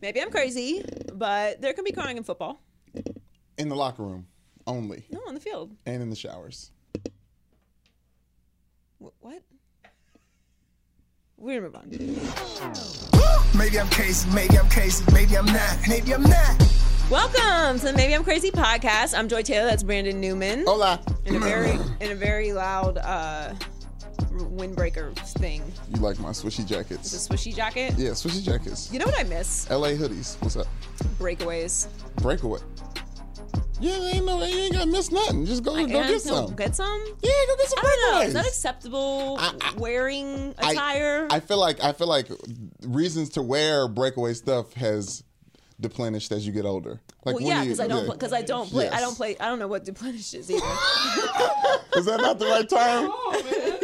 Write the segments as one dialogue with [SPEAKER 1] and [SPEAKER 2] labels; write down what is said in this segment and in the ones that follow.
[SPEAKER 1] Maybe I'm crazy, but there can be crying in football.
[SPEAKER 2] In the locker room only,
[SPEAKER 1] No, on the field.
[SPEAKER 2] and in the showers.
[SPEAKER 1] Wh- What? We're gonna move on.
[SPEAKER 3] Maybe I'm crazy, maybe I'm crazy, maybe I'm not, maybe I'm not.
[SPEAKER 1] Welcome to the Maybe I'm Crazy podcast. I'm Joy Taylor. That's Brandon Newman.
[SPEAKER 2] Hola.
[SPEAKER 1] In a very, in a very loud uh, windbreaker thing.
[SPEAKER 2] You like my swishy
[SPEAKER 1] The
[SPEAKER 2] jackets?
[SPEAKER 1] swishy jacket.
[SPEAKER 2] Yeah, swishy jackets.
[SPEAKER 1] You know what I miss?
[SPEAKER 2] LA hoodies. What's up?
[SPEAKER 1] Breakaways.
[SPEAKER 2] Breakaway. Yeah, ain't no, you ain't gotta miss nothing. Just go,
[SPEAKER 1] I-
[SPEAKER 2] go
[SPEAKER 1] and I
[SPEAKER 2] get
[SPEAKER 1] don't know,
[SPEAKER 2] some.
[SPEAKER 1] Get some.
[SPEAKER 2] Yeah, go get some
[SPEAKER 1] I don't know. Is
[SPEAKER 2] breakaways.
[SPEAKER 1] that acceptable?
[SPEAKER 2] I- I-
[SPEAKER 1] wearing
[SPEAKER 2] I-
[SPEAKER 1] attire.
[SPEAKER 2] I feel like I feel like reasons to wear breakaway stuff has deplenished as you get older.
[SPEAKER 1] well,
[SPEAKER 2] Like when
[SPEAKER 1] yeah,
[SPEAKER 2] do you-
[SPEAKER 1] because I don't
[SPEAKER 2] yeah.
[SPEAKER 1] because I don't play I
[SPEAKER 2] Yes.
[SPEAKER 1] don't play I don't know what deplenish is either.
[SPEAKER 2] Is that not the right term?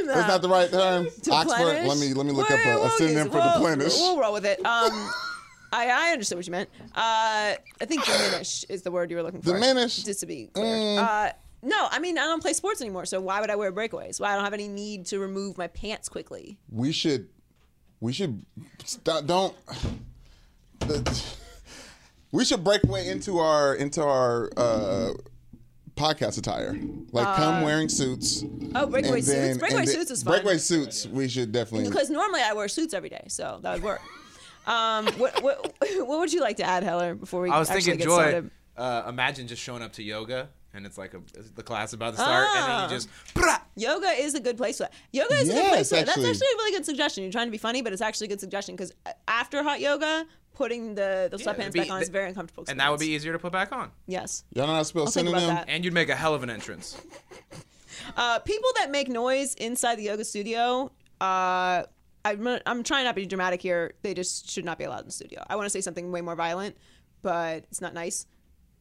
[SPEAKER 2] That's not the right term. Oxford.
[SPEAKER 1] Deplenish?
[SPEAKER 2] Let me let me look up
[SPEAKER 1] Well,
[SPEAKER 2] a, a
[SPEAKER 1] we'll
[SPEAKER 2] synonym
[SPEAKER 1] use-
[SPEAKER 2] for
[SPEAKER 1] we'll-
[SPEAKER 2] deplenish.
[SPEAKER 1] We'll roll with it. Um, I I understand what you meant. Uh, I think diminish is the word you were looking for.
[SPEAKER 2] Diminish?
[SPEAKER 1] just to be clear.
[SPEAKER 2] Mm.
[SPEAKER 1] Uh, no, I mean I don't play sports anymore, so why would I wear breakaways? Why I don't have any need to remove my pants quickly.
[SPEAKER 2] we should we should stop don't the, we should break way into our into our uh podcast attire like come wearing suits
[SPEAKER 1] Oh, Uh, breakaway
[SPEAKER 2] and then-
[SPEAKER 1] suits. Breakaway
[SPEAKER 2] and then-
[SPEAKER 1] suits is fun.
[SPEAKER 2] breakaway suits we should definitely
[SPEAKER 1] Because normally I wear suits every day, so that would work. Um, what, what what would you like to add, Heller? Before we
[SPEAKER 4] I was
[SPEAKER 1] actually
[SPEAKER 4] thinking,
[SPEAKER 1] get
[SPEAKER 4] Joy,
[SPEAKER 1] started?
[SPEAKER 4] uh, imagine just showing up to yoga and it's like a, the class about to start,
[SPEAKER 2] Ah.
[SPEAKER 4] and then you just, brah,
[SPEAKER 1] Yoga is a good place for that. Yoga is a good place
[SPEAKER 2] Yes,
[SPEAKER 1] for that. That's
[SPEAKER 2] actually.
[SPEAKER 1] actually a really good suggestion. You're trying to be funny, but it's actually a good suggestion because after hot yoga, putting the, the
[SPEAKER 4] it'd
[SPEAKER 1] sweatpants
[SPEAKER 4] be-
[SPEAKER 1] back on is
[SPEAKER 4] th-
[SPEAKER 1] very uncomfortable.
[SPEAKER 4] and that would be
[SPEAKER 1] experience.
[SPEAKER 4] easier to put back on.
[SPEAKER 1] yes.
[SPEAKER 2] y'all know how to spell
[SPEAKER 1] I'll think
[SPEAKER 2] synonym
[SPEAKER 1] about that.
[SPEAKER 4] And you'd make a hell of an entrance.
[SPEAKER 1] Uh, people that make noise inside the yoga studio. Uh, I'm, not- I'm trying not to be dramatic here. They just should not be allowed in the studio. I want to say something way more violent, but it's not nice.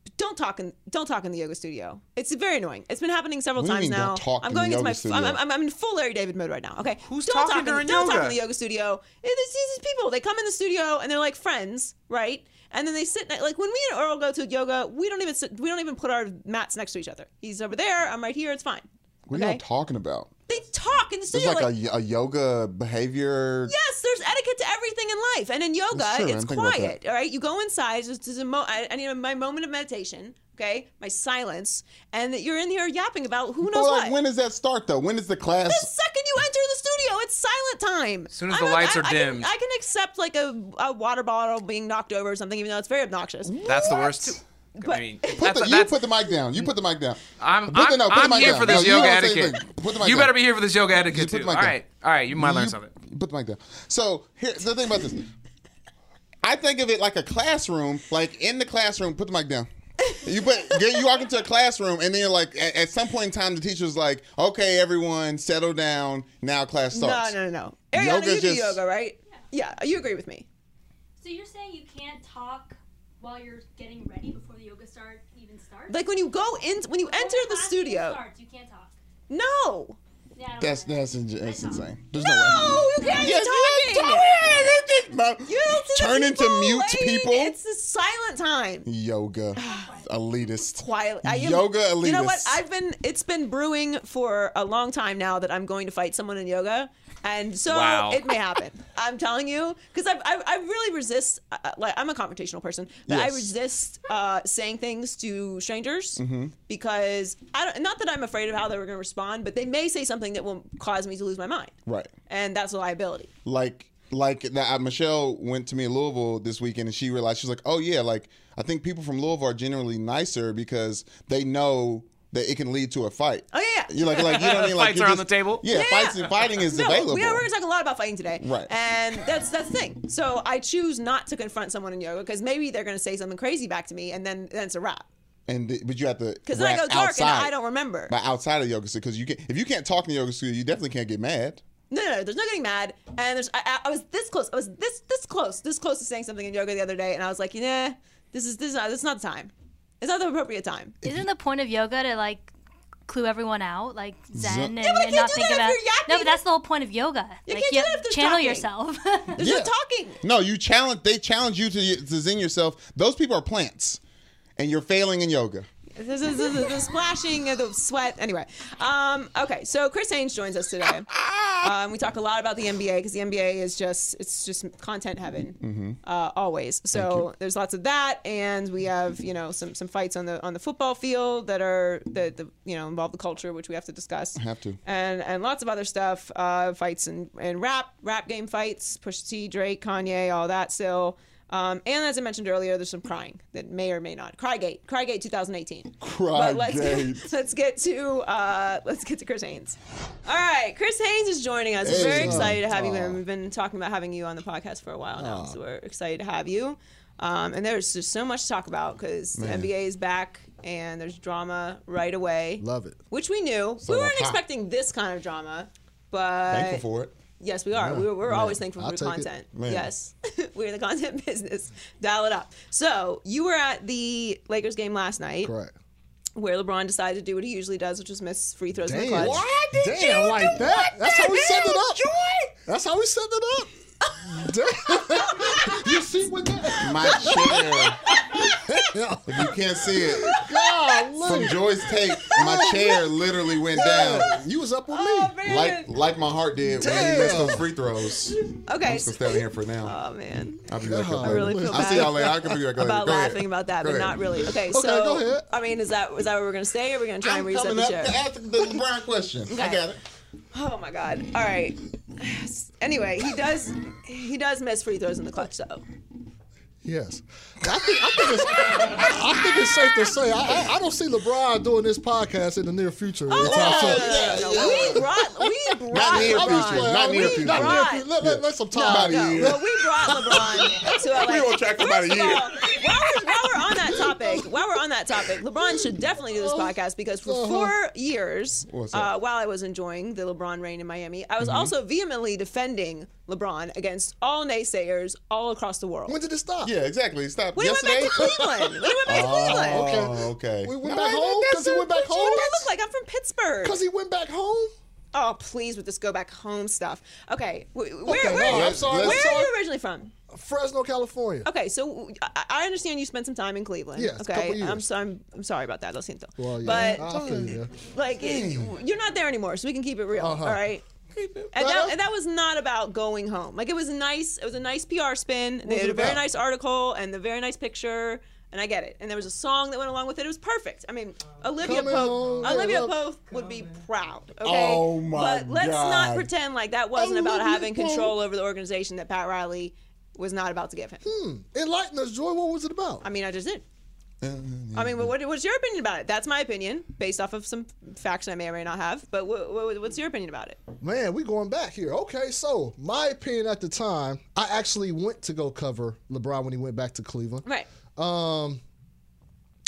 [SPEAKER 1] But don't talk in don't talk in the yoga studio. It's very annoying. It's been happening several
[SPEAKER 2] What do
[SPEAKER 1] times
[SPEAKER 2] you mean,
[SPEAKER 1] now.
[SPEAKER 2] don't talk
[SPEAKER 1] I'm
[SPEAKER 2] in the
[SPEAKER 1] going into
[SPEAKER 2] yoga
[SPEAKER 1] my
[SPEAKER 2] studio?
[SPEAKER 1] I'm, I'm, I'm in full Larry David mode right now. Okay,
[SPEAKER 4] Who's
[SPEAKER 1] don't
[SPEAKER 4] talking
[SPEAKER 1] talk in,
[SPEAKER 4] during
[SPEAKER 1] don't talk
[SPEAKER 4] yoga?
[SPEAKER 1] in the yoga studio. It- It's these people. They come in the studio and they're like friends, right? And then they sit ne- like when me and Earl go to yoga, we don't even sit, we don't even put our mats next to each other. He's over there. I'm right here. It's fine.
[SPEAKER 2] what are
[SPEAKER 1] okay?
[SPEAKER 2] y'all talking about
[SPEAKER 1] They talk in the
[SPEAKER 2] it's
[SPEAKER 1] studio.
[SPEAKER 2] like,
[SPEAKER 1] like,
[SPEAKER 2] a, a yoga behavior
[SPEAKER 1] yes, there's etiquette to everything in life, and in yoga,
[SPEAKER 2] That's true, I
[SPEAKER 1] it's
[SPEAKER 2] didn't think about
[SPEAKER 1] quiet.
[SPEAKER 2] that.
[SPEAKER 1] All right, you go inside. Just just a mo- I, I need my moment of meditation. Okay, my silence, and that you're in here yapping about who knows
[SPEAKER 2] But like
[SPEAKER 1] what.
[SPEAKER 2] when does that start though when is the class
[SPEAKER 1] the second you enter the studio, it's silent time. As
[SPEAKER 4] soon as the lights are
[SPEAKER 1] I,
[SPEAKER 4] dimmed.
[SPEAKER 1] I can, I can accept like a, a water bottle being knocked over or something, even though it's very obnoxious.
[SPEAKER 4] That's the worst, too.
[SPEAKER 1] But-
[SPEAKER 4] I mean,
[SPEAKER 2] Put
[SPEAKER 4] that's,
[SPEAKER 2] the, you
[SPEAKER 4] that's,
[SPEAKER 2] put the mic down. You put the mic down.
[SPEAKER 4] I'm,
[SPEAKER 2] Put the-
[SPEAKER 4] I'm,
[SPEAKER 2] no, put the
[SPEAKER 4] I'm
[SPEAKER 2] mic
[SPEAKER 4] here
[SPEAKER 2] down.
[SPEAKER 4] for
[SPEAKER 2] No,
[SPEAKER 4] this
[SPEAKER 2] you
[SPEAKER 4] yoga
[SPEAKER 2] don't say
[SPEAKER 4] etiquette.
[SPEAKER 2] anything. Put the mic
[SPEAKER 4] you
[SPEAKER 2] down.
[SPEAKER 4] better be here for this yoga etiquette,
[SPEAKER 2] Just put
[SPEAKER 4] too.
[SPEAKER 2] the
[SPEAKER 4] All
[SPEAKER 2] mic down.
[SPEAKER 4] right, all right, you might learn something.
[SPEAKER 2] Put the mic down. So here, the thing about this, I think of it like a classroom. Like in the classroom, put the mic down. You put you walk into a classroom, and then you're like, at, at some point in time, the teacher's like, "Okay, everyone, settle down. Now class
[SPEAKER 1] No,
[SPEAKER 2] starts."
[SPEAKER 1] no, no, no. Ariana,
[SPEAKER 2] Yoga's
[SPEAKER 1] you do
[SPEAKER 2] just-
[SPEAKER 1] yoga, right? Yeah, you agree with me.
[SPEAKER 5] So you're saying you can't talk while you're getting ready before the yoga start even starts?
[SPEAKER 1] Like when you go in, when you enter
[SPEAKER 5] When
[SPEAKER 1] the
[SPEAKER 5] class
[SPEAKER 1] studio.
[SPEAKER 5] Starts, you can't talk.
[SPEAKER 1] No.
[SPEAKER 5] Yeah, I don't
[SPEAKER 2] That's
[SPEAKER 5] wanna-
[SPEAKER 2] that's, in- that's insane. There's no, way.
[SPEAKER 1] No, you can't
[SPEAKER 2] Yes,
[SPEAKER 1] be
[SPEAKER 2] you
[SPEAKER 1] talking.
[SPEAKER 2] are talking.
[SPEAKER 1] You don't see the
[SPEAKER 2] Turn into
[SPEAKER 1] people,
[SPEAKER 2] mute
[SPEAKER 1] like,
[SPEAKER 2] people.
[SPEAKER 1] It's a silent time.
[SPEAKER 2] yoga, elitist.
[SPEAKER 1] Quiet. I am-
[SPEAKER 2] Yoga
[SPEAKER 1] You know what?
[SPEAKER 2] elitists.
[SPEAKER 1] I've been. It's been brewing for a long time now that I'm going to fight someone in yoga, and so
[SPEAKER 4] Wow.
[SPEAKER 1] it may happen. I'm telling you, because I, I, I really resist. Uh, like I'm a confrontational person, but I
[SPEAKER 2] Yes.
[SPEAKER 1] resist uh, saying things to strangers
[SPEAKER 2] Mm-hmm.
[SPEAKER 1] because I don't. Not that I'm afraid of how they were going to respond, but they may say something that will cause me to lose my mind,
[SPEAKER 2] Right.
[SPEAKER 1] and that's a liability.
[SPEAKER 2] like like that uh, Michelle went to me in Louisville this weekend and she realized she's like, "Oh yeah, like I think people from Louisville are generally nicer because they know that it can lead to a fight."
[SPEAKER 1] Oh, yeah, yeah.
[SPEAKER 2] You're like like you know what I mean? Like
[SPEAKER 4] Fights
[SPEAKER 2] you're
[SPEAKER 4] are on
[SPEAKER 2] just-
[SPEAKER 4] the table?
[SPEAKER 2] Yeah, fights and fighting is available.
[SPEAKER 1] We are, we're going to talk a lot about fighting today.
[SPEAKER 2] Right.
[SPEAKER 1] And that's that's the thing. So I choose not to confront someone in yoga because maybe they're going to say something crazy back to me and then, then it's a wrap.
[SPEAKER 2] and th- but you have to
[SPEAKER 1] Because then I
[SPEAKER 2] rap
[SPEAKER 1] go dark
[SPEAKER 2] outside,
[SPEAKER 1] and I don't remember.
[SPEAKER 2] But outside of yoga studio, because you can if you can't talk in the yoga studio, you definitely can't get mad.
[SPEAKER 1] No, no, no, there's no getting mad. And there's I, I- I was this close. I was this this close. This close to saying something in yoga the other day. And I was like, nah, This is this is not, this is not the time. It's not the appropriate time.
[SPEAKER 5] Isn't the point of yoga to like clue everyone out, like Zen, and,
[SPEAKER 1] Yeah, but I
[SPEAKER 5] and
[SPEAKER 1] can't
[SPEAKER 5] not
[SPEAKER 1] do
[SPEAKER 5] think
[SPEAKER 1] that if
[SPEAKER 5] about?
[SPEAKER 1] you're yapping.
[SPEAKER 5] No, but that's the whole point of yoga.
[SPEAKER 1] You
[SPEAKER 5] like
[SPEAKER 1] can't do that if there's
[SPEAKER 5] channel
[SPEAKER 1] talking.
[SPEAKER 5] yourself.
[SPEAKER 1] There's
[SPEAKER 2] Yeah.
[SPEAKER 1] no talking.
[SPEAKER 2] No, you challenge. They challenge you to, to zing yourself. Those people are plants, and you're failing in yoga.
[SPEAKER 1] This is this is- the splashing of the sweat. Anyway, um, okay. So Chris Haynes joins us today. Um, we talk a lot about the NBA because the NBA is just it's just content heaven
[SPEAKER 2] Mm-hmm.
[SPEAKER 1] uh, always. So there's lots of that, and we have you know some some fights on the on the football field that are that the you know involve the culture which we have to discuss.
[SPEAKER 2] Have to.
[SPEAKER 1] And and lots of other stuff, uh, fights and and rap rap game fights, Push T, Drake, Kanye, all that still. Um, and as I mentioned earlier, there's some crying that may or may not. Crygate, Crygate 2018. But
[SPEAKER 2] Crygate.
[SPEAKER 1] let's, let's get to uh, let's get to Chris Haynes. All right, Chris Haynes is joining us. We're very
[SPEAKER 2] Hey.
[SPEAKER 1] excited to have you. in. We've been talking about having you on the podcast for a while now, so we're excited to have you. Um, and there's just so much to talk about because the NBA is back and there's drama right away.
[SPEAKER 6] Love it.
[SPEAKER 1] Which we knew. we weren't
[SPEAKER 2] hot.
[SPEAKER 1] expecting this kind of drama, but
[SPEAKER 2] Thankful for it.
[SPEAKER 1] Yes, we are. We're, we're always thankful
[SPEAKER 6] I'll
[SPEAKER 1] for
[SPEAKER 6] take it.
[SPEAKER 1] content.
[SPEAKER 2] Man.
[SPEAKER 1] Yes, we're in the content business. Dial it up. So you were at the Lakers game last night,
[SPEAKER 6] Correct.
[SPEAKER 1] where LeBron decided to do what he usually does, which is miss free throws in the
[SPEAKER 6] Damn.
[SPEAKER 1] clutch.
[SPEAKER 6] Damn, like that. That's how we set it up. That's how we set it up. Damn. you see what that?
[SPEAKER 2] My chair. if you can't see it
[SPEAKER 6] God,
[SPEAKER 2] from
[SPEAKER 6] look.
[SPEAKER 2] Joy's tape, my chair literally went down.
[SPEAKER 6] You was up with
[SPEAKER 1] Oh,
[SPEAKER 6] me.
[SPEAKER 1] man.
[SPEAKER 2] Like like my heart did when
[SPEAKER 6] Damn.
[SPEAKER 2] he missed those free throws.
[SPEAKER 1] Okay.
[SPEAKER 2] I'm still down here for now.
[SPEAKER 1] oh man.
[SPEAKER 2] I'll be back up
[SPEAKER 6] I
[SPEAKER 2] later.
[SPEAKER 6] really
[SPEAKER 1] feel
[SPEAKER 2] I'll
[SPEAKER 1] bad
[SPEAKER 2] see y'all later. I'll come back. Go ahead.
[SPEAKER 1] About
[SPEAKER 2] Go ahead.
[SPEAKER 1] laughing about that,
[SPEAKER 2] Go
[SPEAKER 1] but
[SPEAKER 2] ahead.
[SPEAKER 1] not really. Okay, so
[SPEAKER 6] go ahead.
[SPEAKER 1] I mean, is that is that where we're gonna stay? Or are we gonna try
[SPEAKER 2] I'm
[SPEAKER 1] and reset
[SPEAKER 2] coming
[SPEAKER 1] the
[SPEAKER 2] up
[SPEAKER 1] show?
[SPEAKER 2] to ask the LeBron question. I
[SPEAKER 1] Okay.
[SPEAKER 2] got it.
[SPEAKER 1] Oh my god. All right. Anyway, he does he does miss free throws in the clutch though.
[SPEAKER 6] Yes. I think, I, think it's, I think it's safe to say I, I, I don't see LeBron doing this podcast in the near future. anytime
[SPEAKER 2] Oh,
[SPEAKER 6] soon.
[SPEAKER 2] yeah,
[SPEAKER 1] No,
[SPEAKER 2] yeah.
[SPEAKER 1] we brought we brought
[SPEAKER 2] Not near
[SPEAKER 6] I'm just
[SPEAKER 2] future.
[SPEAKER 6] playing.
[SPEAKER 1] LeBron.
[SPEAKER 2] Not near
[SPEAKER 6] We-
[SPEAKER 2] future.
[SPEAKER 6] Not near
[SPEAKER 1] Right.
[SPEAKER 6] future. Let, let, let some
[SPEAKER 1] No,
[SPEAKER 6] time.
[SPEAKER 1] no.
[SPEAKER 2] year.
[SPEAKER 1] Well, we brought LeBron to LA.
[SPEAKER 2] We won't track about a
[SPEAKER 1] First of
[SPEAKER 2] year.
[SPEAKER 1] all, while, we're, while we're on that topic, while we're on that topic, LeBron should definitely do this
[SPEAKER 2] Oh.
[SPEAKER 1] podcast because for
[SPEAKER 2] Uh-huh.
[SPEAKER 1] four years,
[SPEAKER 2] What's Mm-hmm. up?
[SPEAKER 1] uh, while I was enjoying the LeBron reign in Miami, I was also vehemently defending LeBron against all naysayers all across the world.
[SPEAKER 6] When did it stop?
[SPEAKER 2] Yeah, exactly. Stop.
[SPEAKER 1] When he went back
[SPEAKER 2] Yesterday.
[SPEAKER 1] to Cleveland, when he went back to
[SPEAKER 2] Oh,
[SPEAKER 1] Cleveland.
[SPEAKER 2] okay. okay.
[SPEAKER 6] We went
[SPEAKER 2] No,
[SPEAKER 6] back
[SPEAKER 2] I-
[SPEAKER 6] home
[SPEAKER 2] that's
[SPEAKER 6] 'cause he
[SPEAKER 2] a-
[SPEAKER 6] went back
[SPEAKER 2] that's a-
[SPEAKER 6] home?
[SPEAKER 1] What do I look like? I'm from Pittsburgh.
[SPEAKER 6] Because he went back home.
[SPEAKER 1] Oh, please with this go back home stuff. Okay, wh- where,
[SPEAKER 6] Okay,
[SPEAKER 1] where,
[SPEAKER 6] no,
[SPEAKER 2] I'm sorry,
[SPEAKER 1] where
[SPEAKER 2] I'm
[SPEAKER 1] are
[SPEAKER 6] sorry.
[SPEAKER 1] you originally from?
[SPEAKER 6] Fresno, California.
[SPEAKER 1] Okay, so I, I understand you spent some time in Cleveland.
[SPEAKER 6] Yeah, it's a
[SPEAKER 1] okay,
[SPEAKER 6] couple years.
[SPEAKER 1] I'm so I'm, I'm sorry about that. Lo siento.
[SPEAKER 6] Well, yeah. Uh,
[SPEAKER 1] But Hmm.
[SPEAKER 6] I feel you.
[SPEAKER 1] like, it- you're not there anymore, so we can keep it real.
[SPEAKER 6] Uh-huh.
[SPEAKER 1] all right. And
[SPEAKER 6] Right
[SPEAKER 1] that,
[SPEAKER 6] on.
[SPEAKER 1] and that was not about going home. Like it was nice. It was a nice PR spin. They
[SPEAKER 6] was
[SPEAKER 1] had
[SPEAKER 6] it
[SPEAKER 1] a very
[SPEAKER 6] about?
[SPEAKER 1] nice article and the very nice picture. And I get it. And there was a song that went along with it. It was perfect. I mean, Olivia
[SPEAKER 6] Coming home,
[SPEAKER 1] Pope.
[SPEAKER 6] yeah,
[SPEAKER 1] Olivia
[SPEAKER 6] love-
[SPEAKER 1] Pope would be proud. Okay.
[SPEAKER 2] Oh, my
[SPEAKER 1] But let's not
[SPEAKER 2] God.
[SPEAKER 1] pretend like that wasn't about
[SPEAKER 6] Olivia
[SPEAKER 1] having
[SPEAKER 6] Pope.
[SPEAKER 1] control over the organization that Pat Riley was not about to give him.
[SPEAKER 6] Enlighten us, Joy. What was it about?
[SPEAKER 1] I mean, I just did. I mean, what, what's your opinion about it? That's my opinion, based off of some facts I may or may not have. But what, what, what's your opinion about it?
[SPEAKER 6] Man, we going back here. Okay, so my opinion at the time, I actually went to go cover LeBron when he went back to Cleveland.
[SPEAKER 1] Right.
[SPEAKER 6] Um,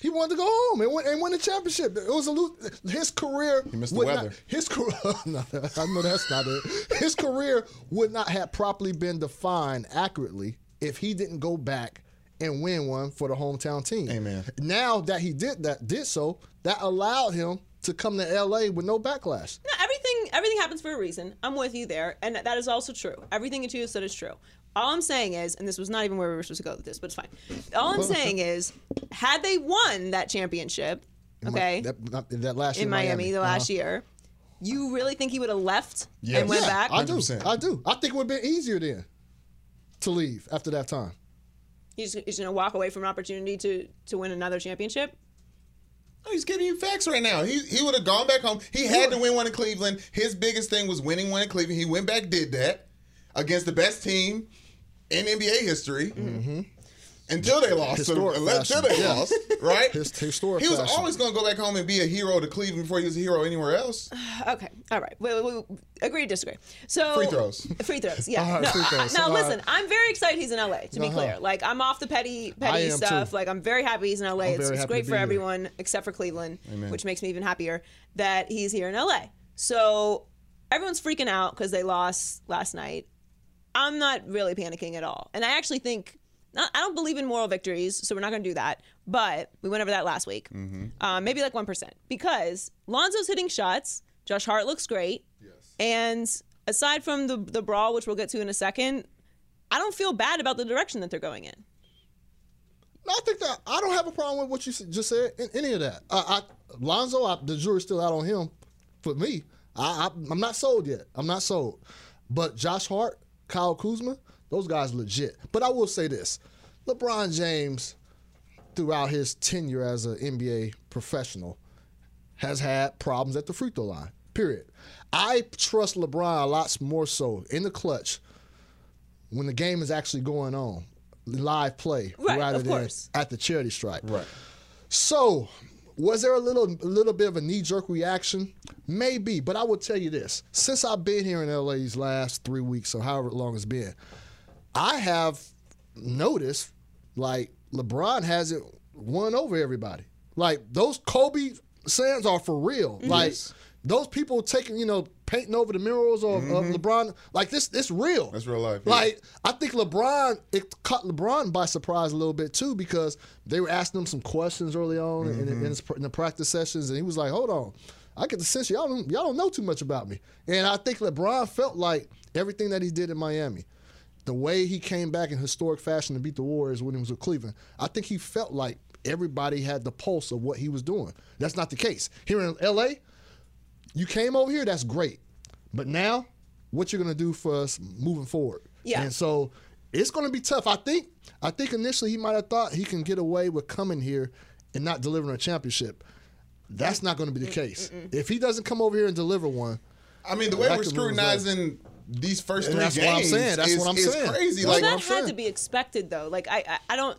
[SPEAKER 6] he wanted to go home and win, and win the championship. It was a lose. His career. He
[SPEAKER 2] missed the weather.
[SPEAKER 6] his career. no, I know that's not it. His career would not have properly been defined accurately if he didn't go back and win one for the hometown team.
[SPEAKER 2] Amen.
[SPEAKER 6] Now that he did that, did so, that allowed him to come to L.A. with no backlash.
[SPEAKER 1] No, everything everything happens for a reason. I'm with you there, and that is also true. Everything that you said is true. All I'm saying is, and this was not even where we were supposed to go with this, but it's fine. All I'm saying is, had they won that championship, okay, in,
[SPEAKER 6] That, not- that last year
[SPEAKER 1] Miami, the last
[SPEAKER 6] Uh-huh.
[SPEAKER 1] year, you really think he would have left
[SPEAKER 2] Yes.
[SPEAKER 1] and went
[SPEAKER 6] yeah,
[SPEAKER 1] back?
[SPEAKER 6] I do.
[SPEAKER 2] 100%.
[SPEAKER 6] I do. I think it would have been easier then to leave after that time.
[SPEAKER 1] He's, he's going to walk away from an opportunity to to win another championship.
[SPEAKER 2] No, he's giving you facts right now. He he would have gone back home. He had to win one in Cleveland. His biggest thing was winning one in Cleveland. He went back, did that against the best team in NBA history. Until they lost, to-
[SPEAKER 6] Mm-hmm. Historic
[SPEAKER 2] until
[SPEAKER 6] fashion.
[SPEAKER 2] they
[SPEAKER 6] Yeah.
[SPEAKER 2] lost, right?
[SPEAKER 6] His- historic
[SPEAKER 2] He was
[SPEAKER 6] fashion.
[SPEAKER 2] always going to go back home and be a hero to Cleveland before he was a hero anywhere else.
[SPEAKER 1] Okay. All right. We, we, we agree to disagree. So
[SPEAKER 2] Free throws.
[SPEAKER 1] Free throws. Yeah.
[SPEAKER 6] All right,
[SPEAKER 1] no,
[SPEAKER 6] free throws. uh,
[SPEAKER 1] Now
[SPEAKER 6] All
[SPEAKER 1] listen,
[SPEAKER 6] right.
[SPEAKER 1] I'm very excited he's in LA. To be clear, like I'm off the petty petty
[SPEAKER 6] am
[SPEAKER 1] stuff.
[SPEAKER 6] too.
[SPEAKER 1] Like I'm very happy he's in LA. it's
[SPEAKER 6] very
[SPEAKER 1] it's
[SPEAKER 6] happy
[SPEAKER 1] great
[SPEAKER 6] to
[SPEAKER 1] for
[SPEAKER 6] be here.
[SPEAKER 1] everyone except for Cleveland, which makes me even happier that he's here in LA. So everyone's freaking out because they lost last night. I'm not really panicking at all, and I actually think not, I don't believe in moral victories, so we're not going to do that. But we went over that last week.
[SPEAKER 6] Mm-hmm.
[SPEAKER 1] Uh, maybe like 1%. Because Lonzo's hitting shots. Josh Hart looks great. Yes. And aside from the, the brawl, which we'll get to in a second, I don't feel bad about the direction that they're going in.
[SPEAKER 6] No, I think that I don't have a problem with what you s- just said in any of that. I, I Lonzo, I, the jury's still out on him. For me, I, I I'm not sold yet. I'm not sold. But Josh Hart, Kyle Kuzma, those guys legit. But I will say this: LeBron James, throughout his tenure as an NBA professional, has had problems at the free throw line. Period. I trust LeBron a lot more so in the clutch when the game is actually going on, live play
[SPEAKER 1] Right,
[SPEAKER 6] rather
[SPEAKER 1] of
[SPEAKER 6] than
[SPEAKER 1] course.
[SPEAKER 6] at the charity stripe. Right. So, was there a little a little bit of a knee jerk reaction? Maybe, but I will tell you this: since I've been here in LA these last three weeks or however long it's been, I have noticed like LeBron hasn't won over everybody. Like those Kobe Sands are for real.
[SPEAKER 2] Mm-hmm.
[SPEAKER 6] Like those people taking, you know, painting over the murals of, of LeBron. Like this, this real.
[SPEAKER 2] Mm-hmm. That's real life, yeah.
[SPEAKER 6] Like I think LeBron, it caught LeBron by surprise a little bit too because they were asking him some questions early on in, in, his, in the practice sessions, and he was like, "Hold on, I get the sense y'all don't, y'all don't know too much about me." And I think LeBron felt like everything that he did in Miami, the way he came back in historic fashion to beat the Warriors when he was with Cleveland, I think he felt like everybody had the pulse of what he was doing. That's not the case here in L.A. You came over here, that's great, but now what you're gonna do for us moving forward?
[SPEAKER 1] Yeah.
[SPEAKER 6] And so it's going to be tough. I think. I think initially he might have thought he can get away with coming here and not delivering a championship. That's not going to be the case. If he doesn't come over here and deliver one,
[SPEAKER 2] I mean, the way
[SPEAKER 6] Back
[SPEAKER 2] we're
[SPEAKER 6] to Louis Vuitton.
[SPEAKER 2] scrutinizing these first
[SPEAKER 6] And
[SPEAKER 2] three
[SPEAKER 6] that's what
[SPEAKER 2] games
[SPEAKER 6] I'm saying. That's
[SPEAKER 2] is,
[SPEAKER 6] what I'm
[SPEAKER 2] is
[SPEAKER 6] saying.
[SPEAKER 2] crazy.
[SPEAKER 6] Well,
[SPEAKER 2] Like,
[SPEAKER 1] Well, that
[SPEAKER 6] I'm
[SPEAKER 1] had to
[SPEAKER 6] saying.
[SPEAKER 1] be expected though. Like I, I, I don't,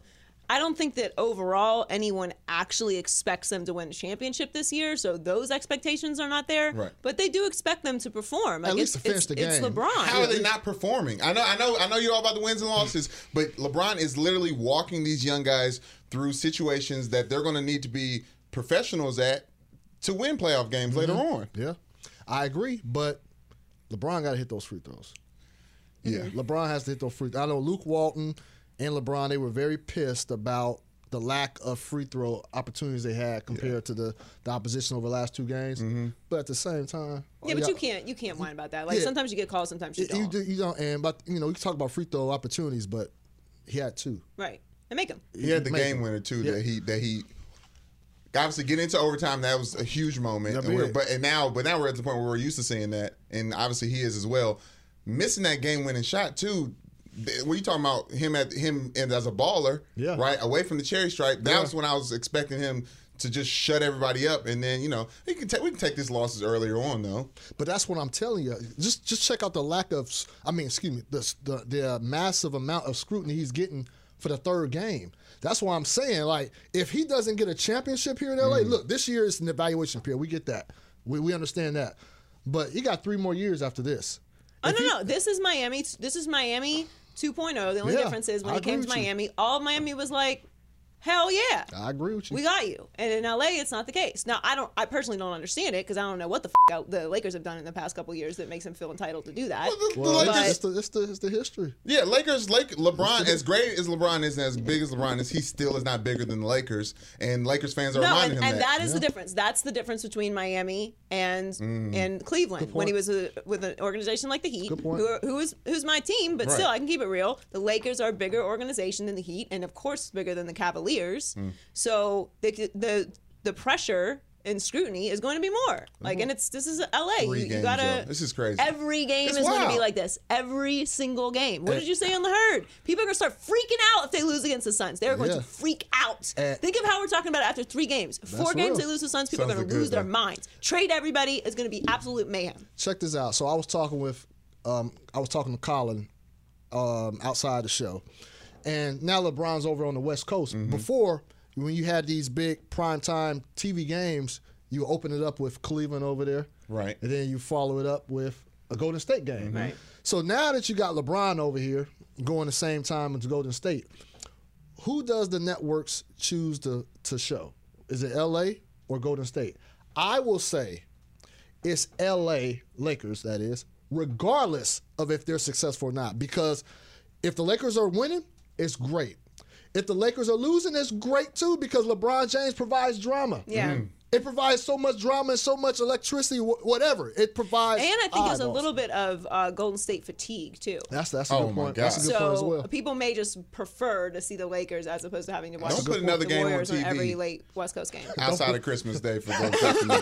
[SPEAKER 1] I don't think that overall anyone actually expects them to win a championship this year. So those expectations are not there.
[SPEAKER 2] Right.
[SPEAKER 1] But they do expect them to perform. Like
[SPEAKER 6] At least
[SPEAKER 1] it's,
[SPEAKER 6] to finish
[SPEAKER 1] it's,
[SPEAKER 6] the
[SPEAKER 1] It's
[SPEAKER 6] game.
[SPEAKER 1] LeBron.
[SPEAKER 2] How are they not performing? I know, I know, I know. You're all about the wins and losses, but LeBron is literally walking these young guys through situations that they're going to need to be professionals at to win playoff games later on.
[SPEAKER 6] yeah, I agree. But LeBron got to hit those free throws. Yeah,
[SPEAKER 1] Mm-hmm.
[SPEAKER 6] LeBron has to hit those free. I know Luke Walton and LeBron they were very pissed about the lack of free throw opportunities they had compared to the, the opposition over the last two games. But at the same time,
[SPEAKER 1] Mm-hmm. yeah, but
[SPEAKER 6] all
[SPEAKER 1] you
[SPEAKER 6] y'all-
[SPEAKER 1] can't, you can't whine about that. Like
[SPEAKER 6] Yeah.
[SPEAKER 1] sometimes you get calls, sometimes you
[SPEAKER 6] You, you
[SPEAKER 1] don't.
[SPEAKER 6] do, you don't, and but you know, you talk about free throw opportunities, but he had two.
[SPEAKER 1] Right. And make them.
[SPEAKER 2] He had the
[SPEAKER 6] Amazing.
[SPEAKER 2] game winner too.
[SPEAKER 6] Yeah.
[SPEAKER 2] That he that he obviously getting into overtime. That was a huge moment.
[SPEAKER 6] That
[SPEAKER 2] And we're-
[SPEAKER 6] big.
[SPEAKER 2] but and now but now we're at the point where we're used to seeing that, and obviously he is as well. Missing that game winning shot too. th- When you talking about him at him and as a baller,
[SPEAKER 6] Yeah.
[SPEAKER 2] right away from the cherry stripe, that was when I was expecting him to just shut everybody up, and then you know he can take we can take these losses earlier on though.
[SPEAKER 6] But that's what I'm telling you. Just just check out the lack of, s- I mean, excuse me, the s- the, the uh, massive amount of scrutiny he's getting for the third game. That's why I'm saying, like, if he doesn't get a championship here in LA, look, this year is an evaluation period. We get that. We we understand that. But he got three more years after this.
[SPEAKER 1] Oh no, no. This is Miami. This is Miami 2.0. The only
[SPEAKER 6] Yeah,
[SPEAKER 1] difference is when
[SPEAKER 6] I
[SPEAKER 1] he came
[SPEAKER 6] agree
[SPEAKER 1] to
[SPEAKER 6] with you.
[SPEAKER 1] Miami, all of Miami was like, "Hell yeah."
[SPEAKER 6] I agree with you.
[SPEAKER 1] We got you. And in LA, it's not the case. Now, I don't. I personally don't understand it because I don't know what the f- out the Lakers have done in the past couple years that makes them feel entitled to do that.
[SPEAKER 2] The- the
[SPEAKER 6] well,
[SPEAKER 2] Lakers-
[SPEAKER 6] it's, the, it's, the, it's the history.
[SPEAKER 2] Yeah, Lakers. Lake LeBron, as great as LeBron is, and as big as LeBron is, he still is not bigger than the Lakers. And Lakers fans are
[SPEAKER 1] No,
[SPEAKER 2] reminding
[SPEAKER 1] and,
[SPEAKER 2] him
[SPEAKER 1] and
[SPEAKER 2] that.
[SPEAKER 1] that is the difference. That's the difference between Miami and
[SPEAKER 2] Mm.
[SPEAKER 1] and Cleveland when he was uh with an organization like the Heat,
[SPEAKER 6] point.
[SPEAKER 1] who are- who is who's my team, but still
[SPEAKER 2] Right.
[SPEAKER 1] I can keep it real. The Lakers are a bigger organization than the Heat, and of course bigger than the Cavaliers.
[SPEAKER 2] Mm.
[SPEAKER 1] So the the the pressure and scrutiny is going to be more like, and it's this is LA. You,
[SPEAKER 2] Three
[SPEAKER 1] you
[SPEAKER 2] games,
[SPEAKER 1] gotta
[SPEAKER 2] yo. This is crazy.
[SPEAKER 1] Every game
[SPEAKER 2] It's
[SPEAKER 1] is going to be
[SPEAKER 2] wild.
[SPEAKER 1] like this. Every single game. What did you say on the herd? People are going to start freaking out if they lose against the Suns. They're going
[SPEAKER 6] Yeah.
[SPEAKER 1] to freak out.
[SPEAKER 2] Eh.
[SPEAKER 6] And-
[SPEAKER 1] Think of how we're talking about it after three games. Four games
[SPEAKER 6] real.
[SPEAKER 1] they lose to the Suns, people
[SPEAKER 2] Suns
[SPEAKER 1] are going
[SPEAKER 2] are
[SPEAKER 1] to
[SPEAKER 2] good,
[SPEAKER 1] lose their
[SPEAKER 2] though.
[SPEAKER 1] minds. Trade everybody is going to be absolute mayhem.
[SPEAKER 6] check this out. So I was talking with, um, I was talking to Colin um, outside the show, and now LeBron's over on the West Coast. Before, when you had these big primetime TV games, you open it up with Cleveland over there,
[SPEAKER 2] Right.
[SPEAKER 6] And then you follow it up with a Golden State game,
[SPEAKER 1] Right.
[SPEAKER 6] So now that you got LeBron over here going the same time as Golden State, who does the networks choose to to show? Is it L.A. or Golden State? I will say it's LA Lakers, that is, regardless of if they're successful or not. Because if the Lakers are winning, it's great. If the Lakers are losing, it's great too because LeBron James provides drama.
[SPEAKER 1] Yeah. Mm-hmm.
[SPEAKER 2] Mm-hmm.
[SPEAKER 6] It provides so much drama and so much electricity, wh- whatever. It provides.
[SPEAKER 1] And I think there's a
[SPEAKER 6] eyeballs.
[SPEAKER 1] little bit of uh, Golden State fatigue too.
[SPEAKER 6] That's that's a
[SPEAKER 2] Oh
[SPEAKER 6] good
[SPEAKER 2] my
[SPEAKER 6] point. That's a
[SPEAKER 2] God.
[SPEAKER 6] good point as
[SPEAKER 1] So
[SPEAKER 6] well.
[SPEAKER 1] people may just prefer to see the Lakers as opposed to having to watch
[SPEAKER 2] Don't
[SPEAKER 1] the
[SPEAKER 2] put another game on
[SPEAKER 1] Warriors
[SPEAKER 2] TV.
[SPEAKER 1] every late West Coast game.
[SPEAKER 2] outside of Christmas Day for Golden State. for me.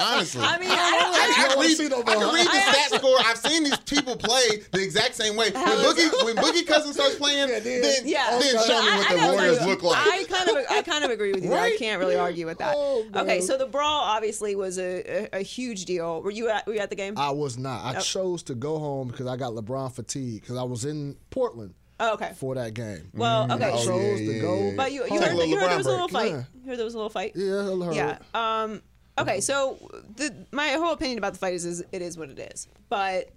[SPEAKER 2] Honestly.
[SPEAKER 1] I mean, I
[SPEAKER 2] I,
[SPEAKER 6] don't
[SPEAKER 2] can
[SPEAKER 6] wanna
[SPEAKER 2] read,
[SPEAKER 6] see no
[SPEAKER 2] I can
[SPEAKER 6] more.
[SPEAKER 2] read the stat score. I've seen these people play the exact same way. When Boogie, when Boogie Cousins starts playing, then, Oh, then,
[SPEAKER 1] Yeah.
[SPEAKER 2] show me what
[SPEAKER 1] I- I
[SPEAKER 2] the
[SPEAKER 1] gotta
[SPEAKER 2] Warriors
[SPEAKER 1] tell you,
[SPEAKER 2] look like.
[SPEAKER 1] I kind of I kind of agree with you. there. I
[SPEAKER 2] Right?
[SPEAKER 1] can't really argue with that.
[SPEAKER 6] Oh, man.
[SPEAKER 1] okay, so the brawl obviously was a, a, a huge deal. Were you at were you at the game?
[SPEAKER 6] I was not. I chose to go home because I got LeBron fatigue because I was in Portland
[SPEAKER 1] oh, okay.
[SPEAKER 6] for that game.
[SPEAKER 1] Well,
[SPEAKER 6] I
[SPEAKER 1] okay.
[SPEAKER 6] chose
[SPEAKER 2] yeah,
[SPEAKER 6] to
[SPEAKER 2] yeah,
[SPEAKER 6] go.
[SPEAKER 2] yeah, yeah.
[SPEAKER 1] But you, you
[SPEAKER 2] Take
[SPEAKER 1] heard,
[SPEAKER 2] a little
[SPEAKER 1] you heard there
[SPEAKER 2] LeBron
[SPEAKER 1] was a little
[SPEAKER 6] break.
[SPEAKER 1] fight. You heard there was a little fight.
[SPEAKER 6] Yeah, I heard.
[SPEAKER 1] Yeah. Um,
[SPEAKER 6] Mm-hmm.
[SPEAKER 1] okay, so the my whole opinion about the fight is, is it is what it is, but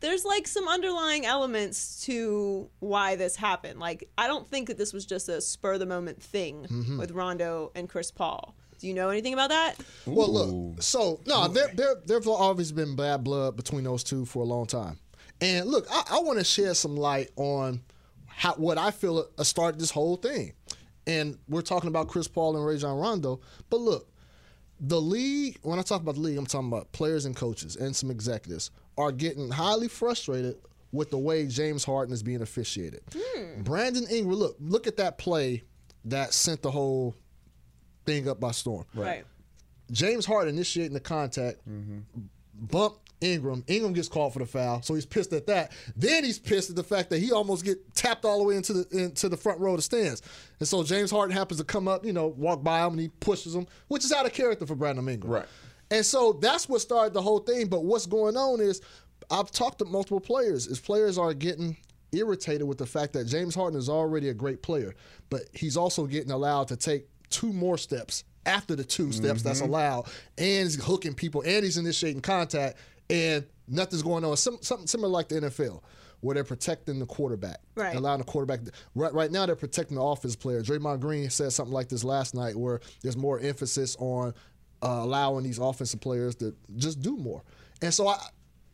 [SPEAKER 1] there's like some underlying elements to why this happened. Like I don't think that this was just a spur of the moment thing
[SPEAKER 6] Mm-hmm.
[SPEAKER 1] with Rondo and Chris Paul. Do you know anything about that?
[SPEAKER 6] Well, look. So no, there, there, there've obviously been bad blood between those two for a long time. And look, I, I want to shed some light on how what I feel uh, started this whole thing. And we're talking about Chris Paul and Ray John Rondo, but look, the league. When I talk about the league, I'm talking about players and coaches and some executives are getting highly frustrated with the way James Harden is being officiated. Brandon Ingram, look, look at that play that sent the whole thing up by storm.
[SPEAKER 1] Right.
[SPEAKER 6] James Harden initiating the contact, bump Ingram. Ingram gets called for the foul, so he's pissed at that. Then he's pissed at the fact that he almost get tapped all the way into the into the front row of the stands. And so James Harden happens to come up, you know, walk by him and he pushes him, which is out of character for Brandon Ingram.
[SPEAKER 2] Right.
[SPEAKER 6] And so that's what started the whole thing. But what's going on is I've talked to multiple players. Is players are getting irritated with the fact that James Harden is already a great player, but he's also getting allowed to take two more steps after the two steps that's allowed, and he's hooking people, and he's initiating contact, and nothing's going on. Some, something similar like the NFL, where they're protecting the quarterback,
[SPEAKER 1] Right.
[SPEAKER 6] allowing the quarterback. Right, right now, they're protecting the offense player. Draymond Green said something like this last night, where there's more emphasis on uh, allowing these offensive players to just do more. And so, I,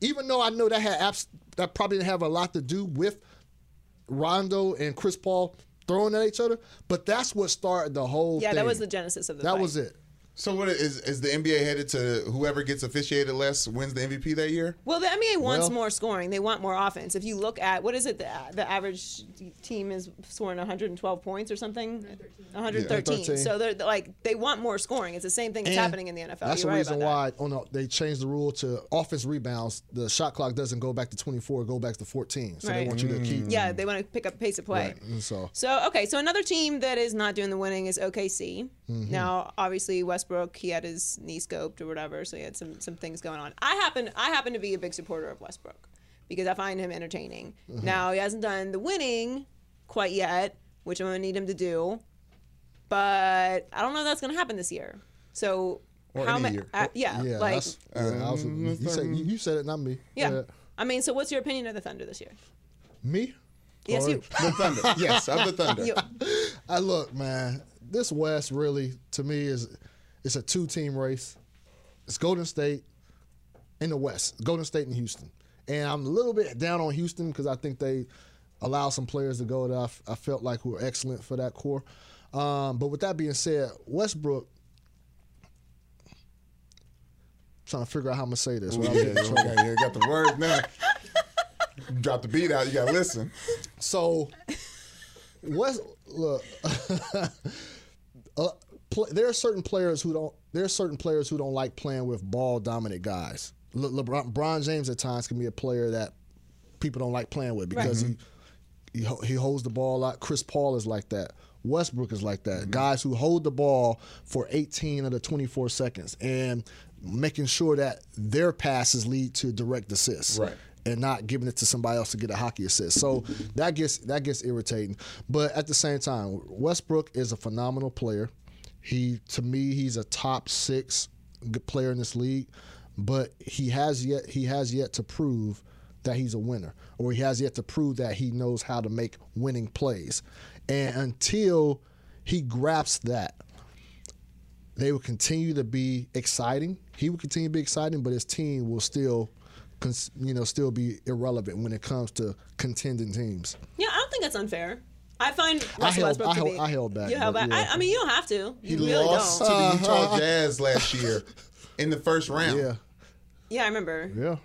[SPEAKER 6] even though I know that had abs- that probably didn't have a lot to do with Rondo and Chris Paul throwing at each other, but that's what started the whole.
[SPEAKER 1] Yeah, that
[SPEAKER 6] thing.
[SPEAKER 1] was the genesis of the
[SPEAKER 6] That
[SPEAKER 1] fight.
[SPEAKER 6] was it.
[SPEAKER 2] so what is is the NBA headed to whoever gets officiated less wins the MVP that year?
[SPEAKER 1] Well, the NBA wants
[SPEAKER 6] Well-
[SPEAKER 1] more scoring. They want more offense. If you look at what is it, the, the average team is scoring 112 points or something, 113.
[SPEAKER 6] 113.
[SPEAKER 1] So they're like they want more scoring. It's the same thing that's
[SPEAKER 6] And
[SPEAKER 1] happening in the NFL.
[SPEAKER 6] That's
[SPEAKER 1] You're
[SPEAKER 6] the
[SPEAKER 1] right
[SPEAKER 6] reason
[SPEAKER 1] about that.
[SPEAKER 6] why on the, they changed the rule to offense rebounds. The shot clock doesn't go back to 24, go back to 14. So
[SPEAKER 1] Right.
[SPEAKER 6] they want you to keep.
[SPEAKER 1] Yeah, they want to pick up pace of play.
[SPEAKER 6] Mm. And so
[SPEAKER 1] So okay, so another team that is not doing the winning is OKC.
[SPEAKER 6] Mm-hmm.
[SPEAKER 1] Now, obviously Westbrook, he had his knee scoped or whatever, so he had some some things going on. I happen I happen to be a big supporter of Westbrook because I find him entertaining.
[SPEAKER 6] Mm-hmm.
[SPEAKER 1] Now he hasn't done the winning quite yet, which I'm gonna need him to do, but I don't know if that's gonna happen this year. So
[SPEAKER 2] Or
[SPEAKER 1] how
[SPEAKER 2] any
[SPEAKER 1] ma-
[SPEAKER 2] year. Mm-hmm.
[SPEAKER 1] uh, yeah,
[SPEAKER 6] yeah,
[SPEAKER 1] like
[SPEAKER 6] that's, yeah, I was- you, said, you, you said it, not me.
[SPEAKER 1] yeah.
[SPEAKER 6] Uh,
[SPEAKER 1] I mean, so what's your opinion of the Thunder this year?
[SPEAKER 6] me.
[SPEAKER 1] Yes, you.
[SPEAKER 2] The Thunder. yes, of the Thunder.
[SPEAKER 1] you
[SPEAKER 6] I look, man. This West really, to me, is it's a two-team race. It's Golden State in the West, Golden State and Houston. And I'm a little bit down on Houston because I think they allowed some players to go that I, f- I felt like were excellent for that core. Um, but with that being said, Westbrook. Trying to figure out how I'm gonna say this. without
[SPEAKER 2] Okay,
[SPEAKER 6] getting in trouble.
[SPEAKER 2] okay, you got the words now. Drop the beat out. You gotta listen.
[SPEAKER 6] So, West, look, uh, pl- there are certain players who don't. There are certain players who don't like playing with ball dominant guys. Le- LeBron Bron James at times can be a player that people don't like playing with because he, he ho- he holds the ball a lot. Chris Paul is like that. Westbrook is like that. Guys who hold the ball for 18 of the 24 seconds and making sure that their passes lead to direct assists
[SPEAKER 2] Right.
[SPEAKER 6] and not giving it to somebody else to get a hockey assist. So that gets that gets irritating. But at the same time, Westbrook is a phenomenal player. He to me he's a top 6 g- player in this league, but he has yet he has yet to prove that he's a winner or he has yet to prove that he knows how to make winning plays. And until he grasps that, they will continue to be exciting. He will continue to be exciting, but his team will still, cons- you know, still be irrelevant when it comes to contending teams.
[SPEAKER 1] Yeah, I don't think that's unfair. I find
[SPEAKER 6] I
[SPEAKER 1] Russell
[SPEAKER 6] held,
[SPEAKER 1] Westbrook
[SPEAKER 6] I,
[SPEAKER 1] to
[SPEAKER 6] held,
[SPEAKER 1] be.
[SPEAKER 6] I held back.
[SPEAKER 1] You held
[SPEAKER 6] but
[SPEAKER 1] back. I, I mean, you don't have to.
[SPEAKER 2] He
[SPEAKER 1] You really
[SPEAKER 2] lost
[SPEAKER 1] don't.
[SPEAKER 2] to the Utah Jazz last year in the first round.
[SPEAKER 6] Uh-huh. yeah.
[SPEAKER 1] Yeah, I remember.
[SPEAKER 6] yeah, yeah.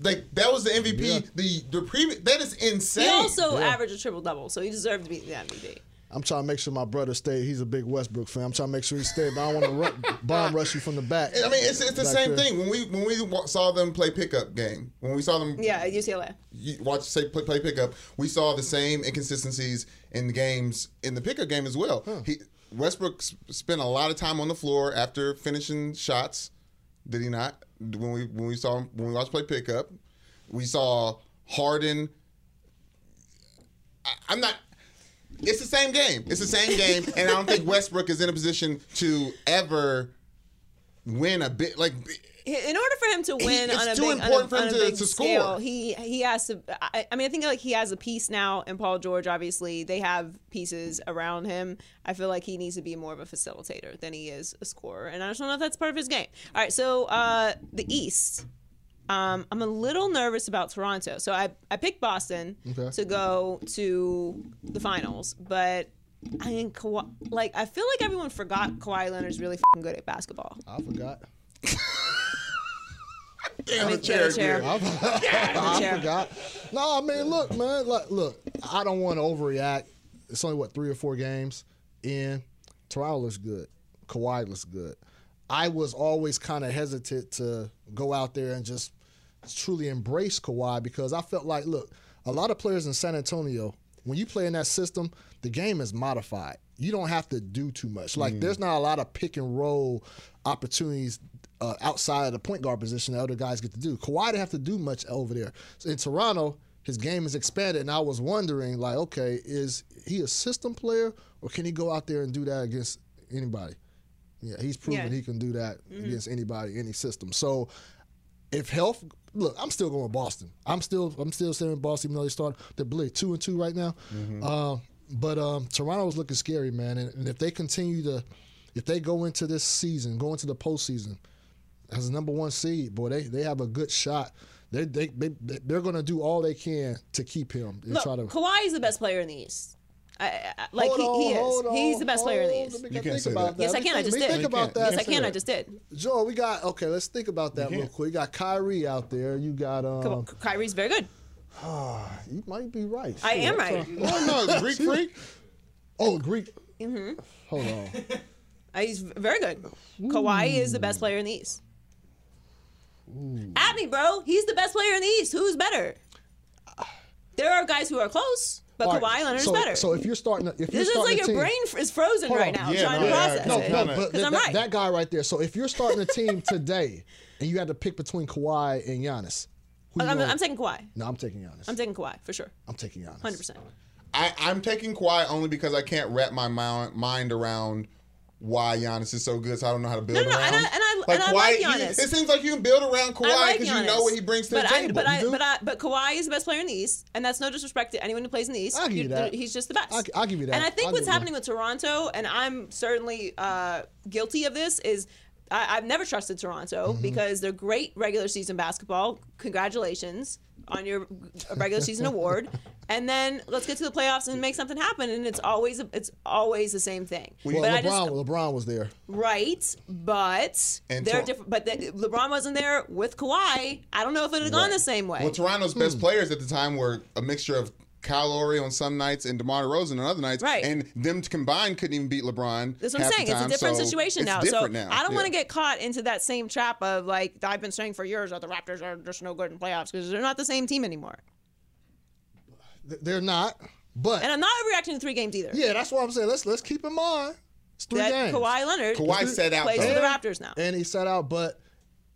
[SPEAKER 2] Like that was the MVP.
[SPEAKER 6] Yeah.
[SPEAKER 2] The the previous that is insane.
[SPEAKER 1] He also averaged a triple double, so he deserved to be the MVP.
[SPEAKER 6] I'm trying to make sure my brother stayed. He's a big Westbrook fan. I'm trying to make sure he stayed, but I don't want to ru- bomb rush you from the back.
[SPEAKER 2] I mean, it's, it's the
[SPEAKER 6] Back
[SPEAKER 2] same
[SPEAKER 6] there.
[SPEAKER 2] thing when we when we wa- saw them play pickup game. When we saw them
[SPEAKER 1] Yeah, at UCLA.
[SPEAKER 2] you watch say play, play pickup, we saw the same inconsistencies in the games in the pickup game as well. He Westbrook s- spent a lot of time on the floor after finishing shots. Did he not? When we when we saw him when we watched play pickup, we saw Harden. I, I'm not. It's the same game. It's the same game, and I don't think Westbrook is in a position to ever win a bit like.
[SPEAKER 1] in order for him to win
[SPEAKER 2] it's
[SPEAKER 1] on a
[SPEAKER 2] too
[SPEAKER 1] big, on a,
[SPEAKER 2] important for him
[SPEAKER 1] on a
[SPEAKER 2] to-
[SPEAKER 1] big
[SPEAKER 2] to score.
[SPEAKER 1] scale, he he has to. I, I mean, I think like he has a piece now, and Paul George obviously they have pieces around him. I feel like he needs to be more of a facilitator than he is a scorer, and I just don't know if that's part of his game. All right, so uh, the East. Um, I'm a little nervous about Toronto, so I I picked Boston to go to the finals, but. I think Kawhi, like I feel like everyone forgot Kawhi Leonard's really fing good at basketball.
[SPEAKER 6] I forgot.
[SPEAKER 2] Damn, the
[SPEAKER 1] Get a
[SPEAKER 2] chair
[SPEAKER 1] chair.
[SPEAKER 2] again.
[SPEAKER 6] Uh, I forgot. No, I mean, look, man, like, look, I don't want to overreact. It's only what three or four games in. Toronto looks good. Kawhi looks good. I was always kind of hesitant to go out there and just truly embrace Kawhi because I felt like, look, a lot of players in San Antonio, when you play in that system, the game is modified. You don't have to do too much. Like, there's not a lot of pick and roll opportunities uh, outside of the point guard position that other guys get to do. Kawhi didn't have to do much over there. So in Toronto, his game is expanded, and I was wondering, like, okay, is he a system player, or can he go out there and do that against anybody? Yeah, he's proven
[SPEAKER 1] Yeah. Mm-hmm.
[SPEAKER 6] he can do that against anybody, any system. So if health look, I'm still going with Boston. I'm still I'm still saying Boston, even though they start they're bleak two and two right now.
[SPEAKER 2] Mm-hmm.
[SPEAKER 6] Uh, but um, Toronto's looking scary, man. And, and if they continue to, if they go into this season, go into the postseason as a number one seed, boy, they they have a good shot. They they, they they're going to do all they can to keep him and
[SPEAKER 1] Look,
[SPEAKER 6] try to.
[SPEAKER 1] Kawhi is the best player in the East. I, I, I- like he, he is.
[SPEAKER 6] hold on,
[SPEAKER 1] He's the best player in the
[SPEAKER 6] hold on.
[SPEAKER 1] East.
[SPEAKER 6] Let me
[SPEAKER 2] You can't
[SPEAKER 6] think
[SPEAKER 2] say
[SPEAKER 6] about
[SPEAKER 2] that.
[SPEAKER 1] Yes, I
[SPEAKER 6] Let
[SPEAKER 1] can.
[SPEAKER 6] me
[SPEAKER 1] I just
[SPEAKER 6] think-
[SPEAKER 1] did.
[SPEAKER 6] Think about
[SPEAKER 2] You
[SPEAKER 6] that.
[SPEAKER 1] Yes, I
[SPEAKER 2] say
[SPEAKER 1] can. I
[SPEAKER 2] that.
[SPEAKER 1] just did.
[SPEAKER 6] Joel, we got okay. Let's think about that real quick. You got Kyrie out there. You got um.
[SPEAKER 1] Come on, Kyrie's very good.
[SPEAKER 6] You might be right.
[SPEAKER 1] I
[SPEAKER 6] Shit,
[SPEAKER 1] am
[SPEAKER 6] I'm
[SPEAKER 1] right.
[SPEAKER 6] trying-
[SPEAKER 2] Oh no, Greek freak.
[SPEAKER 6] Oh, Greek. Mm-hmm. Hold on.
[SPEAKER 1] Uh, He's very good. Kawhi is the best player in the East. At me, bro. He's the best player in the East. Who's better? There are guys who are close, but
[SPEAKER 6] All
[SPEAKER 1] Kawhi
[SPEAKER 6] right,
[SPEAKER 1] Leonard's
[SPEAKER 6] so,
[SPEAKER 1] better.
[SPEAKER 6] So if you're starting, if you're
[SPEAKER 1] this is
[SPEAKER 6] starting
[SPEAKER 1] like
[SPEAKER 6] a
[SPEAKER 1] your
[SPEAKER 6] team,
[SPEAKER 1] brain f- is frozen
[SPEAKER 6] Hold
[SPEAKER 1] right
[SPEAKER 6] on.
[SPEAKER 1] now
[SPEAKER 2] Yeah,
[SPEAKER 1] trying
[SPEAKER 2] no,
[SPEAKER 1] to
[SPEAKER 2] yeah,
[SPEAKER 1] process
[SPEAKER 2] no,
[SPEAKER 1] it.
[SPEAKER 2] no, no.
[SPEAKER 6] but
[SPEAKER 1] 'Cause
[SPEAKER 6] th-
[SPEAKER 1] I'm
[SPEAKER 6] that-
[SPEAKER 1] right.
[SPEAKER 6] that guy right there. So if you're starting a team today, and you had to pick between Kawhi and Giannis, who you
[SPEAKER 1] I'm,
[SPEAKER 6] going-
[SPEAKER 1] I'm taking Kawhi.
[SPEAKER 6] No, I'm taking Giannis.
[SPEAKER 1] I'm taking Kawhi for sure.
[SPEAKER 6] I'm taking Giannis.
[SPEAKER 1] 100%.
[SPEAKER 2] I, I'm taking Kawhi only because I can't wrap my mi- mind around why Giannis is so good, so I don't know how to build
[SPEAKER 1] No, no, no, and
[SPEAKER 2] around.
[SPEAKER 1] I- and I- and I like
[SPEAKER 2] you-
[SPEAKER 1] Giannis.
[SPEAKER 2] it seems like you can build around
[SPEAKER 1] I
[SPEAKER 2] Kawhi
[SPEAKER 1] like
[SPEAKER 2] because
[SPEAKER 1] Giannis,
[SPEAKER 2] you know what he brings to the
[SPEAKER 1] but
[SPEAKER 2] table.
[SPEAKER 1] I, but I,
[SPEAKER 2] You do?
[SPEAKER 1] but I, but Kawhi is the best player in the East, and that's no disrespect to anyone who plays in the East.
[SPEAKER 6] I'll give you that.
[SPEAKER 1] He's just the best.
[SPEAKER 6] I'll- I'll give you that.
[SPEAKER 1] And I think
[SPEAKER 6] I'll
[SPEAKER 1] what's
[SPEAKER 6] give you
[SPEAKER 1] happening with Toronto, and I'm certainly uh, guilty of this, is. I- I've never trusted Toronto
[SPEAKER 6] Mm-hmm.
[SPEAKER 1] because they're great regular season basketball. Congratulations on your regular season award, and then let's get to the playoffs and make something happen. And it's always it's always the same thing.
[SPEAKER 6] Well,
[SPEAKER 1] but
[SPEAKER 6] LeBron,
[SPEAKER 1] I just
[SPEAKER 6] LeBron was there.
[SPEAKER 1] Right, but
[SPEAKER 2] And
[SPEAKER 1] they're
[SPEAKER 2] Tor-
[SPEAKER 1] different. But the, LeBron wasn't there with Kawhi. I don't know if it would have gone the same way.
[SPEAKER 2] well, Toronto's
[SPEAKER 1] Hmm.
[SPEAKER 2] best players at the time were a mixture of Kyle Lowry on some nights and DeMar DeRozan on other nights,
[SPEAKER 1] Right.
[SPEAKER 2] and them combined couldn't even beat LeBron.
[SPEAKER 1] That's what I'm
[SPEAKER 2] half the
[SPEAKER 1] saying.
[SPEAKER 2] time,
[SPEAKER 1] it's a different
[SPEAKER 2] so
[SPEAKER 1] situation
[SPEAKER 2] it's
[SPEAKER 1] now.
[SPEAKER 2] different
[SPEAKER 1] so
[SPEAKER 2] now.
[SPEAKER 1] I don't want to
[SPEAKER 2] Yeah.
[SPEAKER 1] get caught into that same trap of like I've been saying for years that the Raptors are just no good in playoffs because they're not the same team anymore.
[SPEAKER 6] Th- They're not. But
[SPEAKER 1] And I'm not reacting to three games either.
[SPEAKER 6] yeah, that's what I'm saying. Let's let's keep in mind. It's three
[SPEAKER 1] that
[SPEAKER 6] games.
[SPEAKER 1] Kawhi Leonard
[SPEAKER 2] Kawhi set out,
[SPEAKER 1] plays for
[SPEAKER 2] though.
[SPEAKER 1] the Raptors now.
[SPEAKER 6] and he set out. But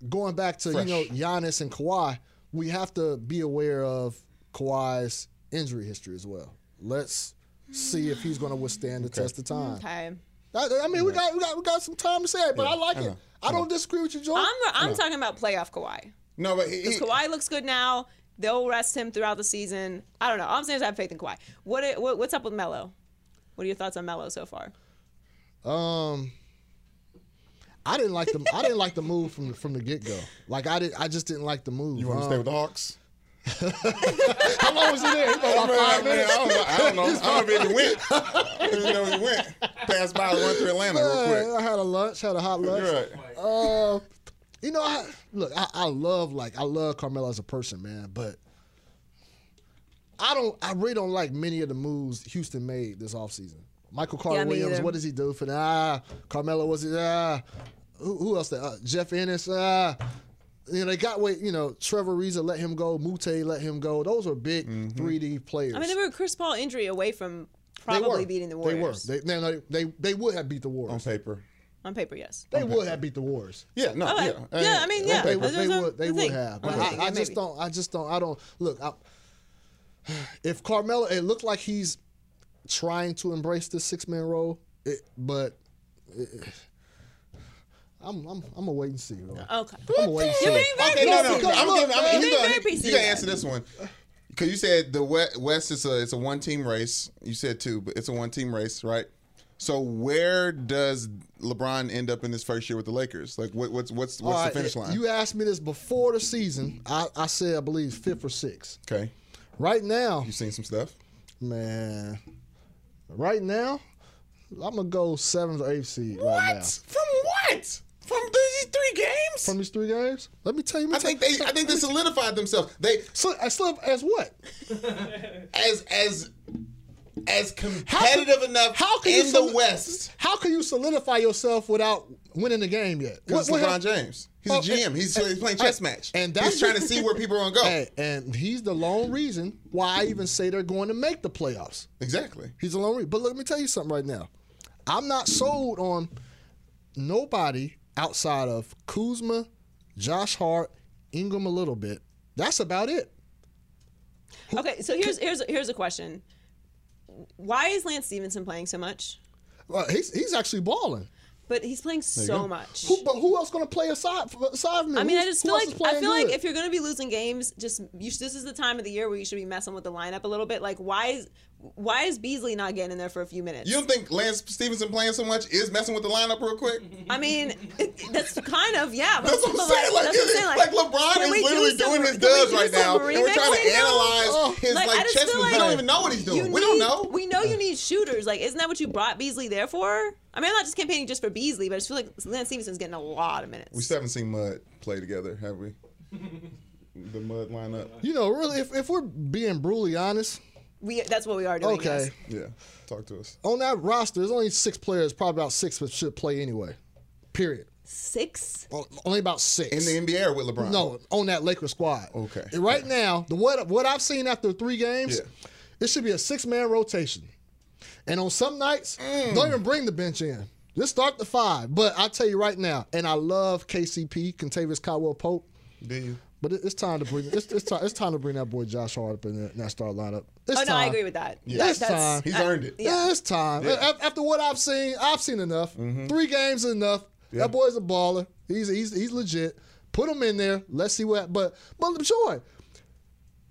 [SPEAKER 6] going back to
[SPEAKER 2] Fresh.
[SPEAKER 6] you know Giannis and Kawhi, we have to be aware of Kawhi's injury history as well. Let's see if he's going to withstand the test of time.
[SPEAKER 1] Okay,
[SPEAKER 6] I, I mean, we got we got we got some time to say it, but I like it. I don't disagree with you, Joel.
[SPEAKER 1] I'm I'm
[SPEAKER 2] Oh.
[SPEAKER 1] talking about playoff Kawhi.
[SPEAKER 2] No, but he, he,
[SPEAKER 1] Kawhi looks good now. They'll rest him throughout the season. I don't know. All I'm saying is I have faith in Kawhi. What, i- what what's up with Melo? What are your thoughts on Melo so far?
[SPEAKER 6] Um, I didn't like the I didn't like the move from from the get go. Like I did, I just didn't like the move.
[SPEAKER 2] you want to
[SPEAKER 6] Um,
[SPEAKER 2] stay with the Hawks?
[SPEAKER 6] How long was he there? He about five
[SPEAKER 2] Man,
[SPEAKER 6] minutes.
[SPEAKER 2] I, don't know, I don't know. I don't know if he went. I don't even know if he went. Passed by, went through Atlanta
[SPEAKER 6] Yeah,
[SPEAKER 2] real
[SPEAKER 6] I had a lunch, had a hot lunch.
[SPEAKER 2] quick. Right.
[SPEAKER 6] Uh, you know, I, look, I, I love like I love Carmelo as a person, man, but I don't. I really don't like many of the moves Houston made this offseason. Michael Carter
[SPEAKER 1] Yeah, me
[SPEAKER 6] Williams,
[SPEAKER 1] either.
[SPEAKER 6] what does he do for that? Ah, Carmelo was it? Ah, who, who else? That uh, Jeff Ennis. Ah, you know they got wait. You know Trevor Reza let him go. Mute let him go. Those were big 3D players.
[SPEAKER 1] I mean, they were a Chris Paul injury away from
[SPEAKER 6] They were.
[SPEAKER 1] probably beating the Warriors.
[SPEAKER 6] They were. They, no, no, they, they they would have beat the
[SPEAKER 2] On
[SPEAKER 6] Warriors.
[SPEAKER 2] paper.
[SPEAKER 1] on paper, yes.
[SPEAKER 6] They would have beat the Warriors.
[SPEAKER 2] Yeah, no,
[SPEAKER 1] Okay.
[SPEAKER 2] yeah.
[SPEAKER 1] Oh, Yeah, I mean,
[SPEAKER 2] on
[SPEAKER 1] yeah.
[SPEAKER 6] they,
[SPEAKER 2] paper.
[SPEAKER 6] would- they
[SPEAKER 1] That's
[SPEAKER 6] would,
[SPEAKER 1] the
[SPEAKER 6] they would
[SPEAKER 1] thing.
[SPEAKER 6] have.
[SPEAKER 1] Okay.
[SPEAKER 6] But I, I
[SPEAKER 1] Yeah,
[SPEAKER 6] just
[SPEAKER 1] maybe.
[SPEAKER 6] don't. I just don't. I don't look. I, if Carmelo, it looked like he's trying to embrace this six man role, it, but it- I'm I'm I'm gonna wait and see. though.
[SPEAKER 1] Okay.
[SPEAKER 6] I'm gonna wait and see.
[SPEAKER 1] You're being very
[SPEAKER 2] Okay, no, no.
[SPEAKER 1] PC.
[SPEAKER 2] I'm giving. I'm,
[SPEAKER 1] You're
[SPEAKER 2] you
[SPEAKER 1] being
[SPEAKER 2] gonna,
[SPEAKER 1] very PC.
[SPEAKER 2] you gotta answer this one because you said the West, West is a it's a one team race. You said two, but it's a one team race, right? So where does LeBron end up in his first year with the Lakers? Like, what, what's what's what's
[SPEAKER 6] All
[SPEAKER 2] the
[SPEAKER 6] right,
[SPEAKER 2] finish line?
[SPEAKER 6] You asked me this before the season. I, I said I believe fifth or sixth.
[SPEAKER 2] okay,
[SPEAKER 6] Right now,
[SPEAKER 2] you've seen some stuff.
[SPEAKER 6] man. Right now, I'm gonna go seventh or eighth seed right now.
[SPEAKER 2] From what? From these three games?
[SPEAKER 6] From these three games, let me tell you.
[SPEAKER 2] I think they I think they solidified themselves. They
[SPEAKER 6] So I slip as what?
[SPEAKER 2] as as as competitive enough
[SPEAKER 6] how can you
[SPEAKER 2] in the
[SPEAKER 6] soli-
[SPEAKER 2] West.
[SPEAKER 6] How can you solidify yourself without winning the game yet?
[SPEAKER 2] Because
[SPEAKER 6] What-
[SPEAKER 2] LeBron
[SPEAKER 6] what hap-
[SPEAKER 2] James. He's
[SPEAKER 6] Oh,
[SPEAKER 2] a GM.
[SPEAKER 6] and-
[SPEAKER 2] He's,
[SPEAKER 6] and-
[SPEAKER 2] he's playing chess
[SPEAKER 6] hey,
[SPEAKER 2] match.
[SPEAKER 6] and
[SPEAKER 2] And
[SPEAKER 6] that's-
[SPEAKER 2] he's trying to see where people are going to go.
[SPEAKER 6] Hey, and he's the lone reason why I even say they're going to make the playoffs.
[SPEAKER 2] Exactly.
[SPEAKER 6] He's the lone reason. But let me tell you something right now. I'm not sold on nobody outside of Kuzma, Josh Hart, Ingram a little bit. That's about it.
[SPEAKER 1] Okay, so here's here's here's a question. Why is Lance Stevenson playing so much?
[SPEAKER 6] Well, he's, he's actually balling.
[SPEAKER 1] But he's playing so much.
[SPEAKER 6] Who, but who else going to play aside aside from him?
[SPEAKER 1] I mean, I
[SPEAKER 6] Who-
[SPEAKER 1] just
[SPEAKER 6] who
[SPEAKER 1] feel
[SPEAKER 6] else
[SPEAKER 1] like
[SPEAKER 6] is
[SPEAKER 1] I
[SPEAKER 6] playing
[SPEAKER 1] feel like
[SPEAKER 6] good?
[SPEAKER 1] if you're going to be losing games, just you, sh- this is the time of the year where you should be messing with the lineup a little bit. Like, why is why is Beasley not getting in there for a few minutes?
[SPEAKER 2] You don't think Lance Stevenson playing so much is messing with the lineup real quick?
[SPEAKER 1] I mean, it, that's kind of yeah. but-
[SPEAKER 2] That's what I'm
[SPEAKER 1] but
[SPEAKER 2] saying. Like,
[SPEAKER 1] that's what I'm saying,
[SPEAKER 2] like, LeBron
[SPEAKER 1] can
[SPEAKER 2] is
[SPEAKER 1] we do
[SPEAKER 2] literally
[SPEAKER 1] some-
[SPEAKER 2] doing his
[SPEAKER 1] can we
[SPEAKER 2] dubs
[SPEAKER 1] do
[SPEAKER 2] right
[SPEAKER 1] some
[SPEAKER 2] now. And we're trying
[SPEAKER 1] remixing
[SPEAKER 2] to
[SPEAKER 1] now?
[SPEAKER 2] analyze
[SPEAKER 6] Oh.
[SPEAKER 2] his
[SPEAKER 1] Like,
[SPEAKER 2] like,
[SPEAKER 1] I just
[SPEAKER 2] chess
[SPEAKER 1] feel
[SPEAKER 2] moves.
[SPEAKER 1] like
[SPEAKER 2] we don't even know what he's
[SPEAKER 1] you
[SPEAKER 2] doing. we don't
[SPEAKER 1] need-
[SPEAKER 2] know.
[SPEAKER 1] We know you need shooters. Like, isn't that what you brought Beasley there for? I mean, I'm not just campaigning just for Beasley, but I just feel like Lance Stevenson's getting a lot of minutes.
[SPEAKER 2] we still haven't seen Mud play together, have we? the Mud lineup.
[SPEAKER 6] you know, really, if, if we're being brutally honest,
[SPEAKER 1] We- that's what we are doing.
[SPEAKER 6] okay.
[SPEAKER 1] yes.
[SPEAKER 2] Yeah. Talk to us.
[SPEAKER 6] on that roster, there's only six players, probably about six that should play anyway. Period.
[SPEAKER 1] Six.
[SPEAKER 6] O- Only about six.
[SPEAKER 2] In the NBA or with LeBron?
[SPEAKER 6] no, on that Lakers squad.
[SPEAKER 2] Okay.
[SPEAKER 6] And right now, the what what I've seen after three games,
[SPEAKER 2] Yeah.
[SPEAKER 6] it should be a six man rotation. And on some nights,
[SPEAKER 2] Mm.
[SPEAKER 6] don't even bring the bench in. Just start the five. But I tell you right now, and I love KCP, Contavious Caldwell Pope.
[SPEAKER 2] Do you?
[SPEAKER 6] But it, it's time to bring it's, it's, time, it's time to bring that boy Josh Hart up in that, in that start lineup. It's
[SPEAKER 1] Oh no, I
[SPEAKER 6] time.
[SPEAKER 1] agree with that.
[SPEAKER 6] It's
[SPEAKER 1] That- that's-
[SPEAKER 6] time.
[SPEAKER 2] He's earned it.
[SPEAKER 6] Yeah, Mm-hmm. it's time. A- After what I've seen, I've seen enough. Three games is enough.
[SPEAKER 2] Yeah.
[SPEAKER 6] That boy's a baller. He's he's he's legit. Put him in there. Let's see what. But but Joy,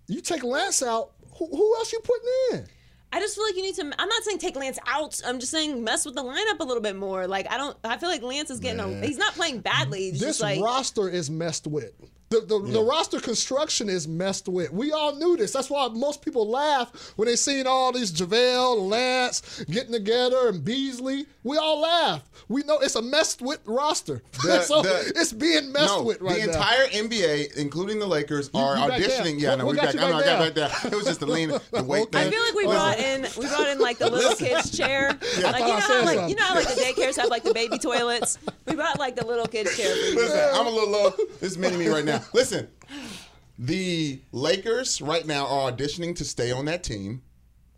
[SPEAKER 6] you take Lance out. Who, who else you putting in?
[SPEAKER 1] I just feel like you need to. I'm not saying take Lance out. I'm just saying mess with the lineup a little bit more. Like I don't. I feel like Lance is getting. A, he's not playing badly. He's
[SPEAKER 6] This
[SPEAKER 1] just like
[SPEAKER 6] roster is messed with. The, the, the roster construction is messed with. We all knew this. That's why most people laugh when they seen all these JaVale and Lance getting together and Beasley. We all laugh. We know it's a messed with roster.
[SPEAKER 2] The-
[SPEAKER 6] so
[SPEAKER 2] the-
[SPEAKER 6] it's being messed
[SPEAKER 2] no,
[SPEAKER 6] with right
[SPEAKER 2] the
[SPEAKER 6] now.
[SPEAKER 2] entire NBA, including the Lakers, are
[SPEAKER 6] you back
[SPEAKER 2] auditioning.
[SPEAKER 6] down.
[SPEAKER 2] Yeah,
[SPEAKER 6] What-
[SPEAKER 2] no,
[SPEAKER 6] what
[SPEAKER 2] we
[SPEAKER 6] got
[SPEAKER 2] back.
[SPEAKER 6] you
[SPEAKER 2] I'm not
[SPEAKER 6] back
[SPEAKER 2] back down. It was just the lean, the weight
[SPEAKER 6] Okay.
[SPEAKER 2] thing.
[SPEAKER 1] I feel like we brought in we brought in like the little kids chair. Like you
[SPEAKER 6] thought I
[SPEAKER 1] know
[SPEAKER 6] said
[SPEAKER 1] how like
[SPEAKER 6] something.
[SPEAKER 1] you know how like the daycares have like the baby toilets. We brought like the little kids chair. for you.
[SPEAKER 2] Listen, I'm a little low. This is mini me right now. Listen, the Lakers right now are auditioning to stay on that team.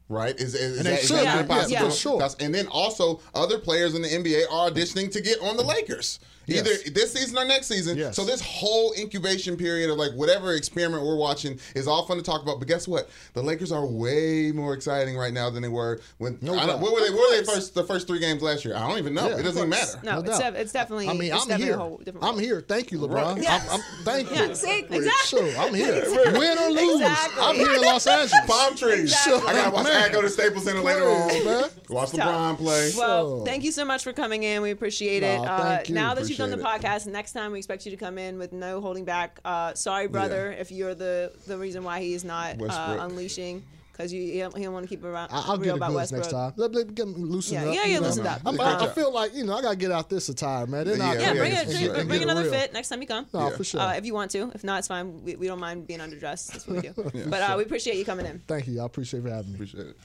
[SPEAKER 2] Right? Is, is, is
[SPEAKER 6] And they
[SPEAKER 2] that, is
[SPEAKER 6] should,
[SPEAKER 2] that
[SPEAKER 1] yeah,
[SPEAKER 2] even possible?
[SPEAKER 1] yeah, for
[SPEAKER 6] sure.
[SPEAKER 2] That's- And then also other players in the NBA are auditioning to get on the Lakers. Either
[SPEAKER 6] Yes.
[SPEAKER 2] this season or next season.
[SPEAKER 6] Yes.
[SPEAKER 2] So this whole incubation period of like whatever experiment we're watching is all fun to talk about. But guess what? The Lakers are way more exciting right now than they were when. No I don't,
[SPEAKER 6] doubt.
[SPEAKER 2] what were they? What were they first? The first three games last year? I don't even know.
[SPEAKER 6] Yeah,
[SPEAKER 2] it
[SPEAKER 6] of
[SPEAKER 2] doesn't even matter.
[SPEAKER 1] No,
[SPEAKER 6] No
[SPEAKER 1] it's,
[SPEAKER 6] doubt.
[SPEAKER 1] de- it's definitely.
[SPEAKER 6] I mean,
[SPEAKER 1] it's
[SPEAKER 6] I'm
[SPEAKER 1] definitely
[SPEAKER 6] here.
[SPEAKER 1] A whole different
[SPEAKER 6] I'm here. Thank you, LeBron.
[SPEAKER 1] Yes.
[SPEAKER 6] I'm, I'm, thank you.
[SPEAKER 1] Yeah, exactly.
[SPEAKER 6] Sure, I'm here. Win or lose,
[SPEAKER 1] Exactly.
[SPEAKER 6] I'm here in Los Angeles.
[SPEAKER 2] Palm trees.
[SPEAKER 1] Exactly.
[SPEAKER 2] I gotta watch
[SPEAKER 6] Man.
[SPEAKER 2] gotta go to Staples Center later
[SPEAKER 6] Please,
[SPEAKER 2] on.
[SPEAKER 6] man.
[SPEAKER 2] Watch
[SPEAKER 1] tough.
[SPEAKER 2] LeBron play.
[SPEAKER 1] Well,
[SPEAKER 6] So-
[SPEAKER 1] thank you so much for coming in. We appreciate it.
[SPEAKER 6] Nah,
[SPEAKER 1] Uh,
[SPEAKER 6] thank you.
[SPEAKER 1] Now that you've done the
[SPEAKER 2] Appreciate
[SPEAKER 1] podcast, next time we expect you to come in with no holding back. Uh, sorry, brother, if you're the the reason why he's not uh,
[SPEAKER 2] Westbrook.
[SPEAKER 1] unleashing because you he don't, he don't want to keep around.
[SPEAKER 6] I- I'll
[SPEAKER 1] real
[SPEAKER 6] get it
[SPEAKER 1] about
[SPEAKER 6] good
[SPEAKER 1] Westbrook.
[SPEAKER 6] next time. Let, let get loosened
[SPEAKER 1] Yeah,
[SPEAKER 6] up.
[SPEAKER 1] yeah,
[SPEAKER 6] you
[SPEAKER 1] yeah,
[SPEAKER 6] know.
[SPEAKER 1] loosened up.
[SPEAKER 6] I'm-
[SPEAKER 1] Good
[SPEAKER 6] I, I
[SPEAKER 2] job.
[SPEAKER 6] feel like you know I gotta get out this attire, man. They're
[SPEAKER 2] Yeah,
[SPEAKER 6] not-
[SPEAKER 1] Yeah,
[SPEAKER 6] they're
[SPEAKER 1] bring,
[SPEAKER 2] yeah,
[SPEAKER 1] a,
[SPEAKER 6] not-
[SPEAKER 2] just
[SPEAKER 1] bring,
[SPEAKER 2] get-
[SPEAKER 1] bring
[SPEAKER 2] get
[SPEAKER 1] another
[SPEAKER 6] real.
[SPEAKER 1] fit next time you come.
[SPEAKER 6] No, for sure.
[SPEAKER 1] Uh, if you want to. If not, it's fine. We, we don't mind being underdressed. That's what we do. but uh, we appreciate you coming in.
[SPEAKER 6] Thank you. I appreciate you for having me.
[SPEAKER 2] Appreciate it.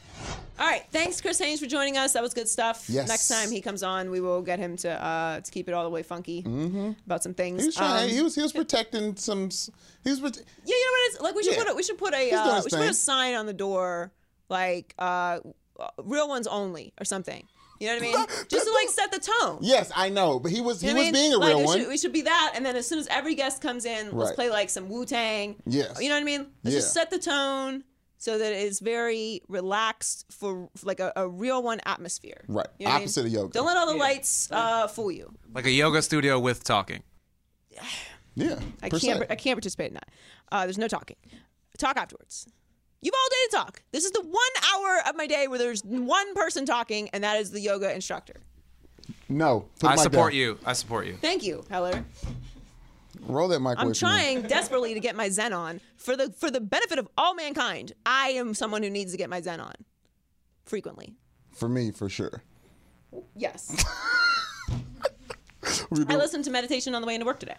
[SPEAKER 1] All right. Thanks, Chris Haynes, for joining us. That was good stuff.
[SPEAKER 2] Yes.
[SPEAKER 1] Next time he comes on, we will get him to uh, to keep it all the way funky
[SPEAKER 6] Mm-hmm.
[SPEAKER 1] about some things.
[SPEAKER 2] He was trying.
[SPEAKER 1] Um,
[SPEAKER 2] he was he was protecting some. s- He was. prote-
[SPEAKER 1] Yeah, you know what? It's, like we should
[SPEAKER 2] Yeah.
[SPEAKER 1] put a, we should put a
[SPEAKER 2] doing
[SPEAKER 1] uh, we
[SPEAKER 2] his
[SPEAKER 1] should put a
[SPEAKER 2] thing.
[SPEAKER 1] sign on the door like uh, real ones only or something. You know what I mean? Just to like set the tone.
[SPEAKER 2] Yes, I know, but he was he
[SPEAKER 1] You know
[SPEAKER 2] was
[SPEAKER 1] what I mean?
[SPEAKER 2] being a
[SPEAKER 1] Like,
[SPEAKER 2] real
[SPEAKER 1] we
[SPEAKER 2] one.
[SPEAKER 1] Should, we should be that, and then as soon as every guest comes in, let's
[SPEAKER 2] Right.
[SPEAKER 1] play like some Wu Tang.
[SPEAKER 2] Yes.
[SPEAKER 1] you know what I mean. Let's just
[SPEAKER 2] Yeah.
[SPEAKER 1] set the tone so that it's very relaxed for for, like a, a real one atmosphere.
[SPEAKER 2] Right.
[SPEAKER 1] You know what I mean?
[SPEAKER 2] Opposite of yoga.
[SPEAKER 1] Don't let all the lights uh, fool you.
[SPEAKER 4] Like a yoga studio with talking.
[SPEAKER 2] yeah,
[SPEAKER 1] I
[SPEAKER 2] percent.
[SPEAKER 1] can't. I can't participate in that. Uh, there's no talking. Talk afterwards. You've all day to talk. This is the one hour of my day where there's one person talking, and that is the yoga instructor.
[SPEAKER 2] No, put the
[SPEAKER 4] I
[SPEAKER 2] mic
[SPEAKER 4] support
[SPEAKER 2] down.
[SPEAKER 4] you. I support you.
[SPEAKER 1] Thank you, Heller.
[SPEAKER 2] Roll that mic.
[SPEAKER 1] I'm
[SPEAKER 2] away from me.
[SPEAKER 1] trying desperately to get my Zen on for the for the benefit of all mankind. I am someone who needs to get my Zen on frequently.
[SPEAKER 2] for me for sure.
[SPEAKER 1] Yes,
[SPEAKER 2] We
[SPEAKER 1] I
[SPEAKER 2] do-
[SPEAKER 1] listened to meditation on the way into work today.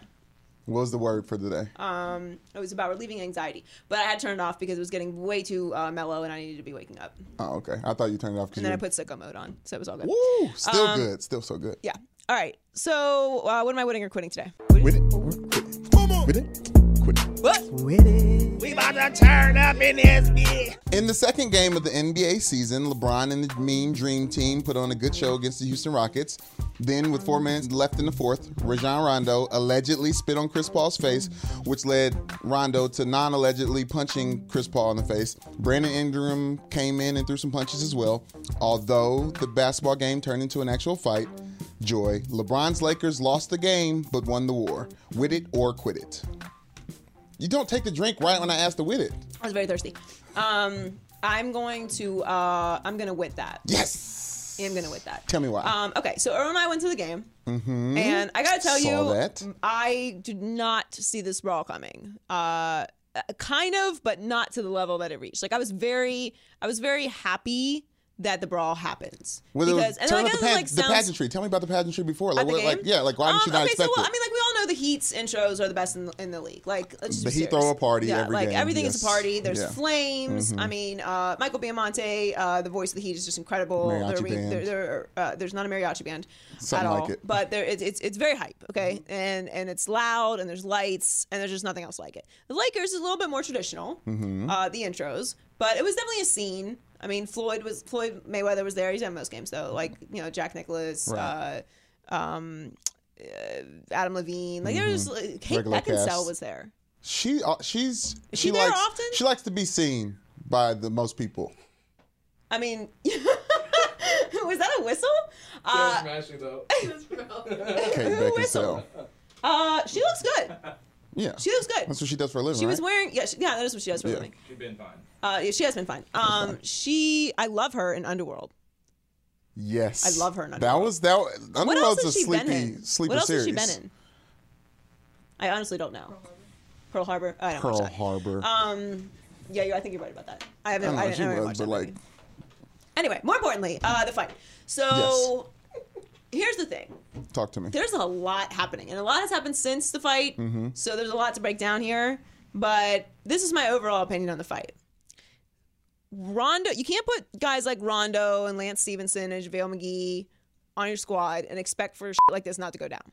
[SPEAKER 2] What was the word for today?
[SPEAKER 1] Uh, It was about relieving anxiety, but I had turned it off because it was getting way too uh, mellow, and I needed to be waking up.
[SPEAKER 2] oh, okay. I thought you turned it off.
[SPEAKER 1] And then I put sicko mode on, so it was all good.
[SPEAKER 2] Woo! Still good. Still so good.
[SPEAKER 1] Yeah. All right. So, uh, what am I winning or quitting today?
[SPEAKER 2] With it. With it. Quit it.
[SPEAKER 1] What?
[SPEAKER 2] In the second game of the NBA season, LeBron and the Mean Dream Team put on a good show against the Houston Rockets. Then, with four minutes left in the fourth, Rajon Rondo allegedly spit on Chris Paul's face, which led Rondo to non allegedly punching Chris Paul in the face. Brandon Ingram came in and threw some punches as well. Although the basketball game turned into an actual fight, joy. LeBron's Lakers lost the game but won the war. With it or quit it. You don't take the drink right when I asked to win it.
[SPEAKER 1] I was very thirsty. Um, I'm going to. Uh, I'm going to wit that.
[SPEAKER 2] Yes!
[SPEAKER 1] I'm going to wit that.
[SPEAKER 2] Tell me why. Mm-hmm.
[SPEAKER 1] Um, okay. So Earl and I went to the game, and I got to tell
[SPEAKER 2] Saw
[SPEAKER 1] you,
[SPEAKER 2] that.
[SPEAKER 1] I did not see this brawl coming. Uh, uh, kind of, but not to the level that it reached. Like I was very, I was very happy that the brawl happened
[SPEAKER 2] Well, there was-
[SPEAKER 1] and
[SPEAKER 2] tell
[SPEAKER 1] like,
[SPEAKER 2] me
[SPEAKER 1] I know
[SPEAKER 2] about the,
[SPEAKER 1] that,
[SPEAKER 2] pa-
[SPEAKER 1] like,
[SPEAKER 2] the
[SPEAKER 1] sounds-
[SPEAKER 2] pageantry. Tell me about the pageantry before. Like,
[SPEAKER 1] at the
[SPEAKER 2] what-
[SPEAKER 1] game?
[SPEAKER 2] like yeah, like why did
[SPEAKER 1] Um,
[SPEAKER 2] you not
[SPEAKER 1] okay,
[SPEAKER 2] expect
[SPEAKER 1] so, well,
[SPEAKER 2] it?
[SPEAKER 1] I mean, like we all know the Heat's intros are the best in, in the league. Like, let's just
[SPEAKER 2] The
[SPEAKER 1] be
[SPEAKER 2] Heat
[SPEAKER 1] serious.
[SPEAKER 2] throw a party
[SPEAKER 1] Yeah,
[SPEAKER 2] every
[SPEAKER 1] like
[SPEAKER 2] game,
[SPEAKER 1] everything is a
[SPEAKER 2] yes.
[SPEAKER 1] party. There's
[SPEAKER 2] Yeah. Mm-hmm.
[SPEAKER 1] flames. I mean, uh, Michael Biamonte, uh, the voice of the Heat, is just incredible.
[SPEAKER 2] Mariachi
[SPEAKER 1] They're re-
[SPEAKER 2] band.
[SPEAKER 1] they're- they're, uh, there's not a mariachi band
[SPEAKER 2] Something
[SPEAKER 1] at all,
[SPEAKER 2] like it. Mm-hmm.
[SPEAKER 1] but there it's it's it's very hype. Okay, and and it's loud and there's lights and there's just nothing else like it. The Lakers is a little bit more traditional.
[SPEAKER 2] Mm-hmm.
[SPEAKER 1] Uh, the intros, but it was definitely a scene. I mean, Floyd was Floyd Mayweather was there. He's at most games though. Like you know, Jack Nicholas. Uh,
[SPEAKER 2] Right.
[SPEAKER 1] Adam Levine. Like there's like, Kate
[SPEAKER 2] Mm-hmm. Regular
[SPEAKER 1] Beckinsale
[SPEAKER 2] cast.
[SPEAKER 1] was there.
[SPEAKER 2] she uh, she's
[SPEAKER 1] she there
[SPEAKER 2] likes
[SPEAKER 1] often?
[SPEAKER 2] she likes to be seen by the most people.
[SPEAKER 1] I mean, was that a whistle? Uh,
[SPEAKER 2] Kate Beckinsale.
[SPEAKER 1] uh, she looks good.
[SPEAKER 2] Yeah,
[SPEAKER 1] She looks good.
[SPEAKER 2] That's what she does for a living.
[SPEAKER 1] She was
[SPEAKER 2] right?
[SPEAKER 1] wearing yeah, she, yeah, that is what she does for a
[SPEAKER 2] Yeah.
[SPEAKER 1] living.
[SPEAKER 4] You've been fine.
[SPEAKER 1] Uh, yeah, she has been fine. Um, she I love her in Underworld.
[SPEAKER 2] Yes,
[SPEAKER 1] I love her in
[SPEAKER 2] That
[SPEAKER 1] Underworld.
[SPEAKER 2] was that. was-
[SPEAKER 1] What else
[SPEAKER 2] Underworld's a
[SPEAKER 1] has she been
[SPEAKER 2] sleepy
[SPEAKER 1] in?
[SPEAKER 2] sleeper
[SPEAKER 1] What else has
[SPEAKER 2] series.
[SPEAKER 1] she been in? I honestly don't know. Pearl Harbor. I don't watch
[SPEAKER 2] Pearl
[SPEAKER 1] that.
[SPEAKER 2] Harbor.
[SPEAKER 1] Yeah, you I think you're right about that. I haven't.
[SPEAKER 2] I don't
[SPEAKER 1] I,
[SPEAKER 2] know.
[SPEAKER 1] didn't,
[SPEAKER 2] She
[SPEAKER 1] I haven't
[SPEAKER 2] was,
[SPEAKER 1] watched
[SPEAKER 2] but
[SPEAKER 1] that
[SPEAKER 2] like,
[SPEAKER 1] movie. Anyway, more importantly, uh, the fight. So here's the thing.
[SPEAKER 2] talk to me.
[SPEAKER 1] there's a lot happening, and a lot has happened since the fight.
[SPEAKER 2] Mm-hmm.
[SPEAKER 1] So there's a lot to break down here. But this is my overall opinion on the fight. Rondo, you can't put guys like Rondo and Lance Stevenson and JaVale McGee on your squad and expect for shit like this not to go down.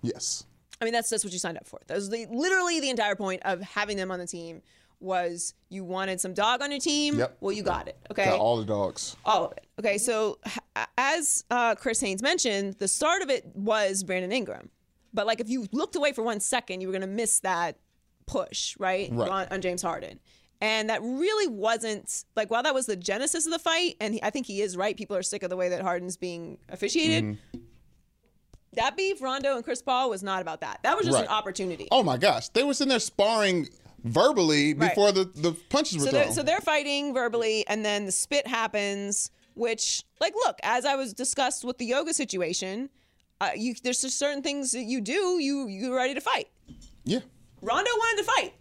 [SPEAKER 2] Yes,
[SPEAKER 1] I mean, that's that's what you signed up for. That was the, literally the entire point of having them on the team was you wanted some dog on your team.
[SPEAKER 2] Yep.
[SPEAKER 1] Well, you got it. Okay
[SPEAKER 2] got all the dogs.
[SPEAKER 1] all of it. Okay, so h- as uh, Chris Haynes mentioned, the start of it was Brandon Ingram, but like if you looked away for one second, you were gonna miss that push, right,
[SPEAKER 2] Right.
[SPEAKER 1] On, on James Harden, and that really wasn't like while that was the genesis of the fight, and he, I think he is right. People are sick of the way that Harden's being officiated. That beef, Rondo and Chris Paul was not about that. That was just
[SPEAKER 2] Right.
[SPEAKER 1] an opportunity.
[SPEAKER 2] Oh my gosh, they were sitting there sparring verbally
[SPEAKER 1] Right.
[SPEAKER 2] before the, the punches were
[SPEAKER 1] So
[SPEAKER 2] thrown.
[SPEAKER 1] they're, so they're fighting verbally, and then the spit happens. Which, like, look, as I was discussed with the yoga situation, uh, you, there's just certain things that you do. You you're ready to fight.
[SPEAKER 2] yeah.
[SPEAKER 1] Rondo wanted to fight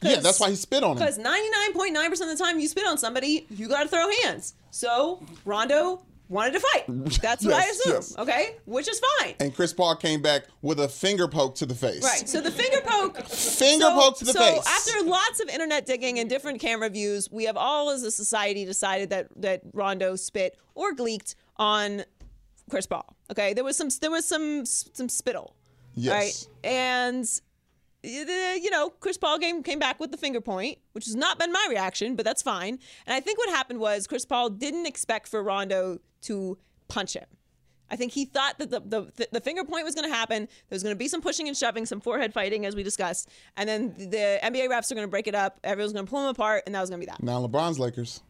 [SPEAKER 2] Yeah, that's why he spit on him.
[SPEAKER 1] because 99.9 percent of the time you spit on somebody, you got to throw hands. So Rondo wanted to fight. That's what I
[SPEAKER 2] Yes,
[SPEAKER 1] assume.
[SPEAKER 2] yes.
[SPEAKER 1] Okay, which is fine.
[SPEAKER 2] And Chris Paul came back with a finger poke to the face.
[SPEAKER 1] Right. So the finger poke.
[SPEAKER 2] Finger
[SPEAKER 1] so,
[SPEAKER 2] poke to the
[SPEAKER 1] so
[SPEAKER 2] face.
[SPEAKER 1] after lots of internet digging and different camera views, we have all as a society decided that that Rondo spit or gleeked on Chris Paul. Okay, there was some there was some some spittle,
[SPEAKER 2] yes.
[SPEAKER 1] right? And eh, you know, Chris Paul came came back with the finger point, which has not been my reaction, but that's fine. And I think what happened was Chris Paul didn't expect for Rondo to punch him. I think he thought that the the, the finger point was going to happen. There's going to be some pushing and shoving, some forehead fighting, as we discussed, and then the NBA refs are going to break it up. Everyone's going to pull them apart, and that was going to be that.
[SPEAKER 2] Now LeBron's Lakers.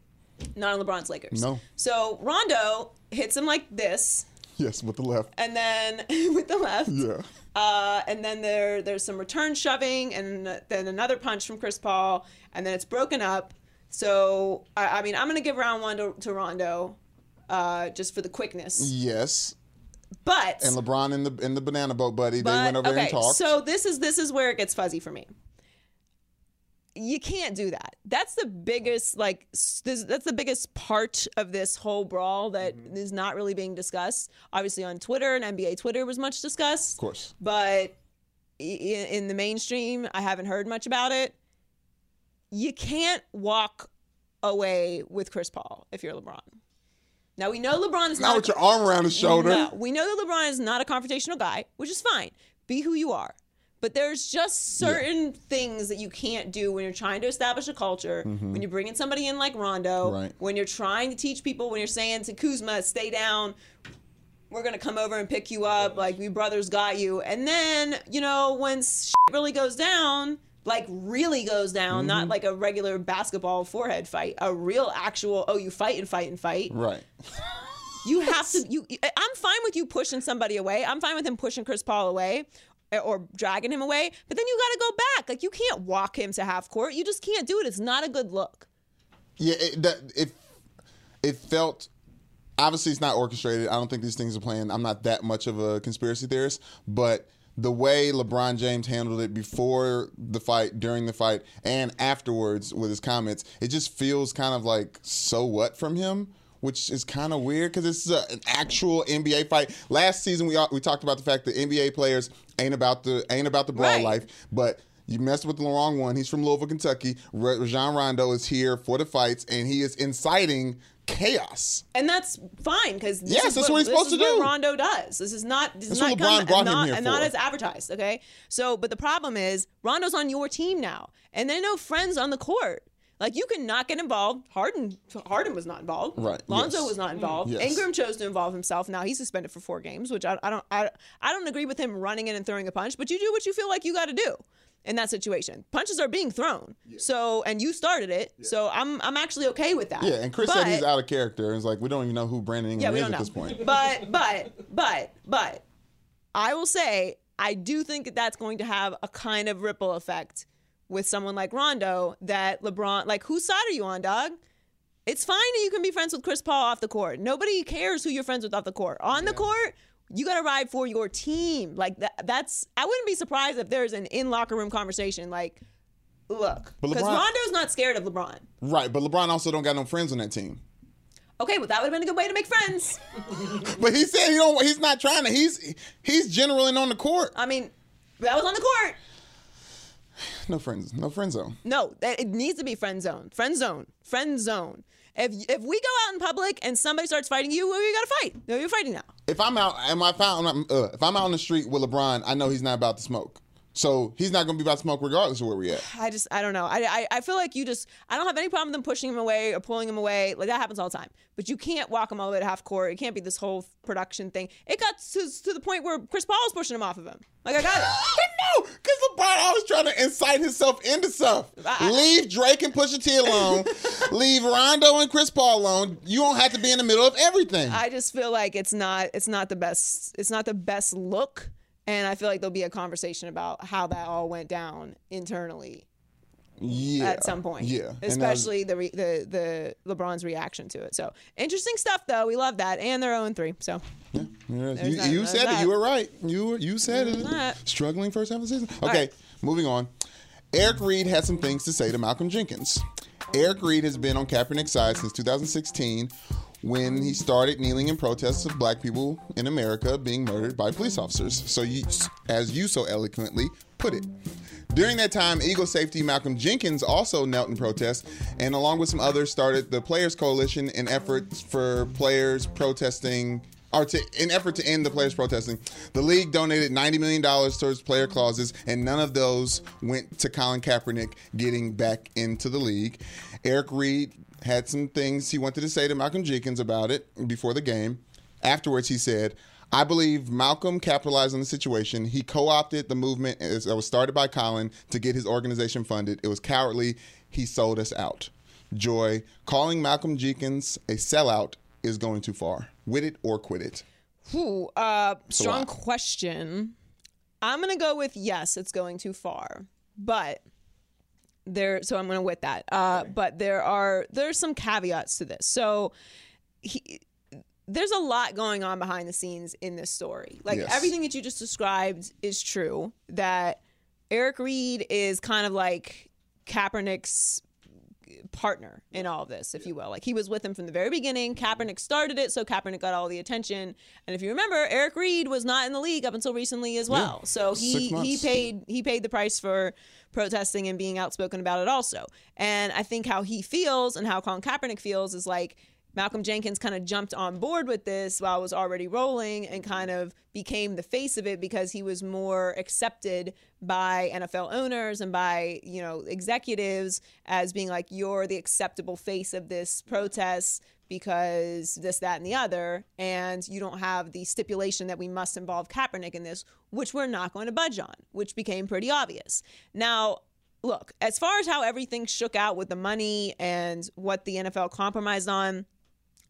[SPEAKER 1] Not on LeBron's Lakers.
[SPEAKER 2] Mm. No.
[SPEAKER 1] So Rondo hits him like this,
[SPEAKER 2] Yes, with the left.
[SPEAKER 1] and then with the left.
[SPEAKER 2] Yeah.
[SPEAKER 1] Uh, and then there there's some return shoving, and then another punch from Chris Paul, and then it's broken up. So I, I mean, I'm gonna give round one to, to Rondo, uh, just for the quickness.
[SPEAKER 2] Yes.
[SPEAKER 1] But
[SPEAKER 2] And LeBron in the in the banana boat, buddy.
[SPEAKER 1] but
[SPEAKER 2] they went over
[SPEAKER 1] okay,
[SPEAKER 2] there and talked.
[SPEAKER 1] so this is this is where it gets fuzzy for me. You can't do that. That's the biggest like s- this, that's the biggest part of this whole brawl that
[SPEAKER 2] Mm-hmm.
[SPEAKER 1] is not really being discussed. Obviously on Twitter and NBA Twitter was much discussed.
[SPEAKER 2] of course.
[SPEAKER 1] but i- in, in the mainstream, I haven't heard much about it. You can't walk away with Chris Paul if you're LeBron. Now we know LeBron is
[SPEAKER 2] Now
[SPEAKER 1] not.
[SPEAKER 2] with your arm around his shoulder.
[SPEAKER 1] No, we know that LeBron is not a confrontational guy, which is fine. Be who you are. But there's just certain things that you can't do when you're trying to establish a culture, when you're bringing somebody in like Rondo,
[SPEAKER 2] Mm-hmm. Right.
[SPEAKER 1] when you're trying to teach people, when you're saying to Kuzma, stay down, we're gonna come over and pick you up, like we brothers got you. And then, you know, when shit really goes down, like really goes down, not
[SPEAKER 2] Mm-hmm.
[SPEAKER 1] like a regular basketball forehead fight, a real actual, oh, you fight and fight and fight.
[SPEAKER 2] Right.
[SPEAKER 1] You have to. You. I'm fine with you pushing somebody away. I'm fine with him pushing Chris Paul away or- or dragging him away. But then you got to go back. Like you can't walk him to half court. You just can't do it. It's not a good look.
[SPEAKER 2] Yeah, it, that, it it felt obviously it's not orchestrated. I don't think these things are planned. I'm not that much of a conspiracy theorist, but the way LeBron James handled it before the fight, during the fight, and afterwards with his comments, it just feels kind of like so what from him. Which is kind of weird because it's a, an actual NBA fight. Last season we all- we talked about the fact that NBA players ain't about the ain't about the brawl
[SPEAKER 1] Right.
[SPEAKER 2] life, but you messed with the wrong one. He's from Louisville, Kentucky. Ra- Rajon Rondo is here for the fights, and he is inciting chaos.
[SPEAKER 1] And that's fine because
[SPEAKER 2] Yes, that's what he's supposed to do.
[SPEAKER 1] Rondo does. This is not. This is not
[SPEAKER 2] That's what LeBron
[SPEAKER 1] come, and
[SPEAKER 2] brought him
[SPEAKER 1] not,
[SPEAKER 2] here
[SPEAKER 1] and not
[SPEAKER 2] for.
[SPEAKER 1] as advertised. Okay. So, but the problem is Rondo's on your team now, and there are no friends on the court. Like you cannot get involved. Harden, Harden was not involved.
[SPEAKER 2] Right,
[SPEAKER 1] Lonzo
[SPEAKER 2] yes.
[SPEAKER 1] was not involved.
[SPEAKER 2] Yes.
[SPEAKER 1] Ingram chose to involve himself. Now he's suspended for four games, which I, I don't. I, I don't agree with him running in and throwing a punch. But you do what you feel like you got to do in that situation. Punches are being thrown. So and you started it. So I'm I'm actually okay with that.
[SPEAKER 2] Yeah, and Chris said
[SPEAKER 1] But-
[SPEAKER 2] he's out of character. It's like we don't even know who Brandon
[SPEAKER 1] yeah,
[SPEAKER 2] Ingram
[SPEAKER 1] we
[SPEAKER 2] is
[SPEAKER 1] don't
[SPEAKER 2] at
[SPEAKER 1] know.
[SPEAKER 2] this point.
[SPEAKER 1] But but but but I will say I do think that that's going to have a kind of ripple effect with someone like Rondo that LeBron like whose side are you on, dog? It's fine that you can be friends with Chris Paul off the court. Nobody cares who you're friends with off the court. On the court, you got to ride for your team. Like that, that's I wouldn't be surprised if there's an in locker room conversation like look,
[SPEAKER 2] But
[SPEAKER 1] because
[SPEAKER 2] LeBron-
[SPEAKER 1] Rondo's not scared of LeBron.
[SPEAKER 2] Right, but LeBron also don't got no friends on that team.
[SPEAKER 1] Okay, well that would have been a good way to make friends.
[SPEAKER 2] But he said he don't. He's not trying to. He's he's generaling on the court.
[SPEAKER 1] I mean, that was on the court.
[SPEAKER 2] No friends. No friend zone.
[SPEAKER 1] No, that it needs to be friend zone. Friend zone. Friend zone. If if we go out in public and somebody starts fighting you, well, you gotta fight. No, you're fighting now.
[SPEAKER 2] If I'm out, am I found? Uh, if I'm out on the street with LeBron, I know he's not about to smoke. So he's not going to be about to smoke regardless of where we at.
[SPEAKER 1] I just I don't know. I, I I feel like you just I don't have any problem with them pushing him away or pulling him away. Like that happens all the time. But you can't walk him all the way to half court. It can't be this whole production thing. It got to, to the point where Chris Paul was pushing him off of him. Like I got it.
[SPEAKER 2] No, because LeBron always trying to incite himself into stuff.
[SPEAKER 1] I-
[SPEAKER 2] Leave Drake and Pusha T alone. Leave Rondo and Chris Paul alone. You don't have to be in the middle of everything.
[SPEAKER 1] I just feel like it's not it's not the best it's not the best look. And I feel like there'll be a conversation about how that all went down internally
[SPEAKER 2] yeah.
[SPEAKER 1] at some point.
[SPEAKER 2] Yeah. And uh, um, I was-
[SPEAKER 1] Especially the, re- the the LeBron's reaction to it. So interesting stuff, though. We love that, and they're 0 3. So
[SPEAKER 2] Yes,
[SPEAKER 1] There's
[SPEAKER 2] you,
[SPEAKER 1] that-
[SPEAKER 2] you
[SPEAKER 1] there's
[SPEAKER 2] said it.
[SPEAKER 1] that.
[SPEAKER 2] You were right. You were, you said it.
[SPEAKER 1] that.
[SPEAKER 2] Struggling first half of the season. Okay,
[SPEAKER 1] right.
[SPEAKER 2] moving on. Eric Reed had some things to say to Malcolm Jenkins. Eric Reed has been on Kaepernick's side since 2016 when he started kneeling in protests of black people in America being murdered by police officers. So you, as you so eloquently put it. During that time, Eagle safety Malcolm Jenkins also knelt in protest and along with some others started the Players Coalition in efforts for players protesting or to, in effort to end the players protesting, the league donated ninety million dollars towards player clauses, and none of those went to Colin Kaepernick getting back into the league. Eric Reed had some things he wanted to say to Malcolm Jenkins about it before the game. Afterwards, he said, "I believe Malcolm capitalized on the situation. He co-opted the movement as- that was started by Colin to get his organization funded. It was cowardly. He sold us out." Joy calling Malcolm Jenkins a sellout is going too far. With it or quit it.
[SPEAKER 1] Ooh, uh, strong
[SPEAKER 2] lot.
[SPEAKER 1] question. I'm gonna go with yes. It's going too far, but there. So I'm gonna with that. Uh, But there are there's some caveats to this. So he, there's a lot going on behind the scenes in this story. Like
[SPEAKER 2] Yes.
[SPEAKER 1] everything that you just described is true. That Eric Reed is kind of like Kaepernick's partner in all of this, if you will. Like he was with him from the very beginning.
[SPEAKER 2] Mm-hmm.
[SPEAKER 1] Kaepernick started it, so Kaepernick got all the attention. And if you remember, Eric Reed was not in the league up until recently as well. So
[SPEAKER 2] Six
[SPEAKER 1] he he
[SPEAKER 2] months.
[SPEAKER 1] paid he paid the price for protesting and being outspoken about it also. And I think how he feels and how Colin Kaepernick feels is like Malcolm Jenkins kind of jumped on board with this while it was already rolling and kind of became the face of it because he was more accepted by NFL owners and by, you know, executives as being like, you're the acceptable face of this protest because this, that, and the other. And you don't have the stipulation that we must involve Kaepernick in this, which we're not going to budge on, which became pretty obvious. Now, look, as far as how everything shook out with the money and what the NFL compromised on,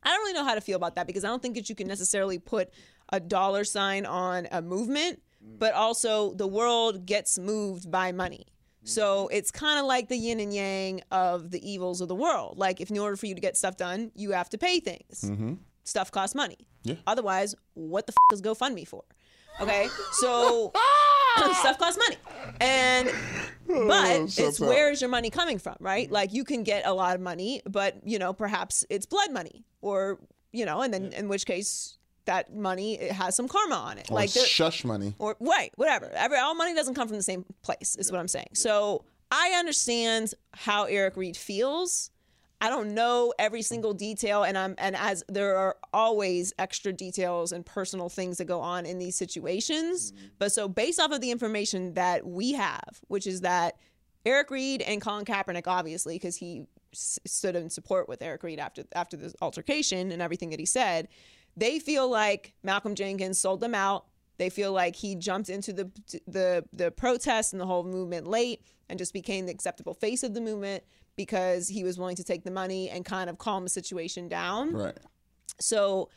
[SPEAKER 1] I don't really know how to feel about that because I don't think that you can necessarily put a dollar sign on a movement, but also the world gets moved by money. So it's kind of like the yin and yang of the evils of the world. Like, if in order for you to get stuff done, you have to pay things. Stuff costs money. Otherwise, what the f- is GoFundMe for? Okay, so stuff costs money, and but it's
[SPEAKER 2] out.
[SPEAKER 1] where is your money coming from, right? Like you can get a lot of money, but you know perhaps it's blood money, or you know, and then in which case that money it has some karma on it,
[SPEAKER 2] Like
[SPEAKER 1] like there-
[SPEAKER 2] shush money.
[SPEAKER 1] or right, whatever. Every, all money doesn't come from the same place, is what I'm saying. So I understand how Eric Reed feels. I don't know every single detail, and I'm and as there are always extra details and personal things that go on in these situations. But so based off of the information that we have, which is that Eric Reed and Colin Kaepernick, obviously, because he s- stood in support with Eric Reed after after the altercation and everything that he said, they feel like Malcolm Jenkins sold them out. They feel like he jumped into the the the protest and the whole movement late and just became the acceptable face of the movement because he was willing to take the money and kind of calm the situation down.
[SPEAKER 2] Right.
[SPEAKER 1] So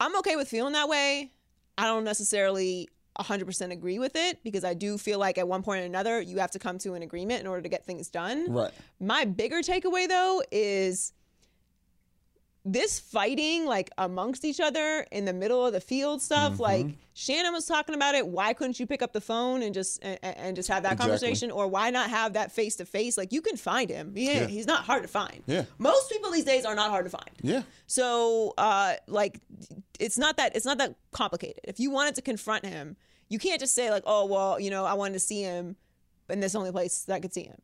[SPEAKER 1] I'm okay with feeling that way. I don't necessarily 100% agree with it because I do feel like at one point or another, you have to come to an agreement in order to get things done.
[SPEAKER 2] Right.
[SPEAKER 1] My bigger takeaway though is this fighting like amongst each other in the middle of the field stuff like
[SPEAKER 2] Mm-hmm.
[SPEAKER 1] Shannon was talking about it why couldn't you pick up the phone and just and, and just have that
[SPEAKER 2] Exactly.
[SPEAKER 1] conversation or why not have that face to face like you can find him he ain't-
[SPEAKER 2] Yeah.
[SPEAKER 1] he's not hard to find
[SPEAKER 2] Yeah.
[SPEAKER 1] most people these days are not hard to find
[SPEAKER 2] Yeah.
[SPEAKER 1] so, uh, like, it's not that it's not that complicated. If you wanted to confront him, you can't just say like, "Oh, well, you know, I wanted to see him, and this only place that I could see him."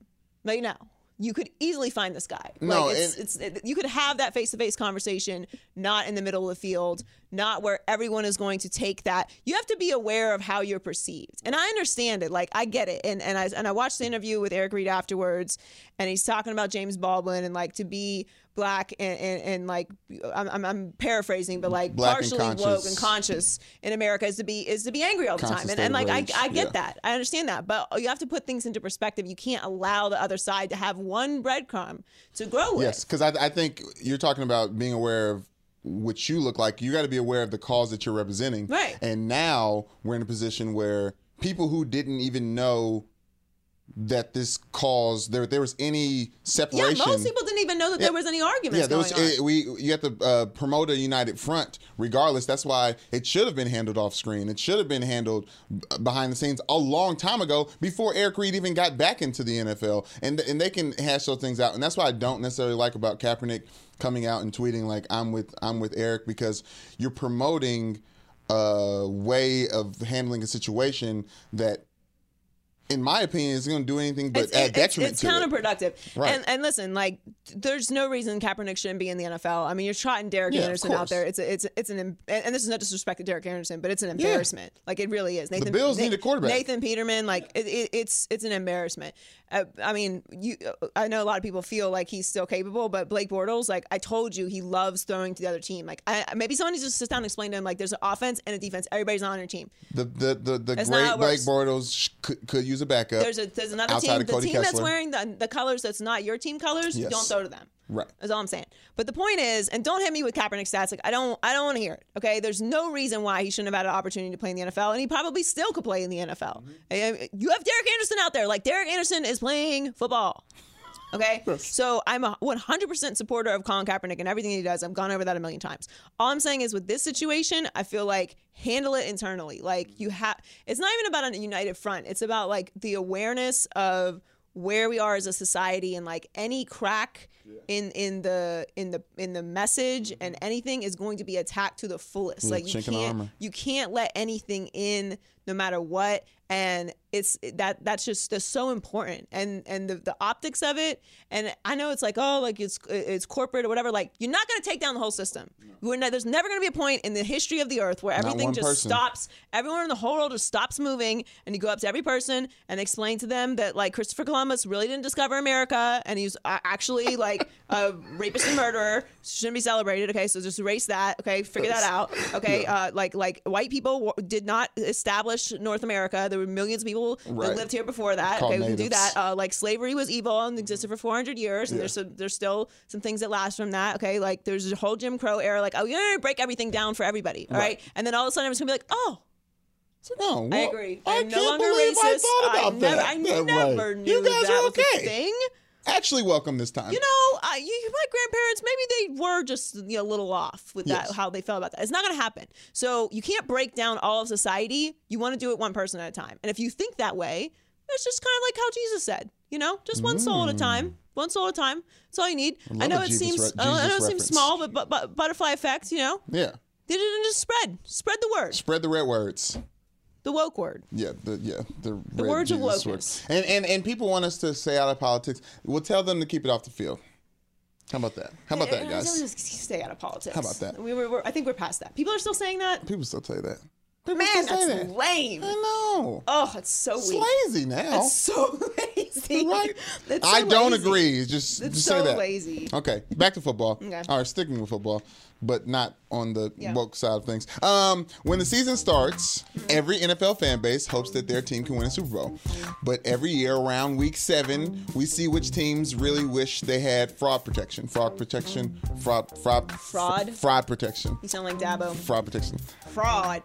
[SPEAKER 1] Like, no, you could easily find this guy.
[SPEAKER 2] No,
[SPEAKER 1] like, it's,
[SPEAKER 2] and-
[SPEAKER 1] it's it, you could have that face to face conversation, not in the middle of the field, not where everyone is going to take that. You have to be aware of how you're perceived, and I understand it. Like, I get it, and and I and I watched the interview with Eric Reed afterwards, and he's talking about James Baldwin and like to be black and, and, and like I'm, I'm, I'm paraphrasing but like
[SPEAKER 2] Black and
[SPEAKER 1] partially woke
[SPEAKER 2] conscious.
[SPEAKER 1] and conscious in america is to be is to be angry all the time
[SPEAKER 2] Conscious
[SPEAKER 1] and,
[SPEAKER 2] state
[SPEAKER 1] and
[SPEAKER 2] of
[SPEAKER 1] like I,
[SPEAKER 2] rage,
[SPEAKER 1] I get
[SPEAKER 2] yeah.
[SPEAKER 1] that i understand that but you have to put things into perspective you can't allow the other side to have one breadcrumb to grow with
[SPEAKER 2] Yes, because I, I think you're talking about being aware of what you look like. You got to be aware of the cause that you're representing.
[SPEAKER 1] Right.
[SPEAKER 2] And now we're in a position where people who didn't even know that this caused there there was any
[SPEAKER 1] Yeah,
[SPEAKER 2] separation.
[SPEAKER 1] most people didn't even know that there was any arguments
[SPEAKER 2] Yeah, there
[SPEAKER 1] going on.
[SPEAKER 2] was it, we you have to uh, promote a united front regardless. That's why it should have been handled off screen. It should have been handled b- behind the scenes a long time ago before Eric Reed even got back into the NFL. And and they can hash those things out. And that's why I don't necessarily like about Kaepernick coming out and tweeting like I'm with I'm with Eric because you're promoting a way of handling a situation that in my opinion is going to do anything but
[SPEAKER 1] it's,
[SPEAKER 2] add
[SPEAKER 1] it's-
[SPEAKER 2] detriment
[SPEAKER 1] it's
[SPEAKER 2] to it.
[SPEAKER 1] counterproductive.
[SPEAKER 2] Right.
[SPEAKER 1] And, and listen, like, there's no reason Kaepernick shouldn't be in the NFL. I mean, you're trotting Derek
[SPEAKER 2] Yeah, of
[SPEAKER 1] Anderson out
[SPEAKER 2] course.
[SPEAKER 1] there. It's a, it's a- it's an em- and and this is not disrespect to Derek Anderson, but it's an embarrassment. Like it really is. Nathan,
[SPEAKER 2] Bills need
[SPEAKER 1] Na-
[SPEAKER 2] a quarterback.
[SPEAKER 1] Nathan Peterman, like it, it, it's it's an embarrassment. Uh, I mean, you. uh, I know a lot of people feel like he's still capable, but Blake Bortles, like I told you, he loves throwing to the other team. Like I, maybe someone needs to sit down and explain to him, like there's an offense and a defense. Everybody's on your team.
[SPEAKER 2] The the the, the
[SPEAKER 1] That's not how
[SPEAKER 2] great
[SPEAKER 1] it
[SPEAKER 2] Blake
[SPEAKER 1] works.
[SPEAKER 2] Bortles sh- could, could use a backup.
[SPEAKER 1] There's a there's another
[SPEAKER 2] outside
[SPEAKER 1] team.
[SPEAKER 2] of
[SPEAKER 1] The
[SPEAKER 2] Cody
[SPEAKER 1] team that's
[SPEAKER 2] Kessler.
[SPEAKER 1] wearing the, the colors that's not your team colors,
[SPEAKER 2] Yes.
[SPEAKER 1] don't throw to them.
[SPEAKER 2] Right.
[SPEAKER 1] That's all I'm saying. But the point is, and don't hit me with Kaepernick stats. Like I don't I don't want to hear it. Okay. There's no reason why he shouldn't have had an opportunity to play in the NFL, and he probably still could play in the
[SPEAKER 2] Mm-hmm.
[SPEAKER 1] NFL. And Eh, You have Derek Anderson out there. Like Derek Anderson is playing football. Okay, so I'm a 100% supporter of Colin Kaepernick and everything he does. I've gone over that a million times. All I'm saying is, with this situation, I feel like handle it internally. Like you have, it's not even about a united front. It's about like the awareness of where we are as a society and like any crack in in the in the in the message and anything is going to be attacked to the fullest. like you
[SPEAKER 2] chink in the
[SPEAKER 1] can't
[SPEAKER 2] armor.
[SPEAKER 1] you can't let anything in no matter what and it's that that's just that's so important and and the, the optics of it and i know it's like oh like it's it's corporate or whatever like you're not going to take down the whole system We're not, there's never going to be a point in the history of the earth where everything
[SPEAKER 2] one
[SPEAKER 1] just
[SPEAKER 2] person.
[SPEAKER 1] stops everyone in the whole world just stops moving and you go up to every person and explain to them that like christopher columbus really didn't discover america and he's uh, actually like a rapist and murderer shouldn't be celebrated okay so just erase that okay figure that out okay uh, like like white people w- did not establish north america there were millions of people that
[SPEAKER 2] Right.
[SPEAKER 1] lived here before that
[SPEAKER 2] Called
[SPEAKER 1] okay we can do
[SPEAKER 2] natives.
[SPEAKER 1] that uh, like slavery was evil and existed for 400 years and there's some, there's still some things that last from that okay like there's a whole jim crow era like oh yeah break everything down for everybody all right, and then all of a sudden everyone's gonna be like oh
[SPEAKER 2] No,
[SPEAKER 1] I
[SPEAKER 2] well,
[SPEAKER 1] agree.
[SPEAKER 2] I
[SPEAKER 1] I'm
[SPEAKER 2] can't
[SPEAKER 1] no longer
[SPEAKER 2] believe
[SPEAKER 1] racist.
[SPEAKER 2] I thought about
[SPEAKER 1] never,
[SPEAKER 2] that.
[SPEAKER 1] I
[SPEAKER 2] that
[SPEAKER 1] never
[SPEAKER 2] way.
[SPEAKER 1] knew
[SPEAKER 2] you guys
[SPEAKER 1] that
[SPEAKER 2] are
[SPEAKER 1] was a
[SPEAKER 2] okay.
[SPEAKER 1] thing.
[SPEAKER 2] Actually, welcome this time.
[SPEAKER 1] You know, I, you, my grandparents maybe they were just you know, a little off with that
[SPEAKER 2] Yes.
[SPEAKER 1] how they felt about that. It's not going to happen. So you can't break down all of society. You want to do it one person at a time. And if you think that way, it's just kind of like how Jesus said. You know, just one soul at a time. One soul at a time. That's all you need. I,
[SPEAKER 2] Mm. love
[SPEAKER 1] know
[SPEAKER 2] a
[SPEAKER 1] it
[SPEAKER 2] Jesus
[SPEAKER 1] seems.
[SPEAKER 2] re-
[SPEAKER 1] I know it
[SPEAKER 2] Jesus
[SPEAKER 1] seems
[SPEAKER 2] reference.
[SPEAKER 1] small, but, but, but butterfly effect. You know,
[SPEAKER 2] yeah,
[SPEAKER 1] they didn't just spread. Spread the word.
[SPEAKER 2] spread the red words.
[SPEAKER 1] The woke word.
[SPEAKER 2] Yeah, the yeah the, red
[SPEAKER 1] words of
[SPEAKER 2] Jesus
[SPEAKER 1] wokeness.
[SPEAKER 2] words. And and and people want us to stay out of politics. We'll tell them to keep it off the field. How about that? How about that,
[SPEAKER 1] Yeah, let's
[SPEAKER 2] guys?
[SPEAKER 1] just Stay out of politics.
[SPEAKER 2] How about that?
[SPEAKER 1] We were, we're- I think we're past that. People are still saying that.
[SPEAKER 2] People still say that. People
[SPEAKER 1] Man,
[SPEAKER 2] still
[SPEAKER 1] that's
[SPEAKER 2] say that.
[SPEAKER 1] lame.
[SPEAKER 2] I know.
[SPEAKER 1] Oh, it's so
[SPEAKER 2] it's
[SPEAKER 1] weak.
[SPEAKER 2] lazy now.
[SPEAKER 1] It's so lazy.
[SPEAKER 2] right?
[SPEAKER 1] It's so
[SPEAKER 2] I don't
[SPEAKER 1] lazy.
[SPEAKER 2] agree. It's Just,
[SPEAKER 1] It's
[SPEAKER 2] just
[SPEAKER 1] so
[SPEAKER 2] say that.
[SPEAKER 1] lazy.
[SPEAKER 2] Okay, back to football.
[SPEAKER 1] Okay.
[SPEAKER 2] All right, sticking with football, but not on the
[SPEAKER 1] Yeah. Mm-hmm.
[SPEAKER 2] woke side of things. Um, when the season starts, every NFL fan base hopes that their team can win a Super Bowl. But every year around week seven, we see which teams really wish they had fraud protection. Fraud protection. Fraud. Fraud.
[SPEAKER 1] Mm-hmm. Fraud?
[SPEAKER 2] Fraud protection.
[SPEAKER 1] You sound like Dabo.
[SPEAKER 2] Fraud protection.
[SPEAKER 1] Fraud.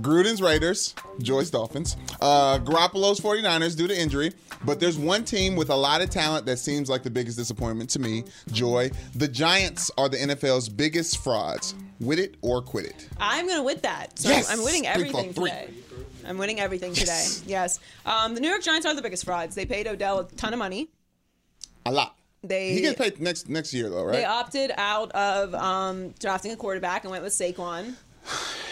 [SPEAKER 2] Gruden's Raiders, Joyce Dolphins, uh, Garoppolo's 49ers due to injury, but there's one team with a lot of talent that seems like the biggest disappointment to me, Joy. The Giants are the NFL's biggest frauds. With it or quit it.
[SPEAKER 1] I'm gonna win that. So
[SPEAKER 2] Yes!
[SPEAKER 1] I'm winning
[SPEAKER 2] Three for
[SPEAKER 1] everything
[SPEAKER 2] three.
[SPEAKER 1] today. I'm winning everything
[SPEAKER 2] Yes.
[SPEAKER 1] today. Yes. Um, the New York Giants are the biggest frauds. They paid Odell a ton of money.
[SPEAKER 2] A lot.
[SPEAKER 1] They
[SPEAKER 2] He gets paid next next year though,
[SPEAKER 1] they
[SPEAKER 2] right?
[SPEAKER 1] opted out of um, drafting a quarterback and went with Saquon.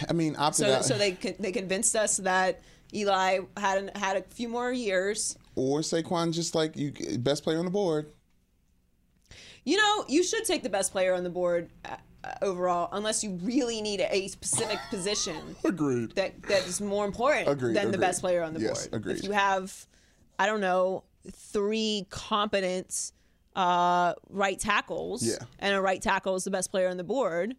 [SPEAKER 2] I mean, opted
[SPEAKER 1] So
[SPEAKER 2] out
[SPEAKER 1] so they con- they convinced us that Eli had an, had a few more years.
[SPEAKER 2] or Saquon just like you best player on the board.
[SPEAKER 1] You know, you should take the best player on the board uh, uh, overall, unless you really need a specific position
[SPEAKER 2] Agreed.
[SPEAKER 1] that that is more important
[SPEAKER 2] Agreed,
[SPEAKER 1] than the
[SPEAKER 2] agreed.
[SPEAKER 1] best player on the
[SPEAKER 2] Yes,
[SPEAKER 1] board.
[SPEAKER 2] agreed.
[SPEAKER 1] If you have, I don't know, three competent uh, right tackles,
[SPEAKER 2] Yeah.
[SPEAKER 1] and a right tackle is the best player on the board,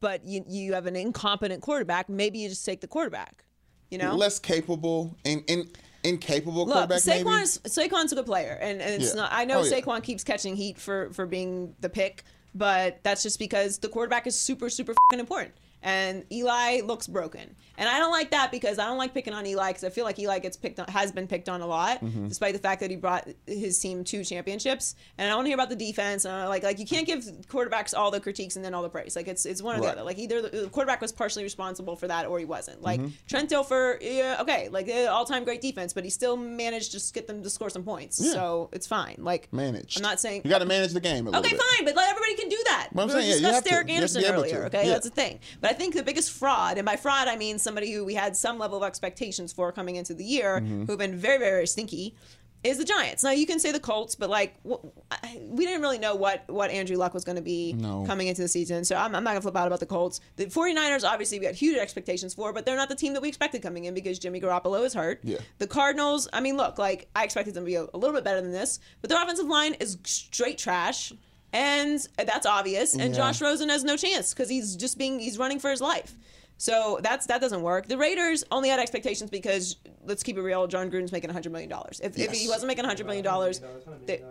[SPEAKER 1] but you you have an incompetent quarterback, maybe you just take the quarterback. You know,
[SPEAKER 2] Less capable and, and incapable
[SPEAKER 1] Look,
[SPEAKER 2] quarterback maybe.
[SPEAKER 1] Saquon is, Saquon's a good player, and, and it's
[SPEAKER 2] Yeah.
[SPEAKER 1] not. I know
[SPEAKER 2] Oh, yeah.
[SPEAKER 1] Saquon keeps catching heat for for being the pick, but that's just because the quarterback is super super fing important. and Eli looks broken. And I don't like that because I don't like picking on Eli because I feel like Eli gets picked on, has been picked on a lot,
[SPEAKER 2] Mm-hmm.
[SPEAKER 1] despite the fact that he brought his team two championships. And I want to hear about the defense. And I like like you can't give quarterbacks all the critiques and then all the praise. Like it's it's one or the
[SPEAKER 2] Right.
[SPEAKER 1] other. Like either the the quarterback was partially responsible for that or he wasn't. Like
[SPEAKER 2] Mm-hmm.
[SPEAKER 1] Trent Dilfer, yeah, okay, like all time great defense, but he still managed to get them to score some points.
[SPEAKER 2] Yeah.
[SPEAKER 1] So it's fine. Like
[SPEAKER 2] Managed.
[SPEAKER 1] I'm not saying
[SPEAKER 2] you got to manage the game. A little
[SPEAKER 1] Okay,
[SPEAKER 2] bit.
[SPEAKER 1] fine, but like, everybody can do that.
[SPEAKER 2] Well, I'm
[SPEAKER 1] we
[SPEAKER 2] saying, yeah, you have
[SPEAKER 1] discussed
[SPEAKER 2] to.
[SPEAKER 1] Derek
[SPEAKER 2] You have to
[SPEAKER 1] Anderson
[SPEAKER 2] be able
[SPEAKER 1] earlier.
[SPEAKER 2] to.
[SPEAKER 1] Okay,
[SPEAKER 2] Yeah.
[SPEAKER 1] that's the thing. But I think the biggest fraud, and by fraud I mean somebody who we had some level of expectations for coming into the year,
[SPEAKER 2] Mm-hmm.
[SPEAKER 1] who've been very, very, very stinky, is the Giants. Now you can say the Colts, but like wh- I- we didn't really know what what Andrew Luck was going to be
[SPEAKER 2] No.
[SPEAKER 1] coming into the season, so I'm, I'm not going to flip out about the Colts. The 49ers, obviously, we had huge expectations for, but they're not the team that we expected coming in because Jimmy Garoppolo is hurt.
[SPEAKER 2] Yeah.
[SPEAKER 1] The Cardinals, I mean, look, like I expected them to be a, a little bit better than this, but their offensive line is straight trash, and that's obvious. And
[SPEAKER 2] Yeah.
[SPEAKER 1] Josh Rosen has no chance because he's just being he's running for his life. So that's that doesn't work. The Raiders only had expectations because let's keep it real, John Gruden's making 100 million dollars. If, if he
[SPEAKER 2] Yes.
[SPEAKER 1] wasn't making 100 million dollars, they-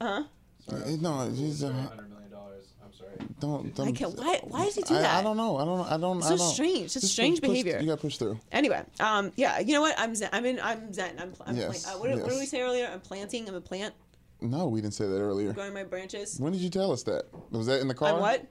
[SPEAKER 7] Huh?
[SPEAKER 2] No, he's, uh,
[SPEAKER 7] Hundred million dollars. I'm sorry.
[SPEAKER 2] don't. don't
[SPEAKER 1] I can't- why- why does he do
[SPEAKER 2] I- I
[SPEAKER 1] that?
[SPEAKER 2] don't know. I don't. I don't. It's
[SPEAKER 1] so strange. It's strange behavior.
[SPEAKER 2] You got to push through.
[SPEAKER 1] Anyway, um, yeah, you know what? I'm zen. I'm in. I'm zen. I'm. Pl- I'm plant-
[SPEAKER 2] Yes,
[SPEAKER 1] uh, what, did- what did
[SPEAKER 2] yes.
[SPEAKER 1] we say earlier? I'm planting. I'm a plant.
[SPEAKER 2] No, we didn't say that earlier.
[SPEAKER 1] Growing my branches.
[SPEAKER 2] When did you tell us that? Was that in the car?
[SPEAKER 1] I'm what?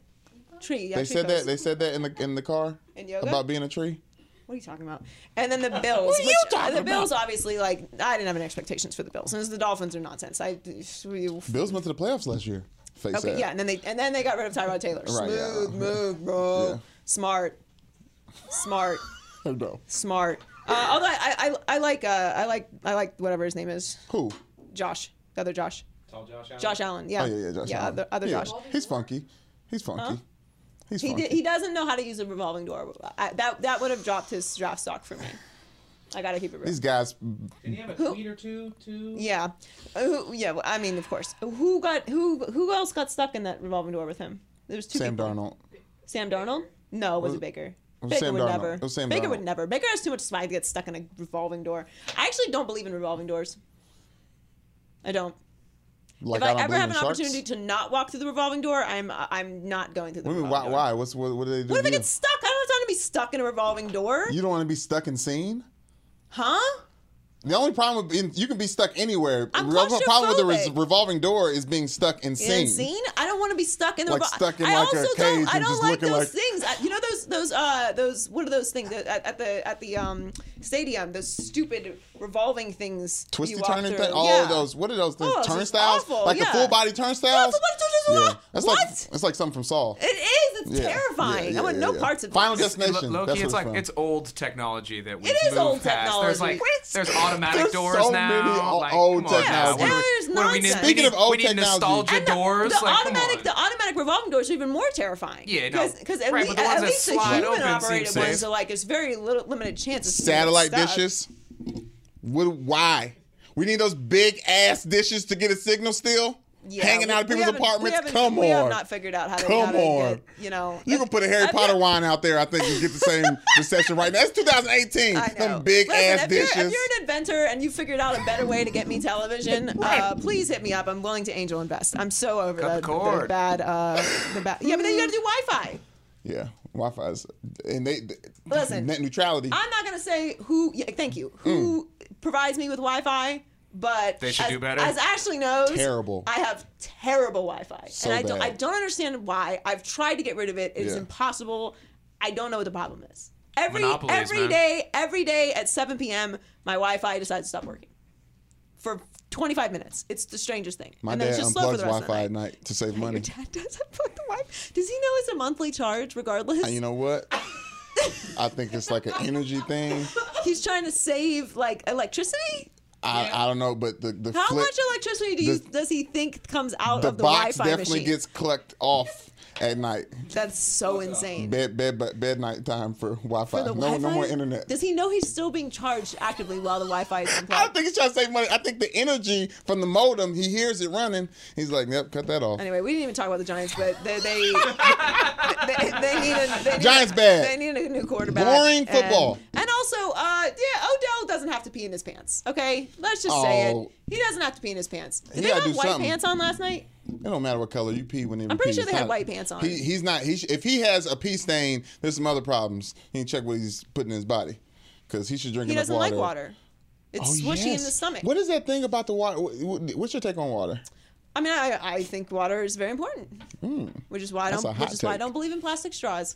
[SPEAKER 1] Tree. Yeah,
[SPEAKER 2] They
[SPEAKER 1] tree
[SPEAKER 2] said
[SPEAKER 1] pose.
[SPEAKER 2] that. They said that in the in the car
[SPEAKER 1] In yoga?
[SPEAKER 2] about being a tree.
[SPEAKER 1] What are you talking about? And then the Bills.
[SPEAKER 2] What are you
[SPEAKER 1] which- uh,
[SPEAKER 2] talking
[SPEAKER 1] The Bills, obviously, like I didn't have any expectations for the Bills, since the Dolphins are nonsense. I. we-
[SPEAKER 2] Bills went to the playoffs last year. Face
[SPEAKER 1] Okay,
[SPEAKER 2] ass.
[SPEAKER 1] yeah, and then they and then they got rid of Tyrod Taylor.
[SPEAKER 2] Right, yeah.
[SPEAKER 1] Smooth move, bro.
[SPEAKER 2] Yeah.
[SPEAKER 1] Smart, smart,
[SPEAKER 2] There we go.
[SPEAKER 1] smart. Uh, although I, I, I like uh, I like I like whatever his name is,
[SPEAKER 2] Who?
[SPEAKER 1] Josh, the other Josh,
[SPEAKER 7] Tell Josh. Allen.
[SPEAKER 1] Josh Allen. Yeah,
[SPEAKER 2] Oh yeah, yeah, Josh.
[SPEAKER 1] yeah,
[SPEAKER 2] Allen.
[SPEAKER 1] other, other
[SPEAKER 2] Yeah,
[SPEAKER 1] Josh.
[SPEAKER 2] He's funky. He's funky. He's
[SPEAKER 1] He,
[SPEAKER 2] funky.
[SPEAKER 1] did, he doesn't know how to use a revolving door. I, that that would have dropped his draft stock for me. I gotta keep it real.
[SPEAKER 2] These guys.
[SPEAKER 7] Didn't he have a tweet or two? Too.
[SPEAKER 1] yeah, Uh, who, yeah. well, I mean, of course. Who got who? Who else got stuck in that revolving door with him? There was two.
[SPEAKER 2] Sam
[SPEAKER 1] people.
[SPEAKER 2] Darnold.
[SPEAKER 1] Sam Darnold? No, it wasn't Baker.
[SPEAKER 2] was
[SPEAKER 1] Baker
[SPEAKER 2] Sam
[SPEAKER 1] would
[SPEAKER 2] Darnold.
[SPEAKER 1] never.
[SPEAKER 2] It was Sam
[SPEAKER 1] Baker
[SPEAKER 2] Darnold.
[SPEAKER 1] would never. Baker has too much swag to get stuck in a revolving door. I actually don't believe in revolving doors. I don't.
[SPEAKER 2] Like
[SPEAKER 1] if I,
[SPEAKER 2] don't
[SPEAKER 1] ever
[SPEAKER 2] believe
[SPEAKER 1] have
[SPEAKER 2] in
[SPEAKER 1] an
[SPEAKER 2] sharks.
[SPEAKER 1] opportunity to not walk through the revolving door, I'm I'm not going through the
[SPEAKER 2] What do you mean, why?
[SPEAKER 1] revolving door.
[SPEAKER 2] Why? What's what? What do they do?
[SPEAKER 1] Oh, What if
[SPEAKER 2] to
[SPEAKER 1] I
[SPEAKER 2] you?
[SPEAKER 1] get stuck? I don't have time to be stuck in a revolving door.
[SPEAKER 2] You don't want to be stuck in scene.
[SPEAKER 1] huh?
[SPEAKER 2] The only problem with being, you can be stuck anywhere.
[SPEAKER 1] I'm
[SPEAKER 2] The revo- problem with the res-
[SPEAKER 1] claustrophobic.
[SPEAKER 2] revolving door is being stuck in
[SPEAKER 1] Scene.
[SPEAKER 2] scene.
[SPEAKER 1] And scene? I don't want to be stuck in the
[SPEAKER 2] Like
[SPEAKER 1] revol-
[SPEAKER 2] stuck in
[SPEAKER 1] I
[SPEAKER 2] like a
[SPEAKER 1] also
[SPEAKER 2] cage
[SPEAKER 1] don't. I
[SPEAKER 2] and
[SPEAKER 1] don't
[SPEAKER 2] just
[SPEAKER 1] like
[SPEAKER 2] looking
[SPEAKER 1] those
[SPEAKER 2] like-
[SPEAKER 1] things. I, you know those those uh those what are those things that, at, at the at the um stadium? Those stupid revolving things. you
[SPEAKER 2] Twisty
[SPEAKER 1] walk
[SPEAKER 2] turning
[SPEAKER 1] through.
[SPEAKER 2] thing. All
[SPEAKER 1] yeah.
[SPEAKER 2] of those. What are those things?
[SPEAKER 1] Oh, this is
[SPEAKER 2] turnstiles?
[SPEAKER 1] awful,
[SPEAKER 2] Like
[SPEAKER 1] yeah.
[SPEAKER 2] the full body
[SPEAKER 1] Yeah,
[SPEAKER 2] turnstiles?
[SPEAKER 1] full body turnstiles, what?
[SPEAKER 2] That's like
[SPEAKER 1] What?
[SPEAKER 2] that's like something from Saul.
[SPEAKER 1] It is. It's
[SPEAKER 2] Yeah,
[SPEAKER 1] terrifying.
[SPEAKER 2] yeah, yeah,
[SPEAKER 1] I want
[SPEAKER 2] yeah,
[SPEAKER 1] no
[SPEAKER 2] yeah.
[SPEAKER 1] parts of
[SPEAKER 2] Final
[SPEAKER 1] this.
[SPEAKER 4] Lo-
[SPEAKER 2] destination.
[SPEAKER 4] Low
[SPEAKER 2] that's what
[SPEAKER 4] key, it's like
[SPEAKER 2] from.
[SPEAKER 4] it's old technology that we.
[SPEAKER 1] It is old
[SPEAKER 4] There's
[SPEAKER 1] technology.
[SPEAKER 4] like
[SPEAKER 1] What?
[SPEAKER 4] there's automatic
[SPEAKER 2] There's
[SPEAKER 4] doors
[SPEAKER 2] so
[SPEAKER 4] now.
[SPEAKER 2] many o-
[SPEAKER 4] like,
[SPEAKER 2] old
[SPEAKER 4] come on now.
[SPEAKER 2] technology.
[SPEAKER 4] What
[SPEAKER 1] Yes,
[SPEAKER 4] do we-
[SPEAKER 1] there's
[SPEAKER 4] what do we need?
[SPEAKER 1] nonsense.
[SPEAKER 4] We
[SPEAKER 1] Speaking
[SPEAKER 4] need-
[SPEAKER 2] of old
[SPEAKER 4] we need
[SPEAKER 2] technology-
[SPEAKER 4] nostalgia
[SPEAKER 1] And the,
[SPEAKER 4] doors.
[SPEAKER 1] the
[SPEAKER 4] like, come
[SPEAKER 1] automatic,
[SPEAKER 4] on.
[SPEAKER 1] the automatic revolving doors are even more terrifying.
[SPEAKER 4] Yeah, no.
[SPEAKER 1] because at,
[SPEAKER 4] Right,
[SPEAKER 1] lea-
[SPEAKER 4] but the ones
[SPEAKER 1] at
[SPEAKER 4] that
[SPEAKER 1] least the
[SPEAKER 4] slide
[SPEAKER 1] human
[SPEAKER 4] open seem
[SPEAKER 1] operated ones
[SPEAKER 4] safe.
[SPEAKER 1] are like there's very little limited chances. to get
[SPEAKER 2] Satellite
[SPEAKER 1] stuck.
[SPEAKER 2] dishes. What? Why? We need those big ass dishes to get a signal still.
[SPEAKER 1] Yeah,
[SPEAKER 2] Hanging
[SPEAKER 1] we-
[SPEAKER 2] out of
[SPEAKER 1] we
[SPEAKER 2] people's
[SPEAKER 1] haven't-
[SPEAKER 2] apartments.
[SPEAKER 1] We haven't-
[SPEAKER 2] Come
[SPEAKER 1] we
[SPEAKER 2] on.
[SPEAKER 1] have not figured out how to,
[SPEAKER 2] Come
[SPEAKER 1] how to
[SPEAKER 2] on.
[SPEAKER 1] get, you know.
[SPEAKER 2] You can put a Harry
[SPEAKER 1] I've
[SPEAKER 2] Potter
[SPEAKER 1] got-
[SPEAKER 2] wine out there. I think and get the same reception right now. That's 2018.
[SPEAKER 1] I know.
[SPEAKER 2] Them big
[SPEAKER 1] Listen,
[SPEAKER 2] ass
[SPEAKER 1] if you're-
[SPEAKER 2] dishes.
[SPEAKER 1] if you're an inventor and you figured out a better way to get me television, uh, please hit me up. I'm willing to angel invest. I'm so over
[SPEAKER 4] Cut the
[SPEAKER 1] the,
[SPEAKER 4] cord.
[SPEAKER 1] bad. Uh, the bad. Yeah, but then you got to do Wi-Fi.
[SPEAKER 2] yeah, Wi-Fi is and they
[SPEAKER 1] Listen.
[SPEAKER 2] net neutrality.
[SPEAKER 1] I'm not gonna say who. Yeah, thank you. Who
[SPEAKER 2] Mm.
[SPEAKER 1] provides me with Wi-Fi? But
[SPEAKER 4] They should
[SPEAKER 1] as,
[SPEAKER 4] do better.
[SPEAKER 1] As Ashley knows,
[SPEAKER 2] Terrible.
[SPEAKER 1] I have terrible Wi-Fi,
[SPEAKER 2] So
[SPEAKER 1] and I don't.
[SPEAKER 2] bad.
[SPEAKER 1] I don't understand why. I've tried to get rid of it. It's
[SPEAKER 2] Yeah.
[SPEAKER 1] impossible. I don't know what the problem is. Every every
[SPEAKER 4] Monopolies,
[SPEAKER 1] day,
[SPEAKER 4] man.
[SPEAKER 1] every day at 7 p.m., my Wi-Fi decides to stop working for 25 minutes. It's the strangest thing.
[SPEAKER 2] My
[SPEAKER 1] and then
[SPEAKER 2] dad
[SPEAKER 1] it's just slow for
[SPEAKER 2] unplugs
[SPEAKER 1] the rest
[SPEAKER 2] Wi-Fi
[SPEAKER 1] of the
[SPEAKER 2] at
[SPEAKER 1] night.
[SPEAKER 2] night to save
[SPEAKER 1] Your
[SPEAKER 2] money.
[SPEAKER 1] dad does unplug the Wi-Fi. Does he know it's a monthly charge regardless?
[SPEAKER 2] And you know what? I think it's like an energy thing.
[SPEAKER 1] He's trying to save like electricity.
[SPEAKER 2] I, I don't know, but the the
[SPEAKER 1] How
[SPEAKER 2] flip,
[SPEAKER 1] much electricity do you,
[SPEAKER 2] the-
[SPEAKER 1] does he think comes out
[SPEAKER 2] the,
[SPEAKER 1] of the
[SPEAKER 2] box
[SPEAKER 1] Wi-Fi
[SPEAKER 2] definitely
[SPEAKER 1] machine?
[SPEAKER 2] gets clucked off at night.
[SPEAKER 1] That's so insane.
[SPEAKER 2] Bed bed bed, bed night time for Wi-Fi.
[SPEAKER 1] For the
[SPEAKER 2] no no
[SPEAKER 1] Wi-Fi?
[SPEAKER 2] more internet.
[SPEAKER 1] Does he know he's still being charged actively while the Wi-Fi is
[SPEAKER 2] I don't
[SPEAKER 1] unplugged?
[SPEAKER 2] think he's trying to save money. I think the energy from the modem, he hears it running. He's like, "Yep, cut that off."
[SPEAKER 1] Anyway, we didn't even talk about the Giants, but they they, they, they need a they need
[SPEAKER 2] Giants
[SPEAKER 1] a,
[SPEAKER 2] bad.
[SPEAKER 1] They need a new quarterback.
[SPEAKER 2] Boring
[SPEAKER 1] and-
[SPEAKER 2] football.
[SPEAKER 1] And, also, uh, yeah, Odell doesn't have to pee in his pants. Okay, let's just say
[SPEAKER 2] Oh.
[SPEAKER 1] it. He doesn't have to pee in his pants. Did
[SPEAKER 2] He
[SPEAKER 1] they
[SPEAKER 2] gotta
[SPEAKER 1] have
[SPEAKER 2] do
[SPEAKER 1] white
[SPEAKER 2] something.
[SPEAKER 1] pants on last night?
[SPEAKER 2] It don't matter what color you pee whenever.
[SPEAKER 1] I'm pretty
[SPEAKER 2] you pee.
[SPEAKER 1] sure they
[SPEAKER 2] It's
[SPEAKER 1] had
[SPEAKER 2] not-
[SPEAKER 1] white pants on.
[SPEAKER 2] He, he's not. He sh- if he has a pee stain, there's some other problems. He can check what he's putting in his body because he should drink
[SPEAKER 1] He
[SPEAKER 2] enough
[SPEAKER 1] doesn't
[SPEAKER 2] water.
[SPEAKER 1] like water. It's
[SPEAKER 2] Oh,
[SPEAKER 1] swishy in
[SPEAKER 2] yes.
[SPEAKER 1] the stomach.
[SPEAKER 2] What is that thing about the water? Wh- wh- What's your take on water?
[SPEAKER 1] I mean, I, I think water is very important, which is why I
[SPEAKER 2] Mm. That's
[SPEAKER 1] don't
[SPEAKER 2] a hot
[SPEAKER 1] which is why I
[SPEAKER 2] take.
[SPEAKER 1] don't believe in plastic straws.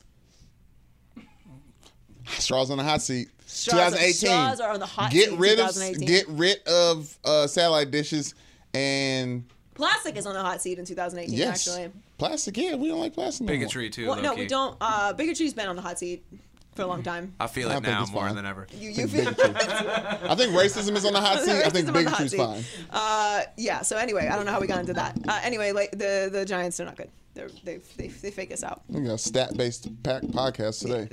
[SPEAKER 2] Straws on the hot seat.
[SPEAKER 1] Straws-
[SPEAKER 2] 2018.
[SPEAKER 1] straws are on the hot
[SPEAKER 2] get
[SPEAKER 1] seat,
[SPEAKER 2] Rid of,
[SPEAKER 1] 2018.
[SPEAKER 2] get rid of uh, satellite dishes and
[SPEAKER 1] Plastic is on the hot seat in 2018.
[SPEAKER 2] yes,
[SPEAKER 1] Actually,
[SPEAKER 2] plastic. Yeah, we don't like plastic. no more.
[SPEAKER 4] Bigotry too.
[SPEAKER 1] well, no,
[SPEAKER 4] low-key.
[SPEAKER 1] we don't. Uh, bigotry's been on the hot seat for a long time.
[SPEAKER 4] I feel
[SPEAKER 2] I
[SPEAKER 4] it
[SPEAKER 2] think
[SPEAKER 4] now
[SPEAKER 2] it's
[SPEAKER 4] more
[SPEAKER 2] fine.
[SPEAKER 4] than ever.
[SPEAKER 1] You, you feel,
[SPEAKER 2] I think racism is on the hot seat. I think
[SPEAKER 1] Racism on the hot
[SPEAKER 2] bigotry's
[SPEAKER 1] seat.
[SPEAKER 2] fine.
[SPEAKER 1] uh, yeah. So anyway, I don't know how we got into that. Uh, anyway, like the the Giants are not good. They're, they they they fake us out.
[SPEAKER 2] We got a stat-based pack podcast today.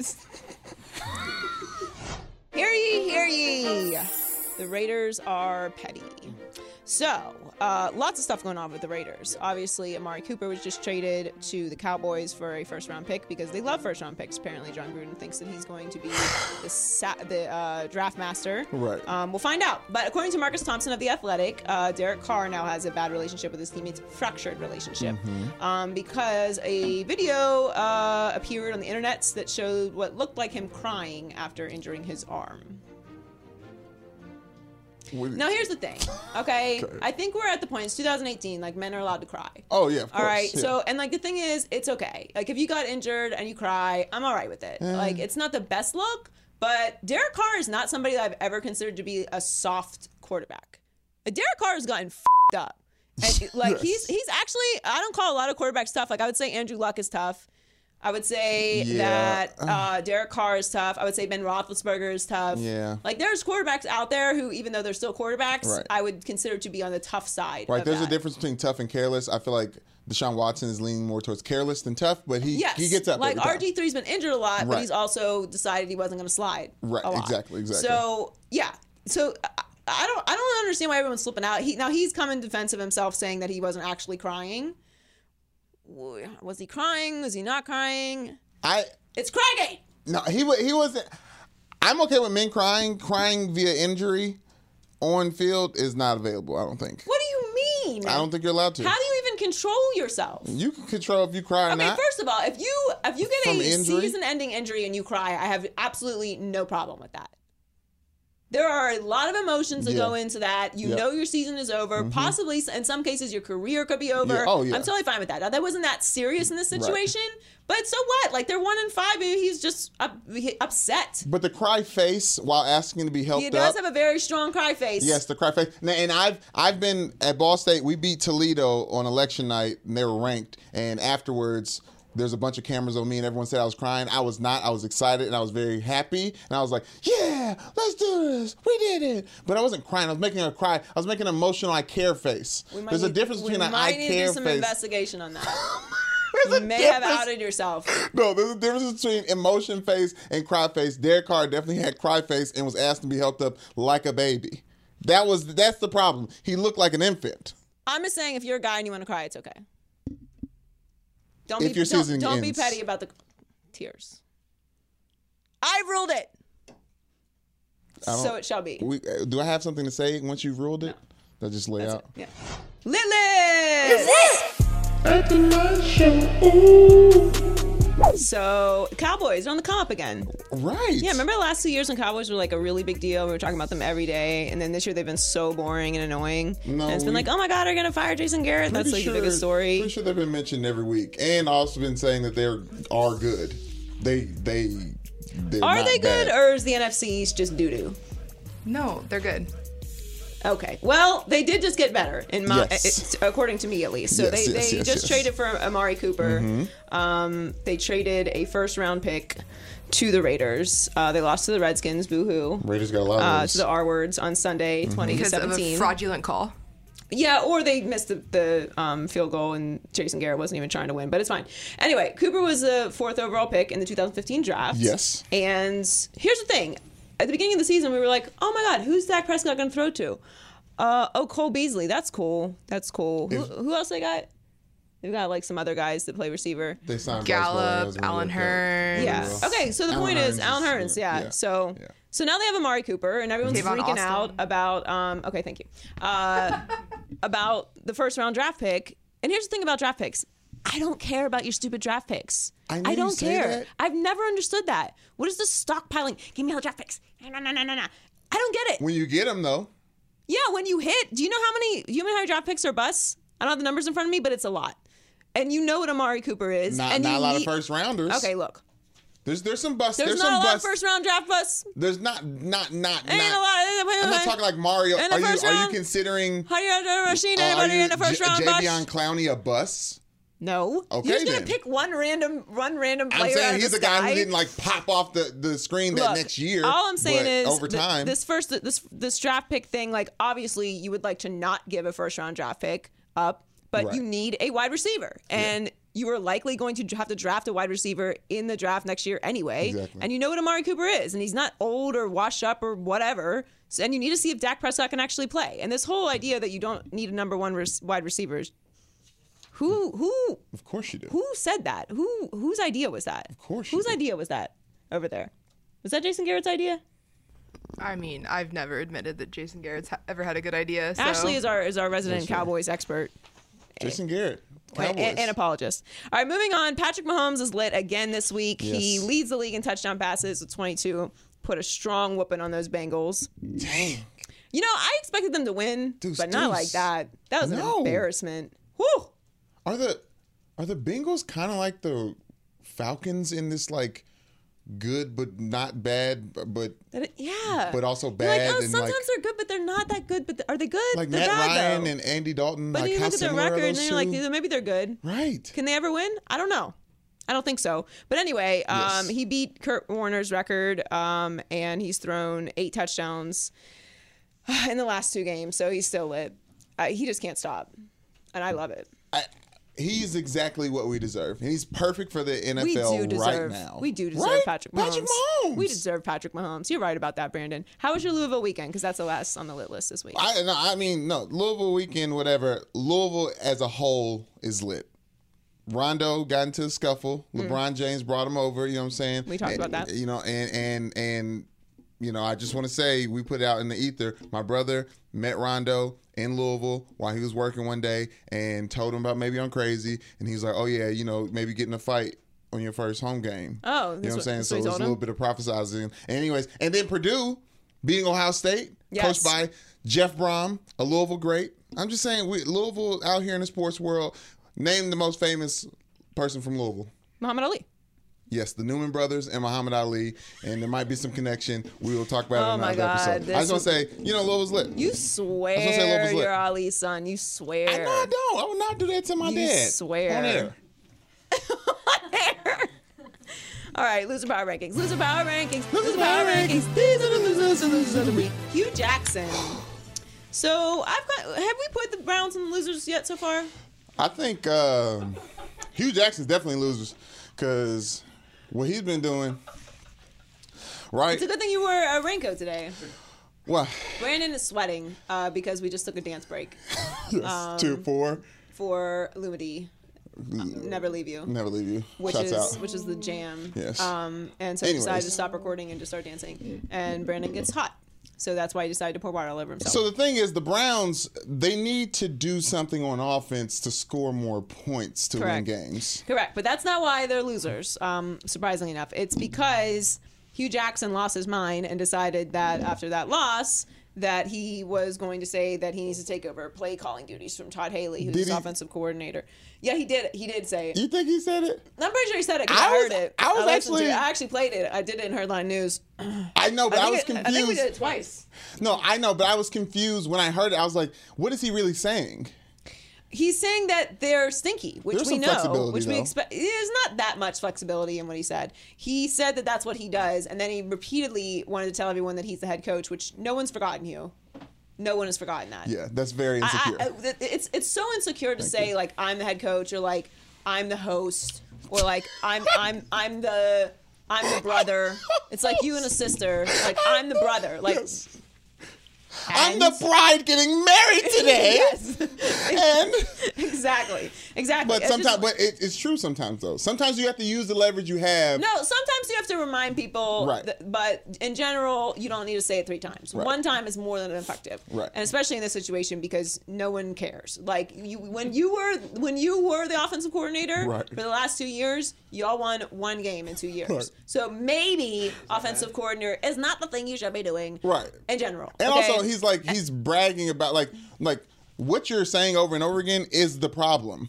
[SPEAKER 1] Hear ye, hear ye. The Raiders are petty. So, uh, lots of stuff going on with the Raiders. Obviously, Amari Cooper was just traded to the Cowboys for a first round pick because they love first round picks. Apparently, John Gruden thinks that he's going to be the, sa- the uh, draft master.
[SPEAKER 2] Right.
[SPEAKER 1] Um, we'll find out. But according to Marcus Thompson of The Athletic, uh, Derek Carr now has a bad relationship with his teammates, fractured relationship, um, because a video uh, appeared on the internet that showed what looked like him crying after injuring his arm.
[SPEAKER 2] We-
[SPEAKER 1] Now here's the thing, okay? I think we're at the point. It's 2018. Like men are allowed to cry.
[SPEAKER 2] Oh yeah, of course.
[SPEAKER 1] all right.
[SPEAKER 2] yeah.
[SPEAKER 1] So and like the thing is, it's okay. Like if you got injured and you cry, I'm all right with it. Like it's not the best look, but Derek Carr is not somebody that I've ever considered to be a soft quarterback. Derek Carr has gotten fed up. And like he's he's actually I don't call a lot of quarterbacks tough. Like I would say Andrew Luck is tough. I would say
[SPEAKER 2] Yeah.
[SPEAKER 1] that uh, Derek Carr is tough. I would say Ben Roethlisberger is tough.
[SPEAKER 2] Yeah.
[SPEAKER 1] Like there's quarterbacks out there who, even though they're still quarterbacks,
[SPEAKER 2] Right.
[SPEAKER 1] I would consider to be on the tough side.
[SPEAKER 2] Right,
[SPEAKER 1] of
[SPEAKER 2] there's a
[SPEAKER 1] that.
[SPEAKER 2] difference between tough and careless. I feel like Deshaun Watson is leaning more towards careless than tough, but he
[SPEAKER 1] Yes,
[SPEAKER 2] he gets up.
[SPEAKER 1] Like
[SPEAKER 2] every time.
[SPEAKER 1] RG three's been injured a lot, but
[SPEAKER 2] Right.
[SPEAKER 1] he's also decided he wasn't going to slide.
[SPEAKER 2] Right,
[SPEAKER 1] a lot.
[SPEAKER 2] exactly, exactly.
[SPEAKER 1] So yeah, so I, I don't I don't understand why everyone's slipping out. He now he's come in defense of himself, saying that he wasn't actually crying. Was he crying? Was he not crying?
[SPEAKER 2] I
[SPEAKER 1] It's Crygate.
[SPEAKER 2] no, he wa- he wasn't. I'm okay with men crying. Crying via injury on field is not available. I don't think.
[SPEAKER 1] What do you mean?
[SPEAKER 2] I don't think you're allowed to.
[SPEAKER 1] How do you even control yourself?
[SPEAKER 2] you can control if you cry or
[SPEAKER 1] Okay,
[SPEAKER 2] not.
[SPEAKER 1] first of all, if you if you get
[SPEAKER 2] From
[SPEAKER 1] a
[SPEAKER 2] injury?
[SPEAKER 1] season-ending injury and you cry, I have absolutely no problem with that. There are a lot of emotions that
[SPEAKER 2] Yeah.
[SPEAKER 1] go into that. You
[SPEAKER 2] Yeah. Mm-hmm.
[SPEAKER 1] know your season is over. Possibly, in some cases, your career could be over.
[SPEAKER 2] Yeah, oh, yeah.
[SPEAKER 1] I'm totally fine with that. Now, that wasn't that serious in this situation, but so what? Like they're one in five. Maybe he's just up, he- upset.
[SPEAKER 2] but the cry face while asking to be helped
[SPEAKER 1] He does
[SPEAKER 2] up.
[SPEAKER 1] have a very strong cry face.
[SPEAKER 2] Yes, the cry face. Now, and I've I've been at Ball State. We beat Toledo on election night, and they were ranked. And afterwards, there's a bunch of cameras on me, and everyone said I was crying. I was not. I was excited, and I was very happy. And I was like, "Yeah, let's do this. We did it." But I wasn't crying. I was making a cry. I was making an emotional "I care" face.
[SPEAKER 1] We might
[SPEAKER 2] There's a
[SPEAKER 1] need-
[SPEAKER 2] difference between
[SPEAKER 1] we
[SPEAKER 2] an
[SPEAKER 1] might
[SPEAKER 2] "I
[SPEAKER 1] need to
[SPEAKER 2] care"
[SPEAKER 1] do some
[SPEAKER 2] face.
[SPEAKER 1] investigation on that.
[SPEAKER 2] There's
[SPEAKER 1] you
[SPEAKER 2] a
[SPEAKER 1] may have
[SPEAKER 2] difference-
[SPEAKER 1] outed yourself.
[SPEAKER 2] No, there's a difference between emotion face and cry face. Derek Carr definitely had cry face and was asked to be helped up like a baby. That was that's the problem. He looked like an infant.
[SPEAKER 1] I'm just saying, if you're a guy and you want to cry, it's okay. Don't
[SPEAKER 2] If
[SPEAKER 1] be
[SPEAKER 2] your
[SPEAKER 1] don't,
[SPEAKER 2] season
[SPEAKER 1] don't be
[SPEAKER 2] ends.
[SPEAKER 1] petty about the tears. I ruled it. So
[SPEAKER 2] don't-
[SPEAKER 1] it shall be.
[SPEAKER 2] We, uh, do I have something to say once you've ruled it? That just lay out.
[SPEAKER 1] Yeah. Lilith. So Cowboys are on the come up again.
[SPEAKER 2] Right.
[SPEAKER 1] Yeah, remember the last two years when Cowboys were like a really big deal? We were talking about them every day, and then this year they've been so boring and annoying.
[SPEAKER 2] No,
[SPEAKER 1] and it's been
[SPEAKER 2] we-
[SPEAKER 1] like, oh my god, they're gonna fire Jason Garrett. That's like
[SPEAKER 2] Pretty
[SPEAKER 1] the biggest story.
[SPEAKER 2] Pretty sure they've been mentioned every week, and also been saying that they're are good. They they they're
[SPEAKER 1] Are
[SPEAKER 2] not
[SPEAKER 1] they good,
[SPEAKER 2] bad.
[SPEAKER 1] or is the NFC East just doo doo?
[SPEAKER 8] No, they're good.
[SPEAKER 1] Okay. Well, they did just get better in my,
[SPEAKER 2] Yes.
[SPEAKER 1] it's- according to me at least. So
[SPEAKER 2] Yes,
[SPEAKER 1] they,
[SPEAKER 2] yes,
[SPEAKER 1] they
[SPEAKER 2] yes, Mm-hmm.
[SPEAKER 1] just
[SPEAKER 2] yes.
[SPEAKER 1] traded for Amari Cooper. Um, they traded a first round pick to the Raiders. Uh, they lost to the Redskins. Boo hoo.
[SPEAKER 2] Raiders Mm-hmm. got a lot of
[SPEAKER 1] Uh,
[SPEAKER 2] those.
[SPEAKER 1] to the R words on Sunday, twenty to
[SPEAKER 8] Because of a
[SPEAKER 1] seventeen.
[SPEAKER 8] fraudulent call.
[SPEAKER 1] Yeah, or they missed the, the um, field goal and Jason Garrett wasn't even trying to win, but it's fine. Anyway, Cooper was the fourth overall pick in the 2015 draft.
[SPEAKER 2] Yes.
[SPEAKER 1] And here's the thing at the beginning of the season, we were like, oh my God, who's Dak Prescott going to throw to? Uh, oh, Cole Beasley. That's cool. That's cool. Who, who else they got? They've got like some other guys that play receiver.
[SPEAKER 2] they signed
[SPEAKER 8] Gallup,
[SPEAKER 2] Bryce Perez and
[SPEAKER 8] Alan
[SPEAKER 2] Luka.
[SPEAKER 8] Hearn.
[SPEAKER 1] Yeah. Okay. So the
[SPEAKER 2] Allen
[SPEAKER 1] point
[SPEAKER 2] Hurns
[SPEAKER 1] is
[SPEAKER 2] is
[SPEAKER 1] Alan
[SPEAKER 2] good.
[SPEAKER 1] Hearns. Yeah.
[SPEAKER 2] Yeah.
[SPEAKER 1] So
[SPEAKER 2] Yeah.
[SPEAKER 1] so now they have Amari Cooper, and everyone's
[SPEAKER 8] Tavon
[SPEAKER 1] freaking
[SPEAKER 8] Austin.
[SPEAKER 1] out about um. Okay, thank you. Uh, about the first round draft pick, And here's the thing about draft picks. I don't care about your stupid draft picks.
[SPEAKER 2] I
[SPEAKER 1] I,
[SPEAKER 2] know you
[SPEAKER 1] don't
[SPEAKER 2] say
[SPEAKER 1] care.
[SPEAKER 2] that.
[SPEAKER 1] I've never understood that. What is this stockpiling? Give me all the draft picks. No, no, no, no, no. no. I don't get it.
[SPEAKER 2] When you get them though,
[SPEAKER 1] Yeah, when you hit, do you know how many you know how many draft picks are busts? I don't have the numbers in front of me, but it's a lot. And you know what Amari Cooper is.
[SPEAKER 2] not,
[SPEAKER 1] and
[SPEAKER 2] not
[SPEAKER 1] you
[SPEAKER 2] a lot of
[SPEAKER 1] need-
[SPEAKER 2] first rounders.
[SPEAKER 1] Okay, look.
[SPEAKER 2] There's there's some busts.
[SPEAKER 1] There's,
[SPEAKER 2] There's,
[SPEAKER 1] not a
[SPEAKER 2] some
[SPEAKER 1] lot of
[SPEAKER 2] busts.
[SPEAKER 1] first round draft busts.
[SPEAKER 2] There's not not not
[SPEAKER 1] Ain't
[SPEAKER 2] not.
[SPEAKER 1] a lot.
[SPEAKER 2] I'm not talking like Mario.
[SPEAKER 1] In the
[SPEAKER 2] Are you
[SPEAKER 1] first
[SPEAKER 2] are you
[SPEAKER 1] round?
[SPEAKER 2] considering
[SPEAKER 1] How you gonna machine
[SPEAKER 2] uh,
[SPEAKER 1] anybody
[SPEAKER 2] you
[SPEAKER 1] in the first
[SPEAKER 2] J-
[SPEAKER 1] round bust?
[SPEAKER 2] Jadeveon Clowney a bus?
[SPEAKER 1] No.
[SPEAKER 2] Okay,
[SPEAKER 1] You're just gonna
[SPEAKER 2] then.
[SPEAKER 1] pick one random one random player.
[SPEAKER 2] I'm
[SPEAKER 1] out
[SPEAKER 2] saying
[SPEAKER 1] of
[SPEAKER 2] he's
[SPEAKER 1] the
[SPEAKER 2] the guy
[SPEAKER 1] sky.
[SPEAKER 2] who didn't like pop off the, the screen that
[SPEAKER 1] Look,
[SPEAKER 2] next year.
[SPEAKER 1] All I'm saying
[SPEAKER 2] but
[SPEAKER 1] is
[SPEAKER 2] over
[SPEAKER 1] th-
[SPEAKER 2] time,
[SPEAKER 1] this first this this draft pick thing, like obviously you would like to not give a first round draft pick up, but
[SPEAKER 2] Right.
[SPEAKER 1] you need a wide receiver. And you are likely going to have to draft a wide receiver in the draft next year anyway.
[SPEAKER 2] Exactly.
[SPEAKER 1] And you know what Amari Cooper is, and he's not old or washed up or whatever. So, and you need to see if Dak Prescott can actually play. And this whole idea that you don't need a number one res- wide receiver is who who
[SPEAKER 2] of course you do.
[SPEAKER 1] who said that? Who whose idea was that? Of
[SPEAKER 2] course you
[SPEAKER 1] Whose
[SPEAKER 2] did.
[SPEAKER 1] idea was that over there? Was that Jason Garrett's idea?
[SPEAKER 8] I mean, I've never admitted that Jason Garrett's ha- ever had a good idea. So.
[SPEAKER 1] Ashley is our is our resident
[SPEAKER 2] right.
[SPEAKER 1] Cowboys expert
[SPEAKER 2] Jason Garrett,
[SPEAKER 1] and,
[SPEAKER 2] Cowboys.
[SPEAKER 1] and apologist. All right, moving on. Patrick Mahomes is lit again this week. He
[SPEAKER 2] Yes.
[SPEAKER 1] leads the league in touchdown passes with 22. Put a strong whooping on those Bengals.
[SPEAKER 2] Dang,
[SPEAKER 1] You know, I expected them to win,
[SPEAKER 2] Deuce,
[SPEAKER 1] but not
[SPEAKER 2] deuce.
[SPEAKER 1] like that. That was
[SPEAKER 2] No.
[SPEAKER 1] an embarrassment. Whew.
[SPEAKER 2] are the are the Bengals kind of like the Falcons in this like good but not bad but- but
[SPEAKER 1] That it- yeah.
[SPEAKER 2] But also
[SPEAKER 1] You're like,
[SPEAKER 2] bad
[SPEAKER 1] oh,
[SPEAKER 2] and,
[SPEAKER 1] sometimes
[SPEAKER 2] like-
[SPEAKER 1] they're good, but they're not that good. But th- are they good?
[SPEAKER 2] like
[SPEAKER 1] they're
[SPEAKER 2] Matt
[SPEAKER 1] bad,
[SPEAKER 2] Ryan
[SPEAKER 1] though.
[SPEAKER 2] and Andy Dalton?
[SPEAKER 1] But
[SPEAKER 2] like
[SPEAKER 1] then you
[SPEAKER 2] how
[SPEAKER 1] look at their
[SPEAKER 2] similar are
[SPEAKER 1] record and
[SPEAKER 2] those
[SPEAKER 1] then you're like,
[SPEAKER 2] two?
[SPEAKER 1] "Yeah, maybe they're good.
[SPEAKER 2] right?
[SPEAKER 1] Can they ever win? I don't know. I don't think so. But anyway, um,
[SPEAKER 2] Yes.
[SPEAKER 1] he beat Kurt Warner's record, um, and he's thrown eight touchdowns in the last two games, so he's still lit. Uh, he just can't stop, and I love it.
[SPEAKER 2] I, he's exactly what we deserve. And he's perfect for the NFL
[SPEAKER 1] We do
[SPEAKER 2] right
[SPEAKER 1] deserve.
[SPEAKER 2] now.
[SPEAKER 1] we do deserve
[SPEAKER 2] Right?
[SPEAKER 1] Patrick Mahomes.
[SPEAKER 2] Patrick Mahomes.
[SPEAKER 1] We deserve Patrick Mahomes. You're right about that, Brandon. How was your Louisville weekend? Because that's the last on the lit list this week.
[SPEAKER 2] I no, I mean no. Louisville weekend, whatever. Louisville as a whole is lit. Rondo got into a scuffle. LeBron James brought him over. You know what I'm saying?
[SPEAKER 1] Hmm. We talked
[SPEAKER 2] And-
[SPEAKER 1] about that.
[SPEAKER 2] You know, and and and you know, I just want to say we put it out in the ether. My brother met Rondo in Louisville while he was working one day and told him about maybe I'm crazy, and he was like, oh yeah, you know, maybe getting a fight. On your first home game.
[SPEAKER 1] Oh, that's
[SPEAKER 2] you know what I'm
[SPEAKER 1] what- that's
[SPEAKER 2] saying?
[SPEAKER 1] what
[SPEAKER 2] So
[SPEAKER 1] he
[SPEAKER 2] it's a
[SPEAKER 1] told
[SPEAKER 2] little
[SPEAKER 1] him?
[SPEAKER 2] bit of prophesizing. Anyways, and then Purdue beating Ohio State,
[SPEAKER 1] Yes.
[SPEAKER 2] coached by Jeff Brom, a Louisville great. I'm just saying, we, Louisville out here in the sports world, name the most famous person from Louisville.
[SPEAKER 1] Muhammad Ali.
[SPEAKER 2] Yes, the Newman brothers and Muhammad Ali, and there might be some connection. We will talk about
[SPEAKER 1] Oh
[SPEAKER 2] it in
[SPEAKER 1] my
[SPEAKER 2] another
[SPEAKER 1] God,
[SPEAKER 2] episode. I just want
[SPEAKER 1] this-
[SPEAKER 2] to say, you know, Louisville's lit.
[SPEAKER 1] You
[SPEAKER 2] gonna say
[SPEAKER 1] swear
[SPEAKER 2] Lopez lit.
[SPEAKER 1] you're Ali's son. You swear.
[SPEAKER 2] I, no, I don't. I will not do that to my
[SPEAKER 1] You
[SPEAKER 2] dad.
[SPEAKER 1] swear.
[SPEAKER 2] On air.
[SPEAKER 1] All right, loser power rankings. Loser power rankings. Loser power rankings. These are the losers of the losers of the week. Hugh Jackson. So I've got. Have we put the Browns and the losers yet so far?
[SPEAKER 2] I think um, Hugh Jackson's definitely losers because what he's been doing, right?
[SPEAKER 1] It's a good thing you wore a raincoat today.
[SPEAKER 2] Well,
[SPEAKER 1] Brandon is sweating uh, because we just took a dance break
[SPEAKER 2] yes,
[SPEAKER 1] Um,
[SPEAKER 2] two, four,
[SPEAKER 1] for Lumity. Never leave you,
[SPEAKER 2] never leave you.
[SPEAKER 1] which
[SPEAKER 2] Shots
[SPEAKER 1] is
[SPEAKER 2] out.
[SPEAKER 1] which is the jam.
[SPEAKER 2] Yes.
[SPEAKER 1] Um, and so I
[SPEAKER 2] Anyways.
[SPEAKER 1] decided to stop recording and just start dancing. And Brandon gets hot, so that's why he decided to pour water all over himself.
[SPEAKER 2] So the thing is, the Browns they need to do something on offense to score more points to
[SPEAKER 1] Correct.
[SPEAKER 2] win games.
[SPEAKER 1] Correct, but that's not why they're losers. Um, surprisingly enough, it's because Hugh Jackson lost his mind and decided that after that loss, that he was going to say that he needs to take over play calling duties from Todd Haley, who's
[SPEAKER 2] Did
[SPEAKER 1] his
[SPEAKER 2] he-
[SPEAKER 1] offensive coordinator. Yeah, he did. He did say. It.
[SPEAKER 2] You think he said it?
[SPEAKER 1] I'm pretty sure he said it. 'cause
[SPEAKER 2] I
[SPEAKER 1] I,
[SPEAKER 2] was-
[SPEAKER 1] heard it.
[SPEAKER 2] I
[SPEAKER 1] listened
[SPEAKER 2] was
[SPEAKER 1] to it.
[SPEAKER 2] actually-
[SPEAKER 1] I actually played it. I did it in Headline News. I,
[SPEAKER 2] I know, but I, was
[SPEAKER 1] think it-
[SPEAKER 2] confused.
[SPEAKER 1] I think we did it twice.
[SPEAKER 2] No, I know, but I was confused when I heard it. I was like, "What is he really saying?"
[SPEAKER 1] He's saying that they're stinky, which
[SPEAKER 2] There's
[SPEAKER 1] we
[SPEAKER 2] some
[SPEAKER 1] know,
[SPEAKER 2] flexibility,
[SPEAKER 1] which we
[SPEAKER 2] though.
[SPEAKER 1] expect. There's not that much flexibility in what he said. He said that that's what he does, and then he repeatedly wanted to tell everyone that he's the head coach, which no one's forgotten. You, no one has forgotten that.
[SPEAKER 2] Yeah, that's very
[SPEAKER 1] I,
[SPEAKER 2] insecure.
[SPEAKER 1] I, I- it's it's so insecure to say like I'm the head coach or like I'm the host or like I'm I'm I'm the I'm the brother. It's like you and a sister. Like I'm the brother. Like
[SPEAKER 2] I'm the bride getting married today.
[SPEAKER 1] yes.
[SPEAKER 2] And
[SPEAKER 1] exactly. Exactly.
[SPEAKER 2] but
[SPEAKER 1] It's just-
[SPEAKER 2] sometimes, but it, it's true sometimes though. Sometimes you have to use the leverage you have.
[SPEAKER 1] No, sometimes you have to remind people.
[SPEAKER 2] Right.
[SPEAKER 1] th- but in general, you don't need to say it three times.
[SPEAKER 2] Right.
[SPEAKER 1] One time is more than effective.
[SPEAKER 2] Right.
[SPEAKER 1] And especially in this situation because no one cares. Like you, when you were when you were the offensive coordinator
[SPEAKER 2] Right.
[SPEAKER 1] for the last two years, y'all won one game in two years.
[SPEAKER 2] Right.
[SPEAKER 1] So maybe offensive coordinator is not the thing you should be doing.
[SPEAKER 2] Right.
[SPEAKER 1] In general.
[SPEAKER 2] And
[SPEAKER 1] okay?
[SPEAKER 2] also, he's like he's bragging about like like what you're saying over and over again is the problem.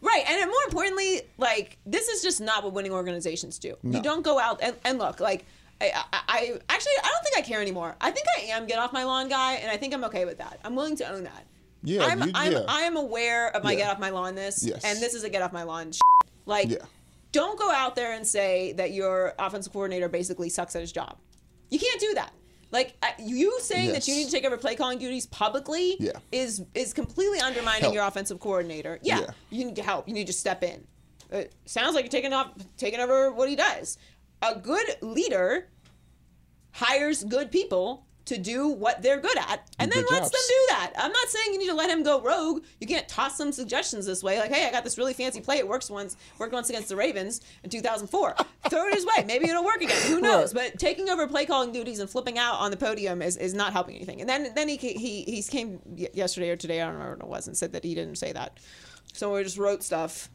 [SPEAKER 1] Right, and then more importantly, like this is just not what winning organizations do. You don't go out and, and look like I, I, I actually I don't think I care anymore. I think I am get off my lawn guy, and I think I'm okay with that. I'm willing to own that.
[SPEAKER 2] Yeah,
[SPEAKER 1] I'm
[SPEAKER 2] you-
[SPEAKER 1] I'm,
[SPEAKER 2] yeah.
[SPEAKER 1] I'm aware of my
[SPEAKER 2] Yeah.
[SPEAKER 1] get off my lawn this,
[SPEAKER 2] Yes.
[SPEAKER 1] and this is a get off my lawn. Shit. Like,
[SPEAKER 2] Yeah.
[SPEAKER 1] don't go out there and say that your offensive coordinator basically sucks at his job. You can't do that. Like I- you saying that you
[SPEAKER 2] Yes.
[SPEAKER 1] need to take over play calling duties publicly
[SPEAKER 2] Yeah.
[SPEAKER 1] is is completely undermining
[SPEAKER 2] Help.
[SPEAKER 1] your offensive coordinator. Yeah,
[SPEAKER 2] Yeah.
[SPEAKER 1] you need to help. You need to step in. It sounds like you're taking off, taking over what he does. A good leader hires good people to do what they're good at, and then
[SPEAKER 2] Good
[SPEAKER 1] lets them
[SPEAKER 2] jobs.
[SPEAKER 1] do that. I'm not saying you need to let him go rogue. You can't toss some suggestions this way, like, "Hey, I got this really fancy play. It works once. Worked once against the Ravens in 2004. Throw it his way. Maybe it'll work again. Who knows?" But taking over play calling duties and flipping out on the podium is, is not helping anything. And then then he ca- he he came y- yesterday or today. I don't remember when it was, and said that he didn't say that. So we just wrote stuff.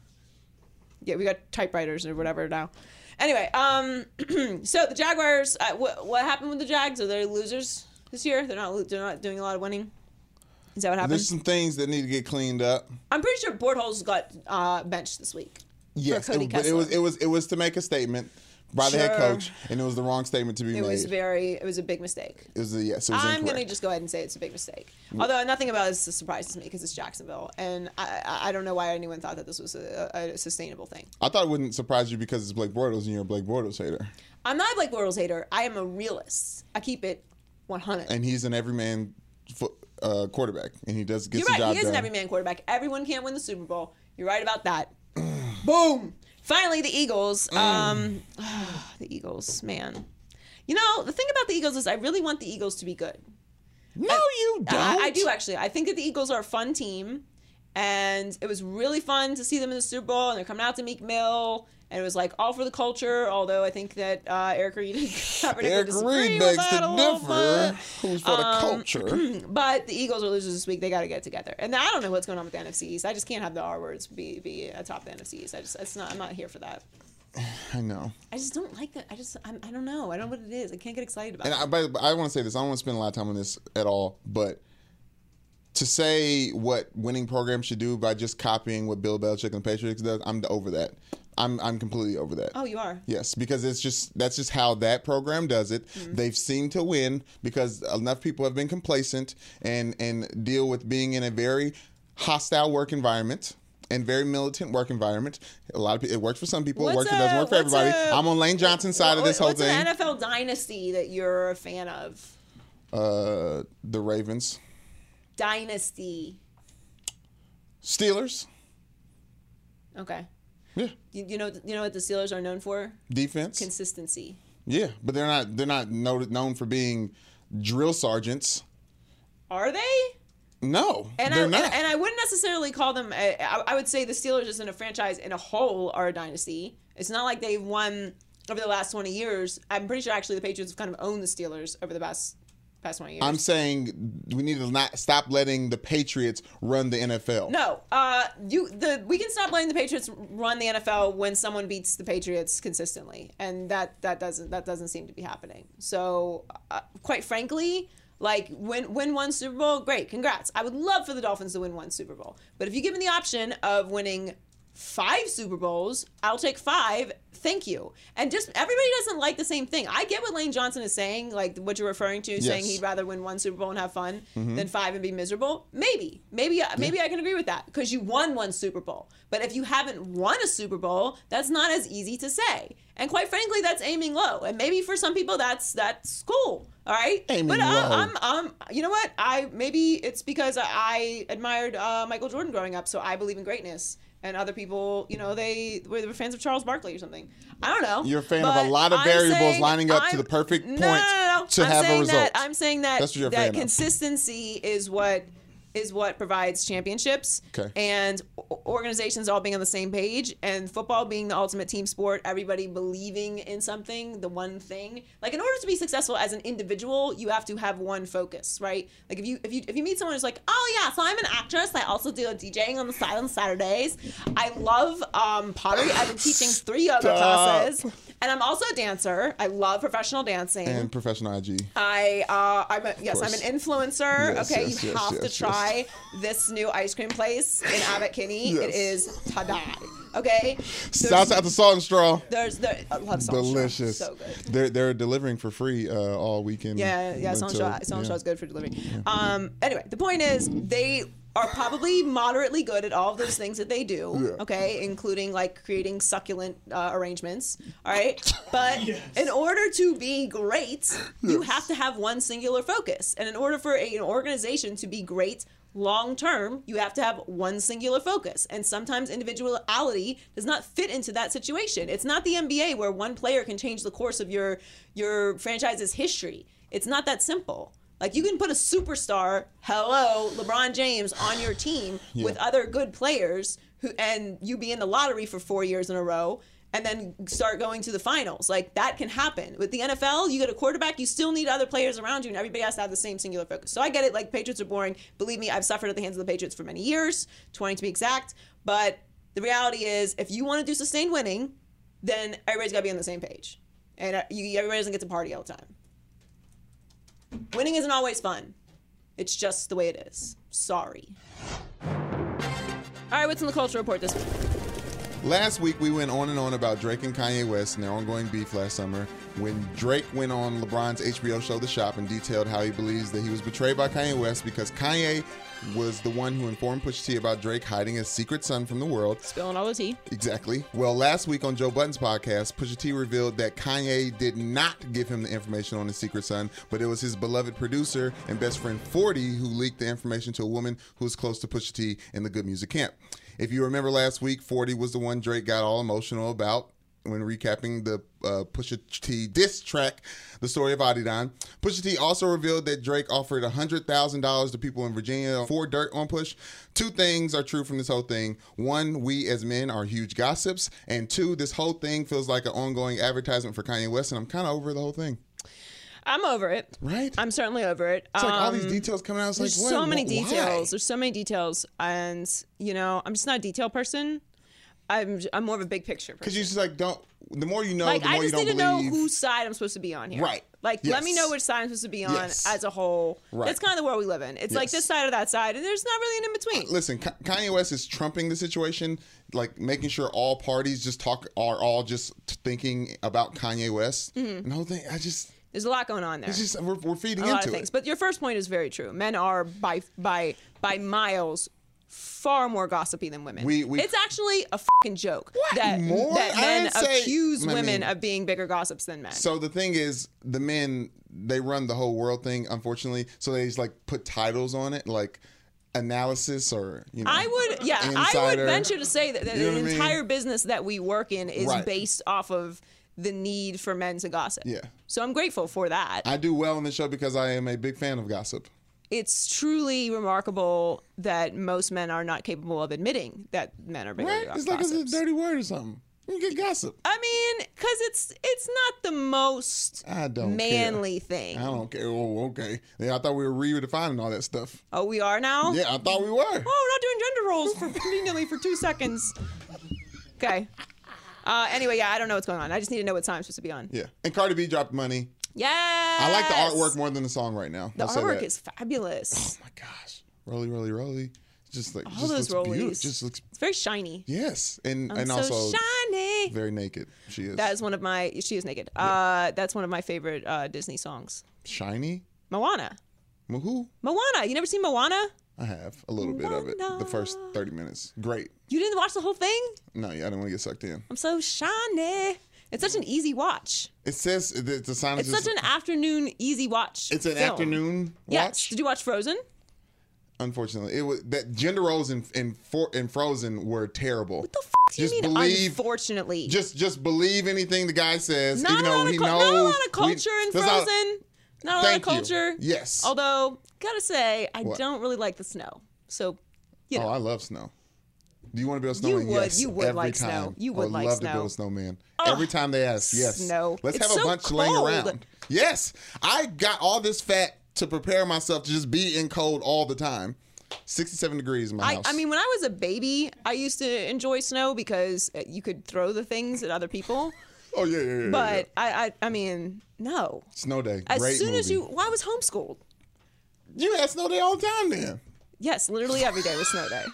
[SPEAKER 1] Yeah, we got typewriters or whatever now. Anyway, um, so the Jaguars. Uh, what what happened with the Jags? Are they losers this year? They're not. lo- They're not doing a lot of winning. Is that what happened?
[SPEAKER 2] There's some things that need to get cleaned up.
[SPEAKER 1] I'm pretty sure Bortles got uh, benched this week.
[SPEAKER 2] Yes,
[SPEAKER 1] Cody
[SPEAKER 2] it, but it was
[SPEAKER 1] Kessler.
[SPEAKER 2] it was it was to make a statement by the head
[SPEAKER 1] Sure.
[SPEAKER 2] coach, and it was the wrong statement to be
[SPEAKER 1] It
[SPEAKER 2] made.
[SPEAKER 1] was very. It was a big mistake.
[SPEAKER 2] it was a, yes, it was
[SPEAKER 1] I'm
[SPEAKER 2] incorrect.
[SPEAKER 1] gonna just go ahead and say it's a big mistake. Although nothing about it surprises me because it's Jacksonville, and I, I I don't know why anyone thought that this was a, a sustainable thing.
[SPEAKER 2] I thought it wouldn't surprise you because it's Blake Bortles and you're a Blake Bortles hater,
[SPEAKER 1] I'm not a Blake Bortles hater. I am a realist. I keep it 100.
[SPEAKER 2] and he's an everyman fo- uh, quarterback, and he does get
[SPEAKER 1] You're
[SPEAKER 2] the
[SPEAKER 1] right.
[SPEAKER 2] job
[SPEAKER 1] He is
[SPEAKER 2] done.
[SPEAKER 1] an everyman quarterback. Everyone can't win the Super Bowl. You're right about that. Boom. Finally, the
[SPEAKER 2] Mm.
[SPEAKER 1] Eagles. Um, the Eagles, man. You know the thing about the Eagles is I really want the Eagles to be good.
[SPEAKER 2] No, you don't.
[SPEAKER 1] I, I do actually. I think that the Eagles are a fun team, and it was really fun to see them in the Super Bowl. And they're coming out to Meek Mill, and it was like all for the culture. Although I think that uh, Eric Reed and Kaepernick
[SPEAKER 2] Eric
[SPEAKER 1] would disagree
[SPEAKER 2] Reed
[SPEAKER 1] with
[SPEAKER 2] begs
[SPEAKER 1] that a
[SPEAKER 2] to
[SPEAKER 1] little
[SPEAKER 2] differ.
[SPEAKER 1] bit.
[SPEAKER 2] Who's for
[SPEAKER 1] um,
[SPEAKER 2] the culture?
[SPEAKER 1] But the Eagles are losers this week. They got to get it together. And I don't know what's going on with the NFC East. I just can't have the R words be be atop the NFC East. I just that's not. I'm not here for that.
[SPEAKER 2] I know.
[SPEAKER 1] I just don't like that. I just I'm, I don't know. I don't know what it is. I can't get excited about.
[SPEAKER 2] and
[SPEAKER 1] it.
[SPEAKER 2] I, but but I want to say this. I don't want to spend a lot of time on this at all. But to say what winning programs should do by just copying what Bill Belichick and the Patriots does, I'm over that. I'm I'm completely over that.
[SPEAKER 1] oh, you are.
[SPEAKER 2] Yes, because it's just that's just how that program does it.
[SPEAKER 1] Mm-hmm.
[SPEAKER 2] They've seemed to win because enough people have been complacent and and deal with being in a very hostile work environment and very militant work environment. A lot of people it works for some people, it
[SPEAKER 1] What's
[SPEAKER 2] works it doesn't
[SPEAKER 1] a-
[SPEAKER 2] work for
[SPEAKER 1] what's
[SPEAKER 2] everybody.
[SPEAKER 1] a-
[SPEAKER 2] i I'm on Lane Johnson's side of
[SPEAKER 1] What-
[SPEAKER 2] this whole
[SPEAKER 1] what's
[SPEAKER 2] thing.
[SPEAKER 1] an NFL dynasty that you're a fan of?
[SPEAKER 2] uh, the Ravens,
[SPEAKER 1] Dynasty.
[SPEAKER 2] Steelers,
[SPEAKER 1] Okay.
[SPEAKER 2] yeah,
[SPEAKER 1] You, you know you know what the Steelers are known for?
[SPEAKER 2] defense,
[SPEAKER 1] Consistency.
[SPEAKER 2] yeah, but they're not they're not know, known for being drill sergeants.
[SPEAKER 1] Are they?
[SPEAKER 2] No,
[SPEAKER 1] And
[SPEAKER 2] they're
[SPEAKER 1] I
[SPEAKER 2] not.
[SPEAKER 1] And, and I wouldn't necessarily call them. I, I- I would say the Steelers, just in a franchise in a whole, are a dynasty. It's not like they've won over the last twenty years. I'm pretty sure actually the Patriots have kind of owned the Steelers over the past past twenty years.
[SPEAKER 2] I'm saying we need to not stop letting the Patriots run the NFL.
[SPEAKER 1] no, uh, you the we can stop letting the Patriots run the NFL when someone beats the Patriots consistently, and that that doesn't that doesn't seem to be happening. So, uh, quite frankly. Like win win one Super Bowl, great, congrats. I would love for the Dolphins to win one Super Bowl, but if you give me the option of winning five Super Bowls. I'll take five. Thank you. And just everybody doesn't like the same thing. I get what Lane Johnson is saying, like what you're referring to, saying he'd rather win one Super Bowl and have fun
[SPEAKER 2] Mm-hmm.
[SPEAKER 1] than five and be miserable. Maybe, maybe, uh, maybe I can agree with that because you won one Super Bowl. But if you haven't won a Super Bowl, that's not as easy to say. And quite frankly, that's aiming low. And maybe for some people, that's that's cool. All right,
[SPEAKER 2] Aiming
[SPEAKER 1] but I-
[SPEAKER 2] low.
[SPEAKER 1] I'm um, you know what? I maybe it's because I admired uh, Michael Jordan growing up, so I believe in greatness. And other people, you know, they were, they were fans of Charles Barkley or something. I don't know.
[SPEAKER 2] You're a fan of
[SPEAKER 1] But
[SPEAKER 2] a lot of
[SPEAKER 1] I'm
[SPEAKER 2] variables
[SPEAKER 1] saying
[SPEAKER 2] lining up to
[SPEAKER 1] I'm-
[SPEAKER 2] the perfect
[SPEAKER 1] no,
[SPEAKER 2] point
[SPEAKER 1] No, no, no, no,
[SPEAKER 2] to
[SPEAKER 1] I'm
[SPEAKER 2] have a
[SPEAKER 1] saying
[SPEAKER 2] result.
[SPEAKER 1] that I'm saying that
[SPEAKER 2] That's what you're
[SPEAKER 1] that
[SPEAKER 2] fan of.
[SPEAKER 1] consistency is what is what provides championships
[SPEAKER 2] Okay.
[SPEAKER 1] and o- organizations all being on the same page and football being the ultimate team sport everybody believing in something the one thing like in order to be successful as an individual you have to have one focus right like if you if you if you meet someone who's like oh yeah so i'm an actress i also do a djing on the side on saturdays i love um, pottery i've been teaching three yoga
[SPEAKER 2] Stop.
[SPEAKER 1] classes and i'm also a dancer i love professional dancing
[SPEAKER 2] and professional IG.
[SPEAKER 1] I uh, I'm a, yes, I'm
[SPEAKER 2] course.
[SPEAKER 1] an influencer.
[SPEAKER 2] Yes,
[SPEAKER 1] okay,
[SPEAKER 2] yes,
[SPEAKER 1] you
[SPEAKER 2] yes,
[SPEAKER 1] have to
[SPEAKER 2] yes,
[SPEAKER 1] try this new ice cream place in Abbot Kinney. It
[SPEAKER 2] Yes.
[SPEAKER 1] is tada. Okay, there's,
[SPEAKER 2] Shouts out to Salt and Straw.
[SPEAKER 1] there's the I love Salt
[SPEAKER 2] Delicious.
[SPEAKER 1] So good.
[SPEAKER 2] They're they're delivering for free uh, all weekend.
[SPEAKER 1] Yeah, yeah, Salt and
[SPEAKER 2] until-
[SPEAKER 1] Straw. Salt and
[SPEAKER 2] yeah.
[SPEAKER 1] Straw is good for delivery. Um, anyway, the point is they are probably moderately good at all of those things that they do.
[SPEAKER 2] Yeah.
[SPEAKER 1] Okay, including like creating succulent uh, arrangements. All right, but in order to be great, you have to have one singular focus, and in order for a, an organization to be great. Long term, you have to have one singular focus, and sometimes individuality does not fit into that situation. It's not the NBA where one player can change the course of your your franchise's history. It's not that simple. Like you can put a superstar, hello, LeBron James, on your team with other good players who and you be in the lottery for four years in a row and then start going to the finals. Like that can happen. With the NFL, you get a quarterback, you still need other players around you and everybody has to have the same singular focus. So I get it, like Patriots are boring. Believe me, I've suffered at the hands of the Patriots for many years, twenty to be exact. But the reality is if you want to do sustained winning, then everybody's gotta be on the same page. And uh, you, everybody doesn't get to party all the time. Winning isn't always fun. It's just the way it is. Sorry. All right, what's in the culture report this week?
[SPEAKER 2] Last week, we went on and on about Drake and Kanye West and their ongoing beef last summer when Drake went on LeBron's HBO show The Shop and detailed how he believes that he was betrayed by Kanye West because Kanye was the one who informed Pusha T about Drake hiding his secret son from the world.
[SPEAKER 1] Spilling all the tea.
[SPEAKER 2] Exactly. Well, last week on Joe Button's podcast, Pusha T revealed that Kanye did not give him the information on his secret son, but it was his beloved producer and best friend 40 who leaked the information to a woman who was close to Pusha T in the good music camp. If you remember last week, 40 was the one Drake got all emotional about when recapping the uh, Pusha T diss track, The Story of Adidon. Pusha T also revealed that Drake offered $100,000 to people in Virginia for dirt on Push. Two things are true from this whole thing. One, we as men are huge gossips. And two, this whole thing feels like an ongoing advertisement for Kanye West, and I'm kind of over the whole thing.
[SPEAKER 1] I'm over it.
[SPEAKER 2] Right?
[SPEAKER 1] I'm certainly over it.
[SPEAKER 2] it's like all
[SPEAKER 1] Um,
[SPEAKER 2] these details coming out. It's like,
[SPEAKER 1] there's
[SPEAKER 2] what?
[SPEAKER 1] so many
[SPEAKER 2] Why?
[SPEAKER 1] details. There's so many details, and you know, I'm just not a detail person. I'm I'm more of a big picture person.
[SPEAKER 2] Because you just like don't. The more you know,
[SPEAKER 1] like
[SPEAKER 2] the more
[SPEAKER 1] I
[SPEAKER 2] you
[SPEAKER 1] just
[SPEAKER 2] don't
[SPEAKER 1] need to
[SPEAKER 2] believe.
[SPEAKER 1] know whose side I'm supposed to be on here.
[SPEAKER 2] Right.
[SPEAKER 1] Like let me
[SPEAKER 2] Yes.
[SPEAKER 1] know which side I'm supposed to be on
[SPEAKER 2] Yes.
[SPEAKER 1] as a whole.
[SPEAKER 2] Right.
[SPEAKER 1] That's kind of the world we live in. It's like
[SPEAKER 2] Yes.
[SPEAKER 1] this side or that side, and there's not really an in between.
[SPEAKER 2] listen, Ka- Kanye West is trumping the situation, like making sure all parties just talk are all just t- thinking about Kanye West. And the whole thing, I just,
[SPEAKER 1] There's a lot going on there.
[SPEAKER 2] it's just we're, we're feeding
[SPEAKER 1] Mm-hmm. a lot
[SPEAKER 2] into
[SPEAKER 1] of things.
[SPEAKER 2] it.
[SPEAKER 1] But your first point is very true. Men are by by by miles far more gossipy than women.
[SPEAKER 2] We- we-
[SPEAKER 1] it's actually a fucking joke that
[SPEAKER 2] More?
[SPEAKER 1] that
[SPEAKER 2] I
[SPEAKER 1] men
[SPEAKER 2] didn't say-
[SPEAKER 1] accuse
[SPEAKER 2] I
[SPEAKER 1] women
[SPEAKER 2] mean-
[SPEAKER 1] of being bigger gossips than men.
[SPEAKER 2] so the thing is, the men they run the whole world thing, unfortunately. So they just like put titles on it, like analysis or you know.
[SPEAKER 1] I would, yeah, I would
[SPEAKER 2] Insider.
[SPEAKER 1] venture to say that, that
[SPEAKER 2] You know
[SPEAKER 1] the
[SPEAKER 2] what I mean?
[SPEAKER 1] entire business that we work in is
[SPEAKER 2] Right.
[SPEAKER 1] based off of the need for men to gossip.
[SPEAKER 2] Yeah.
[SPEAKER 1] So I'm grateful for that.
[SPEAKER 2] I do well on the show because I am a big fan of gossip.
[SPEAKER 1] it's truly remarkable that most men are not capable of admitting that men are bigger
[SPEAKER 2] Right?
[SPEAKER 1] go-
[SPEAKER 2] It's like it's a
[SPEAKER 1] gossips.
[SPEAKER 2] dirty word or something. You get gossip.
[SPEAKER 1] I mean, because it's it's not the most
[SPEAKER 2] I don't
[SPEAKER 1] manly
[SPEAKER 2] care.
[SPEAKER 1] thing.
[SPEAKER 2] I don't care. Oh, okay. Yeah, I thought we were redefining all that stuff.
[SPEAKER 1] Oh, we are now.
[SPEAKER 2] Yeah, I thought we
[SPEAKER 1] Oh,
[SPEAKER 2] were.
[SPEAKER 1] we're not doing gender roles for conveniently for two seconds. Okay. Uh, anyway, yeah, I don't know what's going on. I just need to know what time I'm supposed to be on.
[SPEAKER 2] Yeah. And Cardi B dropped money.
[SPEAKER 1] Yes.
[SPEAKER 2] I like the artwork more than the song right now.
[SPEAKER 1] The
[SPEAKER 2] I'll say
[SPEAKER 1] artwork
[SPEAKER 2] that.
[SPEAKER 1] is fabulous.
[SPEAKER 2] Oh my gosh. Rolly, rolly, rolly. Just like
[SPEAKER 1] All
[SPEAKER 2] just
[SPEAKER 1] those
[SPEAKER 2] looks
[SPEAKER 1] rollies.
[SPEAKER 2] beautiful. Just looks
[SPEAKER 1] It's very shiny.
[SPEAKER 2] yes. And
[SPEAKER 1] I'm
[SPEAKER 2] and
[SPEAKER 1] so
[SPEAKER 2] also
[SPEAKER 1] shiny.
[SPEAKER 2] very naked. She is.
[SPEAKER 1] That is one of my. She is naked. Uh, that's one of my favorite uh, Disney songs.
[SPEAKER 2] shiny.
[SPEAKER 1] Moana.
[SPEAKER 2] Woohoo.
[SPEAKER 1] Moana. You never seen Moana?
[SPEAKER 2] I have a little bit of it. The first 30 minutes. Great.
[SPEAKER 1] You didn't watch the whole thing?
[SPEAKER 2] No, yeah, I don't want to get sucked in.
[SPEAKER 1] I'm so shiny. It's such an easy watch.
[SPEAKER 2] It says the, the sign
[SPEAKER 1] It's
[SPEAKER 2] is just
[SPEAKER 1] such an afternoon easy watch.
[SPEAKER 2] It's an
[SPEAKER 1] film.
[SPEAKER 2] afternoon watch.
[SPEAKER 1] Yes. Did you watch Frozen?
[SPEAKER 2] Unfortunately, it was that gender roles in in, for, in Frozen were terrible. What
[SPEAKER 1] The f- do
[SPEAKER 2] Just
[SPEAKER 1] you mean?
[SPEAKER 2] believe-
[SPEAKER 1] unfortunately,
[SPEAKER 2] just just believe anything the guy says,
[SPEAKER 1] not,
[SPEAKER 2] even
[SPEAKER 1] a
[SPEAKER 2] though
[SPEAKER 1] lot of
[SPEAKER 2] he
[SPEAKER 1] cul-
[SPEAKER 2] knows.
[SPEAKER 1] not a lot of
[SPEAKER 2] we-
[SPEAKER 1] culture in
[SPEAKER 2] that's how-
[SPEAKER 1] Frozen. Not a
[SPEAKER 2] Thank
[SPEAKER 1] lot
[SPEAKER 2] you.
[SPEAKER 1] of culture.
[SPEAKER 2] Yes.
[SPEAKER 1] Although, gotta say, I
[SPEAKER 2] What?
[SPEAKER 1] don't really like the snow. So, you know,
[SPEAKER 2] Oh, I love snow. Do you want to build a
[SPEAKER 1] You
[SPEAKER 2] snowman?
[SPEAKER 1] would-
[SPEAKER 2] yes,
[SPEAKER 1] you would
[SPEAKER 2] every
[SPEAKER 1] like snow.
[SPEAKER 2] time.
[SPEAKER 1] You
[SPEAKER 2] I
[SPEAKER 1] would like
[SPEAKER 2] love to
[SPEAKER 1] snow.
[SPEAKER 2] build a snowman. every time they ask, yes.
[SPEAKER 1] snow.
[SPEAKER 2] Let's
[SPEAKER 1] It's
[SPEAKER 2] have a
[SPEAKER 1] so
[SPEAKER 2] bunch laying
[SPEAKER 1] cold.
[SPEAKER 2] around. Yes, I got all this fat to prepare myself to just be in cold all the time. Sixty-seven degrees in my
[SPEAKER 1] I,
[SPEAKER 2] house.
[SPEAKER 1] I mean, when I was a baby, I used to enjoy snow because uh, you could throw the things at other people.
[SPEAKER 2] oh yeah, yeah, yeah, yeah. yeah.
[SPEAKER 1] But I, I, I mean, no.
[SPEAKER 2] snow day.
[SPEAKER 1] As
[SPEAKER 2] Great
[SPEAKER 1] soon
[SPEAKER 2] movie.
[SPEAKER 1] as you, well, I was homeschooled.
[SPEAKER 2] you had snow day all the time then.
[SPEAKER 1] Yes, literally every day was snow day.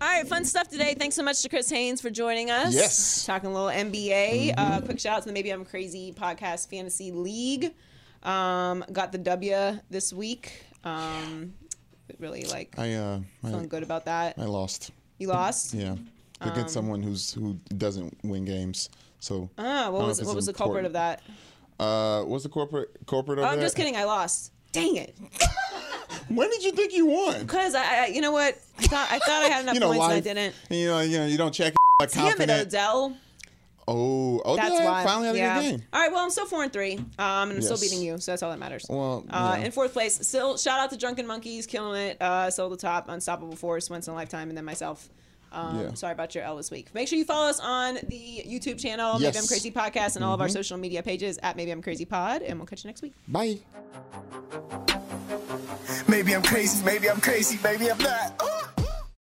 [SPEAKER 1] All right, fun stuff today. Thanks so much to Chris Haynes for joining us.
[SPEAKER 2] Yes. Mm-hmm.
[SPEAKER 1] Talking a little NBA. Uh, quick shout out to the Maybe I'm Crazy podcast fantasy league. Um, got the W this week. Um, really like
[SPEAKER 2] I uh, I,
[SPEAKER 1] feeling good about that.
[SPEAKER 2] I lost.
[SPEAKER 1] You lost.
[SPEAKER 2] Yeah, against
[SPEAKER 1] Um,
[SPEAKER 2] someone who's who doesn't win games. So
[SPEAKER 1] Ah,
[SPEAKER 2] I
[SPEAKER 1] what
[SPEAKER 2] don't
[SPEAKER 1] was
[SPEAKER 2] know if
[SPEAKER 1] what
[SPEAKER 2] it's
[SPEAKER 1] was the culprit of
[SPEAKER 2] important.
[SPEAKER 1] that?
[SPEAKER 2] Uh, what's the corporate corporate?
[SPEAKER 1] Oh,
[SPEAKER 2] Over
[SPEAKER 1] I'm
[SPEAKER 2] that?
[SPEAKER 1] just kidding. I lost. Dang it.
[SPEAKER 2] When did you think you won?
[SPEAKER 1] Because I, I, you know what? I thought I thought I had enough
[SPEAKER 2] You know
[SPEAKER 1] points
[SPEAKER 2] why?
[SPEAKER 1] and I didn't.
[SPEAKER 2] You know, you know, you don't check like
[SPEAKER 1] Damn it,
[SPEAKER 2] confident.
[SPEAKER 1] Odell.
[SPEAKER 2] Oh, oh,
[SPEAKER 1] That's why.
[SPEAKER 2] finally had
[SPEAKER 1] yeah.
[SPEAKER 2] a good game.
[SPEAKER 1] All right. Well, I'm still four and three. Um, and I'm still
[SPEAKER 2] Yes.
[SPEAKER 1] beating you, so that's all that matters.
[SPEAKER 2] Well,
[SPEAKER 1] uh,
[SPEAKER 2] yeah.
[SPEAKER 1] in fourth place, still shout out to Drunken Monkeys, killing it. Uh, still the top, unstoppable force, once in a lifetime, and then myself. Um,
[SPEAKER 2] Yeah.
[SPEAKER 1] Sorry about your L this week. Make sure you follow us on the YouTube channel, Maybe
[SPEAKER 2] Yes. Mm-hmm.
[SPEAKER 1] I'm Crazy Podcast, and all of our social media pages at Maybe I'm Crazy Pod. And we'll catch you next week.
[SPEAKER 2] Bye.
[SPEAKER 3] Maybe I'm crazy, maybe I'm crazy, maybe I'm not. Ooh.